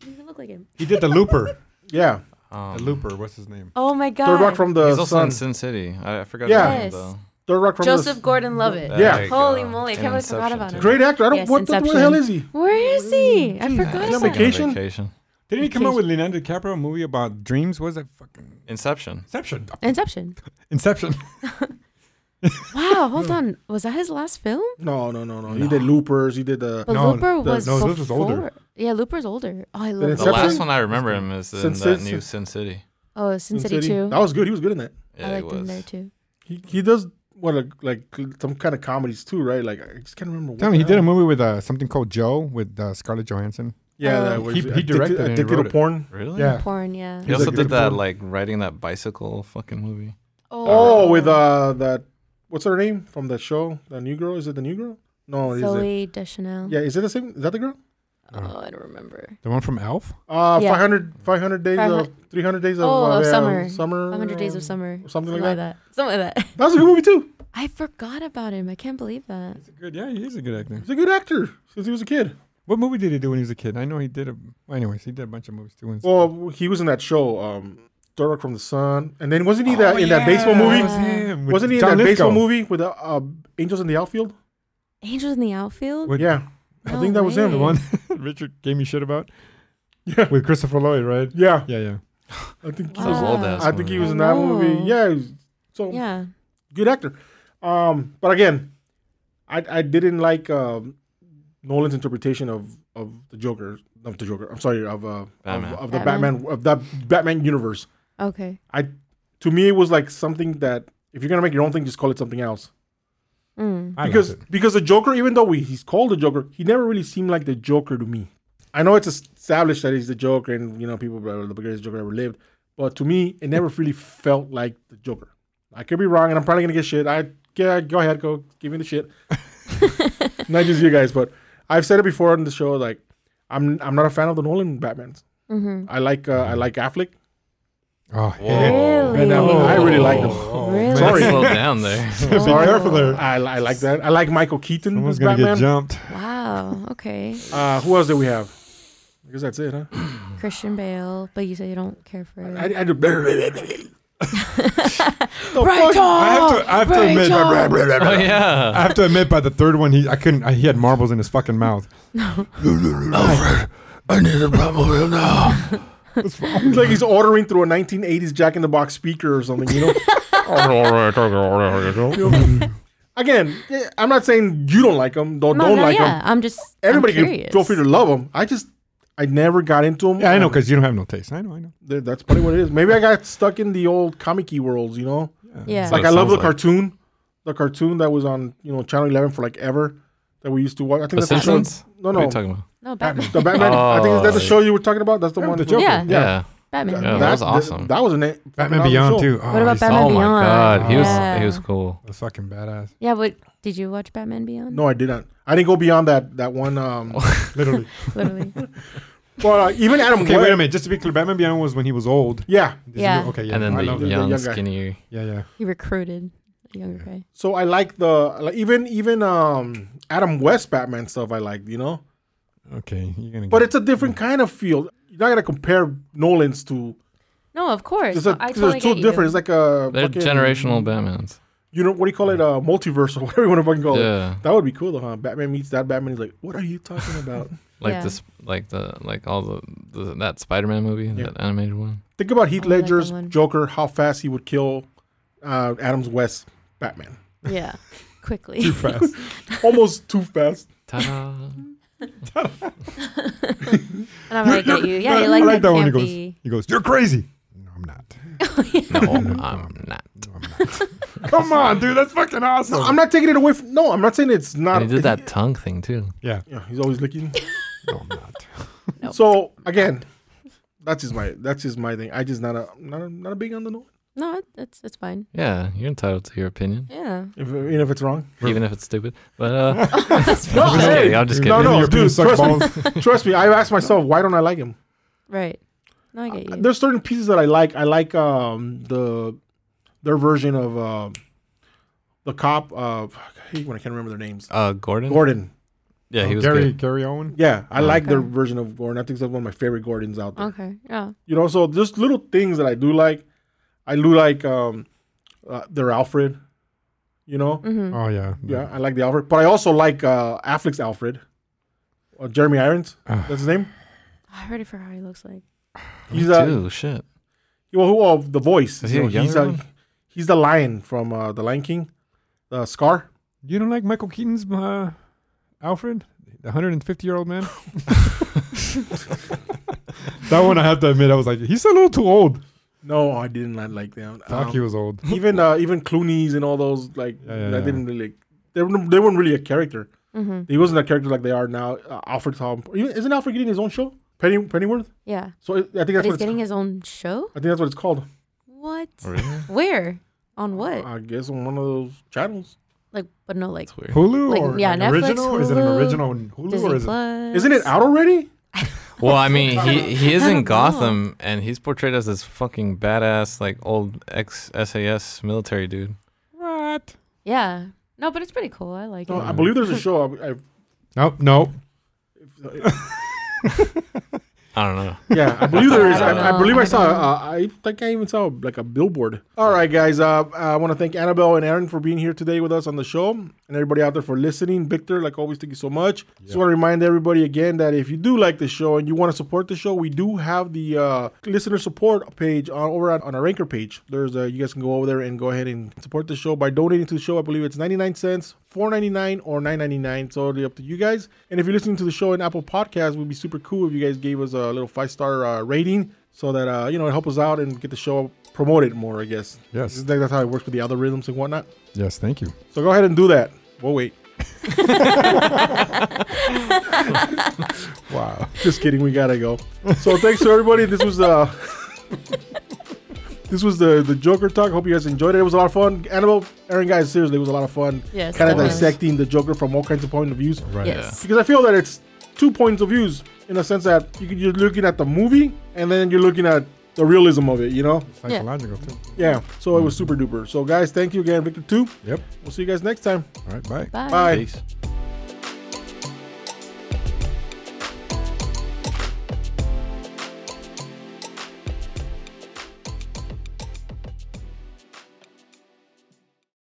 [SPEAKER 3] doesn't look like him.
[SPEAKER 2] he did the Looper.
[SPEAKER 1] Yeah,
[SPEAKER 2] the
[SPEAKER 4] Um,
[SPEAKER 2] Looper. What's his name?
[SPEAKER 3] Oh my God!
[SPEAKER 1] Third Rock from the
[SPEAKER 4] he's also
[SPEAKER 1] Sun.
[SPEAKER 4] in Sin City. I, I forgot
[SPEAKER 1] Yeah.
[SPEAKER 4] his name
[SPEAKER 3] Yes.
[SPEAKER 4] though.
[SPEAKER 1] Third Rock from
[SPEAKER 3] Joseph
[SPEAKER 1] the
[SPEAKER 3] Gordon-Levitt.
[SPEAKER 1] Yeah.
[SPEAKER 4] There you
[SPEAKER 3] Holy
[SPEAKER 4] go.
[SPEAKER 3] moly! I
[SPEAKER 4] And
[SPEAKER 3] can't believe I forgot
[SPEAKER 4] Inception,
[SPEAKER 3] about
[SPEAKER 4] too.
[SPEAKER 3] him.
[SPEAKER 1] Great actor. I don't.
[SPEAKER 3] Yes,
[SPEAKER 1] what, the, what the
[SPEAKER 3] Inception.
[SPEAKER 1] hell is he?
[SPEAKER 3] Where is he? I forgot.
[SPEAKER 1] he's on
[SPEAKER 3] about him.
[SPEAKER 1] vacation.
[SPEAKER 2] Didn't he come out with Leonardo DiCaprio a movie about dreams? What was that fucking
[SPEAKER 4] Inception.
[SPEAKER 2] Inception?
[SPEAKER 3] Inception.
[SPEAKER 2] Inception.
[SPEAKER 3] Wow, hold on. Was that his last film?
[SPEAKER 1] No, no, no, no. He did Loopers. He did uh, the.
[SPEAKER 3] But
[SPEAKER 2] No,
[SPEAKER 3] Looper
[SPEAKER 2] the-
[SPEAKER 3] was
[SPEAKER 2] no,
[SPEAKER 3] before.
[SPEAKER 2] Looper's older.
[SPEAKER 3] Yeah, Looper's older. Oh, I love
[SPEAKER 4] The
[SPEAKER 1] Inception?
[SPEAKER 3] Looper.
[SPEAKER 4] last one I remember him is in
[SPEAKER 1] Sin
[SPEAKER 4] that new
[SPEAKER 1] City.
[SPEAKER 4] Sin City.
[SPEAKER 3] Oh, Sin City,
[SPEAKER 1] City.
[SPEAKER 3] 2.
[SPEAKER 1] That was good. He was good in that.
[SPEAKER 4] Yeah,
[SPEAKER 3] I
[SPEAKER 4] it
[SPEAKER 3] liked him
[SPEAKER 4] was.
[SPEAKER 3] there too.
[SPEAKER 1] He he does what like, like some kind of comedies too, right? Like I just can't remember. What
[SPEAKER 2] Tell me, he
[SPEAKER 1] the
[SPEAKER 2] did a
[SPEAKER 1] hell.
[SPEAKER 2] movie with uh, something called Joe with uh, Scarlett Johansson.
[SPEAKER 1] Yeah,
[SPEAKER 3] Oh.
[SPEAKER 1] that was
[SPEAKER 2] He- he
[SPEAKER 1] addicted-
[SPEAKER 2] directed it and
[SPEAKER 1] addicted
[SPEAKER 2] wrote
[SPEAKER 1] to
[SPEAKER 2] it.
[SPEAKER 1] porn.
[SPEAKER 4] Really?
[SPEAKER 2] Oh, Yeah.
[SPEAKER 3] Porn, yeah.
[SPEAKER 4] He
[SPEAKER 1] He's
[SPEAKER 4] also
[SPEAKER 1] a
[SPEAKER 4] did
[SPEAKER 1] good
[SPEAKER 4] that
[SPEAKER 1] film.
[SPEAKER 4] like riding that bicycle fucking movie.
[SPEAKER 1] Oh, with uh that what's her name from that show? The new girl? Is it the new girl? No, oh, is it?
[SPEAKER 3] Zoe Deschanel.
[SPEAKER 1] Yeah, is it the same? Is that the girl?
[SPEAKER 3] Oh, I don't remember.
[SPEAKER 2] The one from Elf?
[SPEAKER 1] Uh,
[SPEAKER 3] Yeah.
[SPEAKER 1] 500, 500 days of
[SPEAKER 3] 500
[SPEAKER 1] 300 days of,
[SPEAKER 3] Oh,
[SPEAKER 1] uh,
[SPEAKER 3] of
[SPEAKER 1] yeah,
[SPEAKER 3] summer.
[SPEAKER 1] summer,
[SPEAKER 3] 500 Days
[SPEAKER 1] Mm.
[SPEAKER 3] of Summer.
[SPEAKER 1] something like
[SPEAKER 3] that. Something like that.
[SPEAKER 1] That was a good movie too.
[SPEAKER 3] I forgot about him. I can't believe that.
[SPEAKER 2] He's a good, yeah, he is a good actor.
[SPEAKER 1] He's a good actor since he was a kid.
[SPEAKER 2] What movie did he do when he was a kid? I know he did a. Well, anyways, he did a bunch of movies too. when he was a kid.
[SPEAKER 1] Well, he was in that show, um, Direct from the Sun, and then wasn't he that
[SPEAKER 2] Oh,
[SPEAKER 1] in
[SPEAKER 2] yeah,
[SPEAKER 1] that baseball movie?
[SPEAKER 2] that was him, with
[SPEAKER 1] wasn't he in
[SPEAKER 2] John
[SPEAKER 1] that
[SPEAKER 2] Lithgow.
[SPEAKER 1] baseball movie with the uh, Angels in the Outfield?
[SPEAKER 3] Angels in the Outfield?
[SPEAKER 2] With
[SPEAKER 1] Yeah, I
[SPEAKER 3] No
[SPEAKER 1] think that was him.
[SPEAKER 2] The
[SPEAKER 3] way.
[SPEAKER 2] one Richard gave me shit about
[SPEAKER 1] Yeah,
[SPEAKER 2] with Christopher Lloyd, right?
[SPEAKER 1] yeah.
[SPEAKER 2] Yeah, yeah.
[SPEAKER 1] I think
[SPEAKER 4] That was
[SPEAKER 3] Wow.
[SPEAKER 4] old ass.
[SPEAKER 1] I think he was
[SPEAKER 3] I
[SPEAKER 1] in that
[SPEAKER 3] know.
[SPEAKER 1] movie. Yeah, he was- so
[SPEAKER 3] Yeah.
[SPEAKER 1] good actor. Um, but again, I I didn't like um, Nolan's interpretation of of the Joker, not the Joker. I'm sorry, of uh, of,
[SPEAKER 4] Batman.
[SPEAKER 1] of the
[SPEAKER 3] Batman.
[SPEAKER 1] Batman of that Batman universe.
[SPEAKER 3] Okay.
[SPEAKER 1] I to me it was like something that if you're gonna make your own thing, just call it something else.
[SPEAKER 3] Mm.
[SPEAKER 2] I
[SPEAKER 1] because
[SPEAKER 2] liked it.
[SPEAKER 1] because the Joker, even though we, he's called the Joker, he never really seemed like the Joker to me. I know it's established that he's the Joker, and you know people blah, blah, blah, the greatest Joker ever lived, but to me, it never really felt like the Joker. I could be wrong, and I'm probably gonna get shit. I yeah, go ahead, go give me the shit. not just you guys, but I've said it before on the show. Like, I'm I'm not a fan of the Nolan Batmans.
[SPEAKER 3] Mm-hmm.
[SPEAKER 1] I like uh, I like Affleck,
[SPEAKER 2] Oh,
[SPEAKER 4] Whoa.
[SPEAKER 2] hey.
[SPEAKER 1] and I, I really like
[SPEAKER 4] Oh.
[SPEAKER 1] them.
[SPEAKER 3] Really? Oh.
[SPEAKER 1] Sorry.
[SPEAKER 4] Slow down there.
[SPEAKER 2] Be
[SPEAKER 1] Sorry.
[SPEAKER 2] careful there.
[SPEAKER 1] I, I like that. I like Michael Keaton
[SPEAKER 2] Someone's
[SPEAKER 1] as
[SPEAKER 2] gonna
[SPEAKER 1] Batman.
[SPEAKER 2] get jumped.
[SPEAKER 3] Wow. Okay.
[SPEAKER 1] Uh, who else do we have? I guess that's it, huh?
[SPEAKER 3] Christian Bale, but you say you don't care for
[SPEAKER 1] I, I
[SPEAKER 3] him.
[SPEAKER 1] do. the
[SPEAKER 3] Rachel!
[SPEAKER 1] fuck?
[SPEAKER 2] I have to, I have to admit,
[SPEAKER 3] Rachel!
[SPEAKER 4] Oh
[SPEAKER 2] I
[SPEAKER 4] yeah.
[SPEAKER 2] have to admit, by the third one, he I couldn't. I, he had marbles in his fucking mouth.
[SPEAKER 5] I need a problem now.
[SPEAKER 1] It's like he's ordering through a 1980s Jack in the Box speaker or something, you know? Again, eh, I'm not saying you don't like him, don't,
[SPEAKER 3] No,
[SPEAKER 1] don't
[SPEAKER 3] no,
[SPEAKER 1] like
[SPEAKER 3] yeah.
[SPEAKER 1] him.
[SPEAKER 3] I'm just. I'm
[SPEAKER 1] Everybody can
[SPEAKER 3] curious.
[SPEAKER 1] feel free to love him. I just, I never got into him.
[SPEAKER 2] Yeah, I know,
[SPEAKER 1] and
[SPEAKER 2] because you don't have no taste. I know, I know.
[SPEAKER 1] th- that's probably what it is. Maybe I got stuck in the old comic worlds, you know?
[SPEAKER 3] Yeah.
[SPEAKER 4] What
[SPEAKER 1] Like,
[SPEAKER 4] it
[SPEAKER 1] I love the
[SPEAKER 4] sounds like.
[SPEAKER 1] cartoon, the cartoon that was on, you know, Channel 11 for like ever that we used to watch. I think
[SPEAKER 4] The
[SPEAKER 1] that's the show.
[SPEAKER 4] Simpsons.
[SPEAKER 1] No,
[SPEAKER 4] What are
[SPEAKER 1] no.
[SPEAKER 4] you talking about?
[SPEAKER 3] no, Batman.
[SPEAKER 1] The Batman. I think that's the
[SPEAKER 4] Oh.
[SPEAKER 1] show you were talking about. That's the
[SPEAKER 2] Yeah,
[SPEAKER 1] one.
[SPEAKER 2] the
[SPEAKER 1] with-
[SPEAKER 2] Joker.
[SPEAKER 3] Yeah.
[SPEAKER 4] Yeah.
[SPEAKER 3] Batman.
[SPEAKER 4] Yeah,
[SPEAKER 3] Yeah.
[SPEAKER 4] that was awesome.
[SPEAKER 1] That, was an a- fucking
[SPEAKER 2] Batman
[SPEAKER 1] awesome
[SPEAKER 2] Beyond
[SPEAKER 1] show.
[SPEAKER 2] too. Oh,
[SPEAKER 3] What about
[SPEAKER 2] he's so-
[SPEAKER 3] Batman
[SPEAKER 4] Oh my
[SPEAKER 3] Beyond.
[SPEAKER 4] god, he was
[SPEAKER 3] Yeah.
[SPEAKER 4] he was cool.
[SPEAKER 2] That's fucking badass.
[SPEAKER 3] Yeah, but did you watch Batman Beyond?
[SPEAKER 1] No, I didn't. I didn't go beyond that that one. Um,
[SPEAKER 2] Oh. Literally.
[SPEAKER 3] Literally.
[SPEAKER 1] well, uh, even Adam.
[SPEAKER 2] okay,
[SPEAKER 1] West-
[SPEAKER 2] wait a minute. Just to be clear, Batman Beyond was when he was old.
[SPEAKER 1] Yeah.
[SPEAKER 2] This is-
[SPEAKER 3] Yeah.
[SPEAKER 2] okay. Yeah.
[SPEAKER 4] and then
[SPEAKER 2] I
[SPEAKER 4] the
[SPEAKER 2] love
[SPEAKER 4] young,
[SPEAKER 2] that.
[SPEAKER 1] Yeah, young guy.
[SPEAKER 4] skinny.
[SPEAKER 2] Yeah, yeah.
[SPEAKER 3] he recruited a younger guy.
[SPEAKER 1] So I like the like, even even um Adam West Batman stuff. I like you know,
[SPEAKER 2] Okay. You're gonna.
[SPEAKER 1] but
[SPEAKER 2] get-
[SPEAKER 1] it's a different kind of field. You're not gonna compare Nolan's to.
[SPEAKER 3] No, of course.
[SPEAKER 1] It's a,
[SPEAKER 3] I
[SPEAKER 1] they're
[SPEAKER 3] totally
[SPEAKER 1] two
[SPEAKER 3] get you.
[SPEAKER 1] different. It's like a
[SPEAKER 4] They're
[SPEAKER 1] fucking-
[SPEAKER 4] generational Batmans.
[SPEAKER 1] You know what do you call it? A multiverse or whatever you want to fucking call it.
[SPEAKER 4] Yeah,
[SPEAKER 1] That would be cool though, huh? Batman meets that Batman. He's like, "What are you talking about?"
[SPEAKER 4] like
[SPEAKER 3] Yeah.
[SPEAKER 4] this, like the like all the, the that Spider-Man movie,
[SPEAKER 1] Yeah.
[SPEAKER 4] that animated one.
[SPEAKER 1] Think about Heath
[SPEAKER 3] I like that
[SPEAKER 1] Ledger's
[SPEAKER 3] one.
[SPEAKER 1] Joker. How fast he would kill uh, Adam's West Batman.
[SPEAKER 3] Yeah, quickly.
[SPEAKER 2] fast.
[SPEAKER 1] Almost too fast.
[SPEAKER 4] Ta-da!
[SPEAKER 3] and I'm like, get you. Yeah,
[SPEAKER 2] I-
[SPEAKER 3] you
[SPEAKER 2] I
[SPEAKER 3] like,
[SPEAKER 2] like
[SPEAKER 3] that
[SPEAKER 2] that one he
[SPEAKER 3] campy.
[SPEAKER 2] goes- He goes, "You're crazy." No, I'm not.
[SPEAKER 6] No, I'm not.
[SPEAKER 2] No, I'm not. Come on, dude. That's fucking awesome.
[SPEAKER 1] I'm not taking it away from. No, I'm not saying it's not.
[SPEAKER 6] And he did that tongue thing too.
[SPEAKER 2] yeah.
[SPEAKER 1] Yeah, he's always licking.
[SPEAKER 2] No, I'm not.
[SPEAKER 1] So again, that's just my that's just my thing. I just not a not a, not a big on the no.
[SPEAKER 3] No, it- it's it's fine.
[SPEAKER 6] Yeah, you're entitled to your opinion,
[SPEAKER 3] Yeah.
[SPEAKER 1] If even if it's wrong.
[SPEAKER 6] even if it's stupid. But uh,
[SPEAKER 1] No,
[SPEAKER 6] I'm just kidding. I'm just kidding.
[SPEAKER 1] no, no,
[SPEAKER 2] Your
[SPEAKER 1] dude.
[SPEAKER 2] penis sucks
[SPEAKER 1] Trust me.
[SPEAKER 2] balls.
[SPEAKER 1] trust me. I've asked myself why don't I like him.
[SPEAKER 3] Right. No, I get you.
[SPEAKER 1] There's certain pieces that I like. I like um the their version of um the cop. Uh, fuck, I hate when I can't remember their names.
[SPEAKER 6] uh, Gordon.
[SPEAKER 1] Gordon.
[SPEAKER 6] Yeah, he was
[SPEAKER 2] Gary
[SPEAKER 6] good.
[SPEAKER 2] Gary Owen.
[SPEAKER 1] Yeah, I like their
[SPEAKER 3] Okay.
[SPEAKER 1] version of Gordon. I think that's one of my favorite Gordons out there.
[SPEAKER 3] Okay. Yeah.
[SPEAKER 1] You know, so just little things that I do like. I do like um uh, their Alfred. You know.
[SPEAKER 3] Mm-hmm.
[SPEAKER 2] Oh yeah.
[SPEAKER 1] Yeah, I like the Alfred, but I also like uh, Affleck's Alfred, or Jeremy Irons.
[SPEAKER 2] Ah.
[SPEAKER 1] That's his name.
[SPEAKER 3] I already forgot what he looks like.
[SPEAKER 1] He's uh,
[SPEAKER 6] Dude, shit.
[SPEAKER 1] well, who oh, the voice?
[SPEAKER 6] Is he
[SPEAKER 1] you
[SPEAKER 6] a
[SPEAKER 1] know, he's
[SPEAKER 6] younger
[SPEAKER 1] uh,
[SPEAKER 6] one?
[SPEAKER 1] he's the lion from uh, the Lion King, uh, Scar.
[SPEAKER 2] You don't like Michael Keaton's uh, Alfred, the 150 year old man? that one I have to admit, I was like, he's a little too old.
[SPEAKER 1] No, I didn't like, like that.
[SPEAKER 2] Fuck, he was old.
[SPEAKER 1] even uh, even Clooney's and all those like
[SPEAKER 2] Yeah, yeah,
[SPEAKER 1] I
[SPEAKER 2] yeah.
[SPEAKER 1] didn't really. They weren't, they weren't really a character.
[SPEAKER 3] Mm-hmm.
[SPEAKER 1] He wasn't a character like they are now. Uh, Alfred Tom isn't Alfred getting his own show? Penny Pennyworth.
[SPEAKER 3] Yeah.
[SPEAKER 1] So it, I think
[SPEAKER 3] But
[SPEAKER 1] that's what
[SPEAKER 3] he's
[SPEAKER 1] it's,
[SPEAKER 3] getting his own show.
[SPEAKER 1] I think that's what it's called.
[SPEAKER 3] What?
[SPEAKER 6] Really?
[SPEAKER 3] Where?
[SPEAKER 1] Uh,
[SPEAKER 3] On what?
[SPEAKER 1] I guess on one of those channels.
[SPEAKER 3] Like, but no, like
[SPEAKER 6] That's weird.
[SPEAKER 2] Hulu
[SPEAKER 3] Like,
[SPEAKER 2] or
[SPEAKER 3] yeah,
[SPEAKER 2] an
[SPEAKER 3] Netflix,
[SPEAKER 2] original? Is it an
[SPEAKER 3] Hulu,
[SPEAKER 2] original on Hulu or
[SPEAKER 3] Disney
[SPEAKER 2] is it?
[SPEAKER 3] Plus.
[SPEAKER 1] Isn't it out already?
[SPEAKER 6] Well, I mean, he, he is
[SPEAKER 3] I don't know.
[SPEAKER 6] in Gotham, and he's portrayed as this fucking badass, like old ex SAS military dude.
[SPEAKER 2] What?
[SPEAKER 3] Yeah. No, but it's pretty cool. I like
[SPEAKER 1] No,
[SPEAKER 3] it.
[SPEAKER 1] Oh, I believe there's a show. I, I,
[SPEAKER 2] Nope, nope.
[SPEAKER 6] I don't know.
[SPEAKER 1] yeah, I believe there is.
[SPEAKER 3] I don't
[SPEAKER 1] I, I
[SPEAKER 3] know.
[SPEAKER 1] believe
[SPEAKER 3] I
[SPEAKER 1] I
[SPEAKER 3] don't
[SPEAKER 1] saw.
[SPEAKER 3] know.
[SPEAKER 1] Uh, I think I even saw like a billboard. All right, guys. Uh, I want to thank Annabelle and Aaron for being here today with us on the show, and everybody out there for listening. Victor, like always, thank you so much. Just want to remind everybody again that if you do like the show and you want to support the show, we do have the uh, listener support page on over on, on our anchor page. There's uh, you guys can go over there and go ahead and support the show by donating to the show. I believe it's 99 cents, 4.99 or 9.99. It's totally up to you guys. And if you're listening to the show in Apple Podcasts, it would be super cool if you guys gave us a little five star uh, rating so that uh, you know it help us out and get the show promoted more. I guess.
[SPEAKER 2] Yes.
[SPEAKER 1] Isn't that- that's how it works with the algorithms and whatnot.
[SPEAKER 2] Yes, thank you.
[SPEAKER 1] So go ahead and do that. We'll wait.
[SPEAKER 2] Wow.
[SPEAKER 1] Just kidding. We gotta go. So thanks to everybody. This was uh this was the the Joker talk. Hope you guys enjoyed it. It was a lot of fun. Animal, Aaron, guys, seriously, it was a lot of fun.
[SPEAKER 3] Yes,
[SPEAKER 1] Kind of
[SPEAKER 3] it was.
[SPEAKER 1] dissecting the Joker from all kinds of point of views.
[SPEAKER 2] Right.
[SPEAKER 3] Yes.
[SPEAKER 1] Because I feel that it's two points of views in the sense that you, can- you're looking at the movie and then you're looking at the realism of it. You know?
[SPEAKER 2] Psychological, too.
[SPEAKER 1] Yeah. So it was super duper. So guys, thank you again, Victor. Two.
[SPEAKER 2] Yep.
[SPEAKER 1] We'll see you guys next time.
[SPEAKER 2] All right, bye.
[SPEAKER 1] Bye.
[SPEAKER 6] Peace.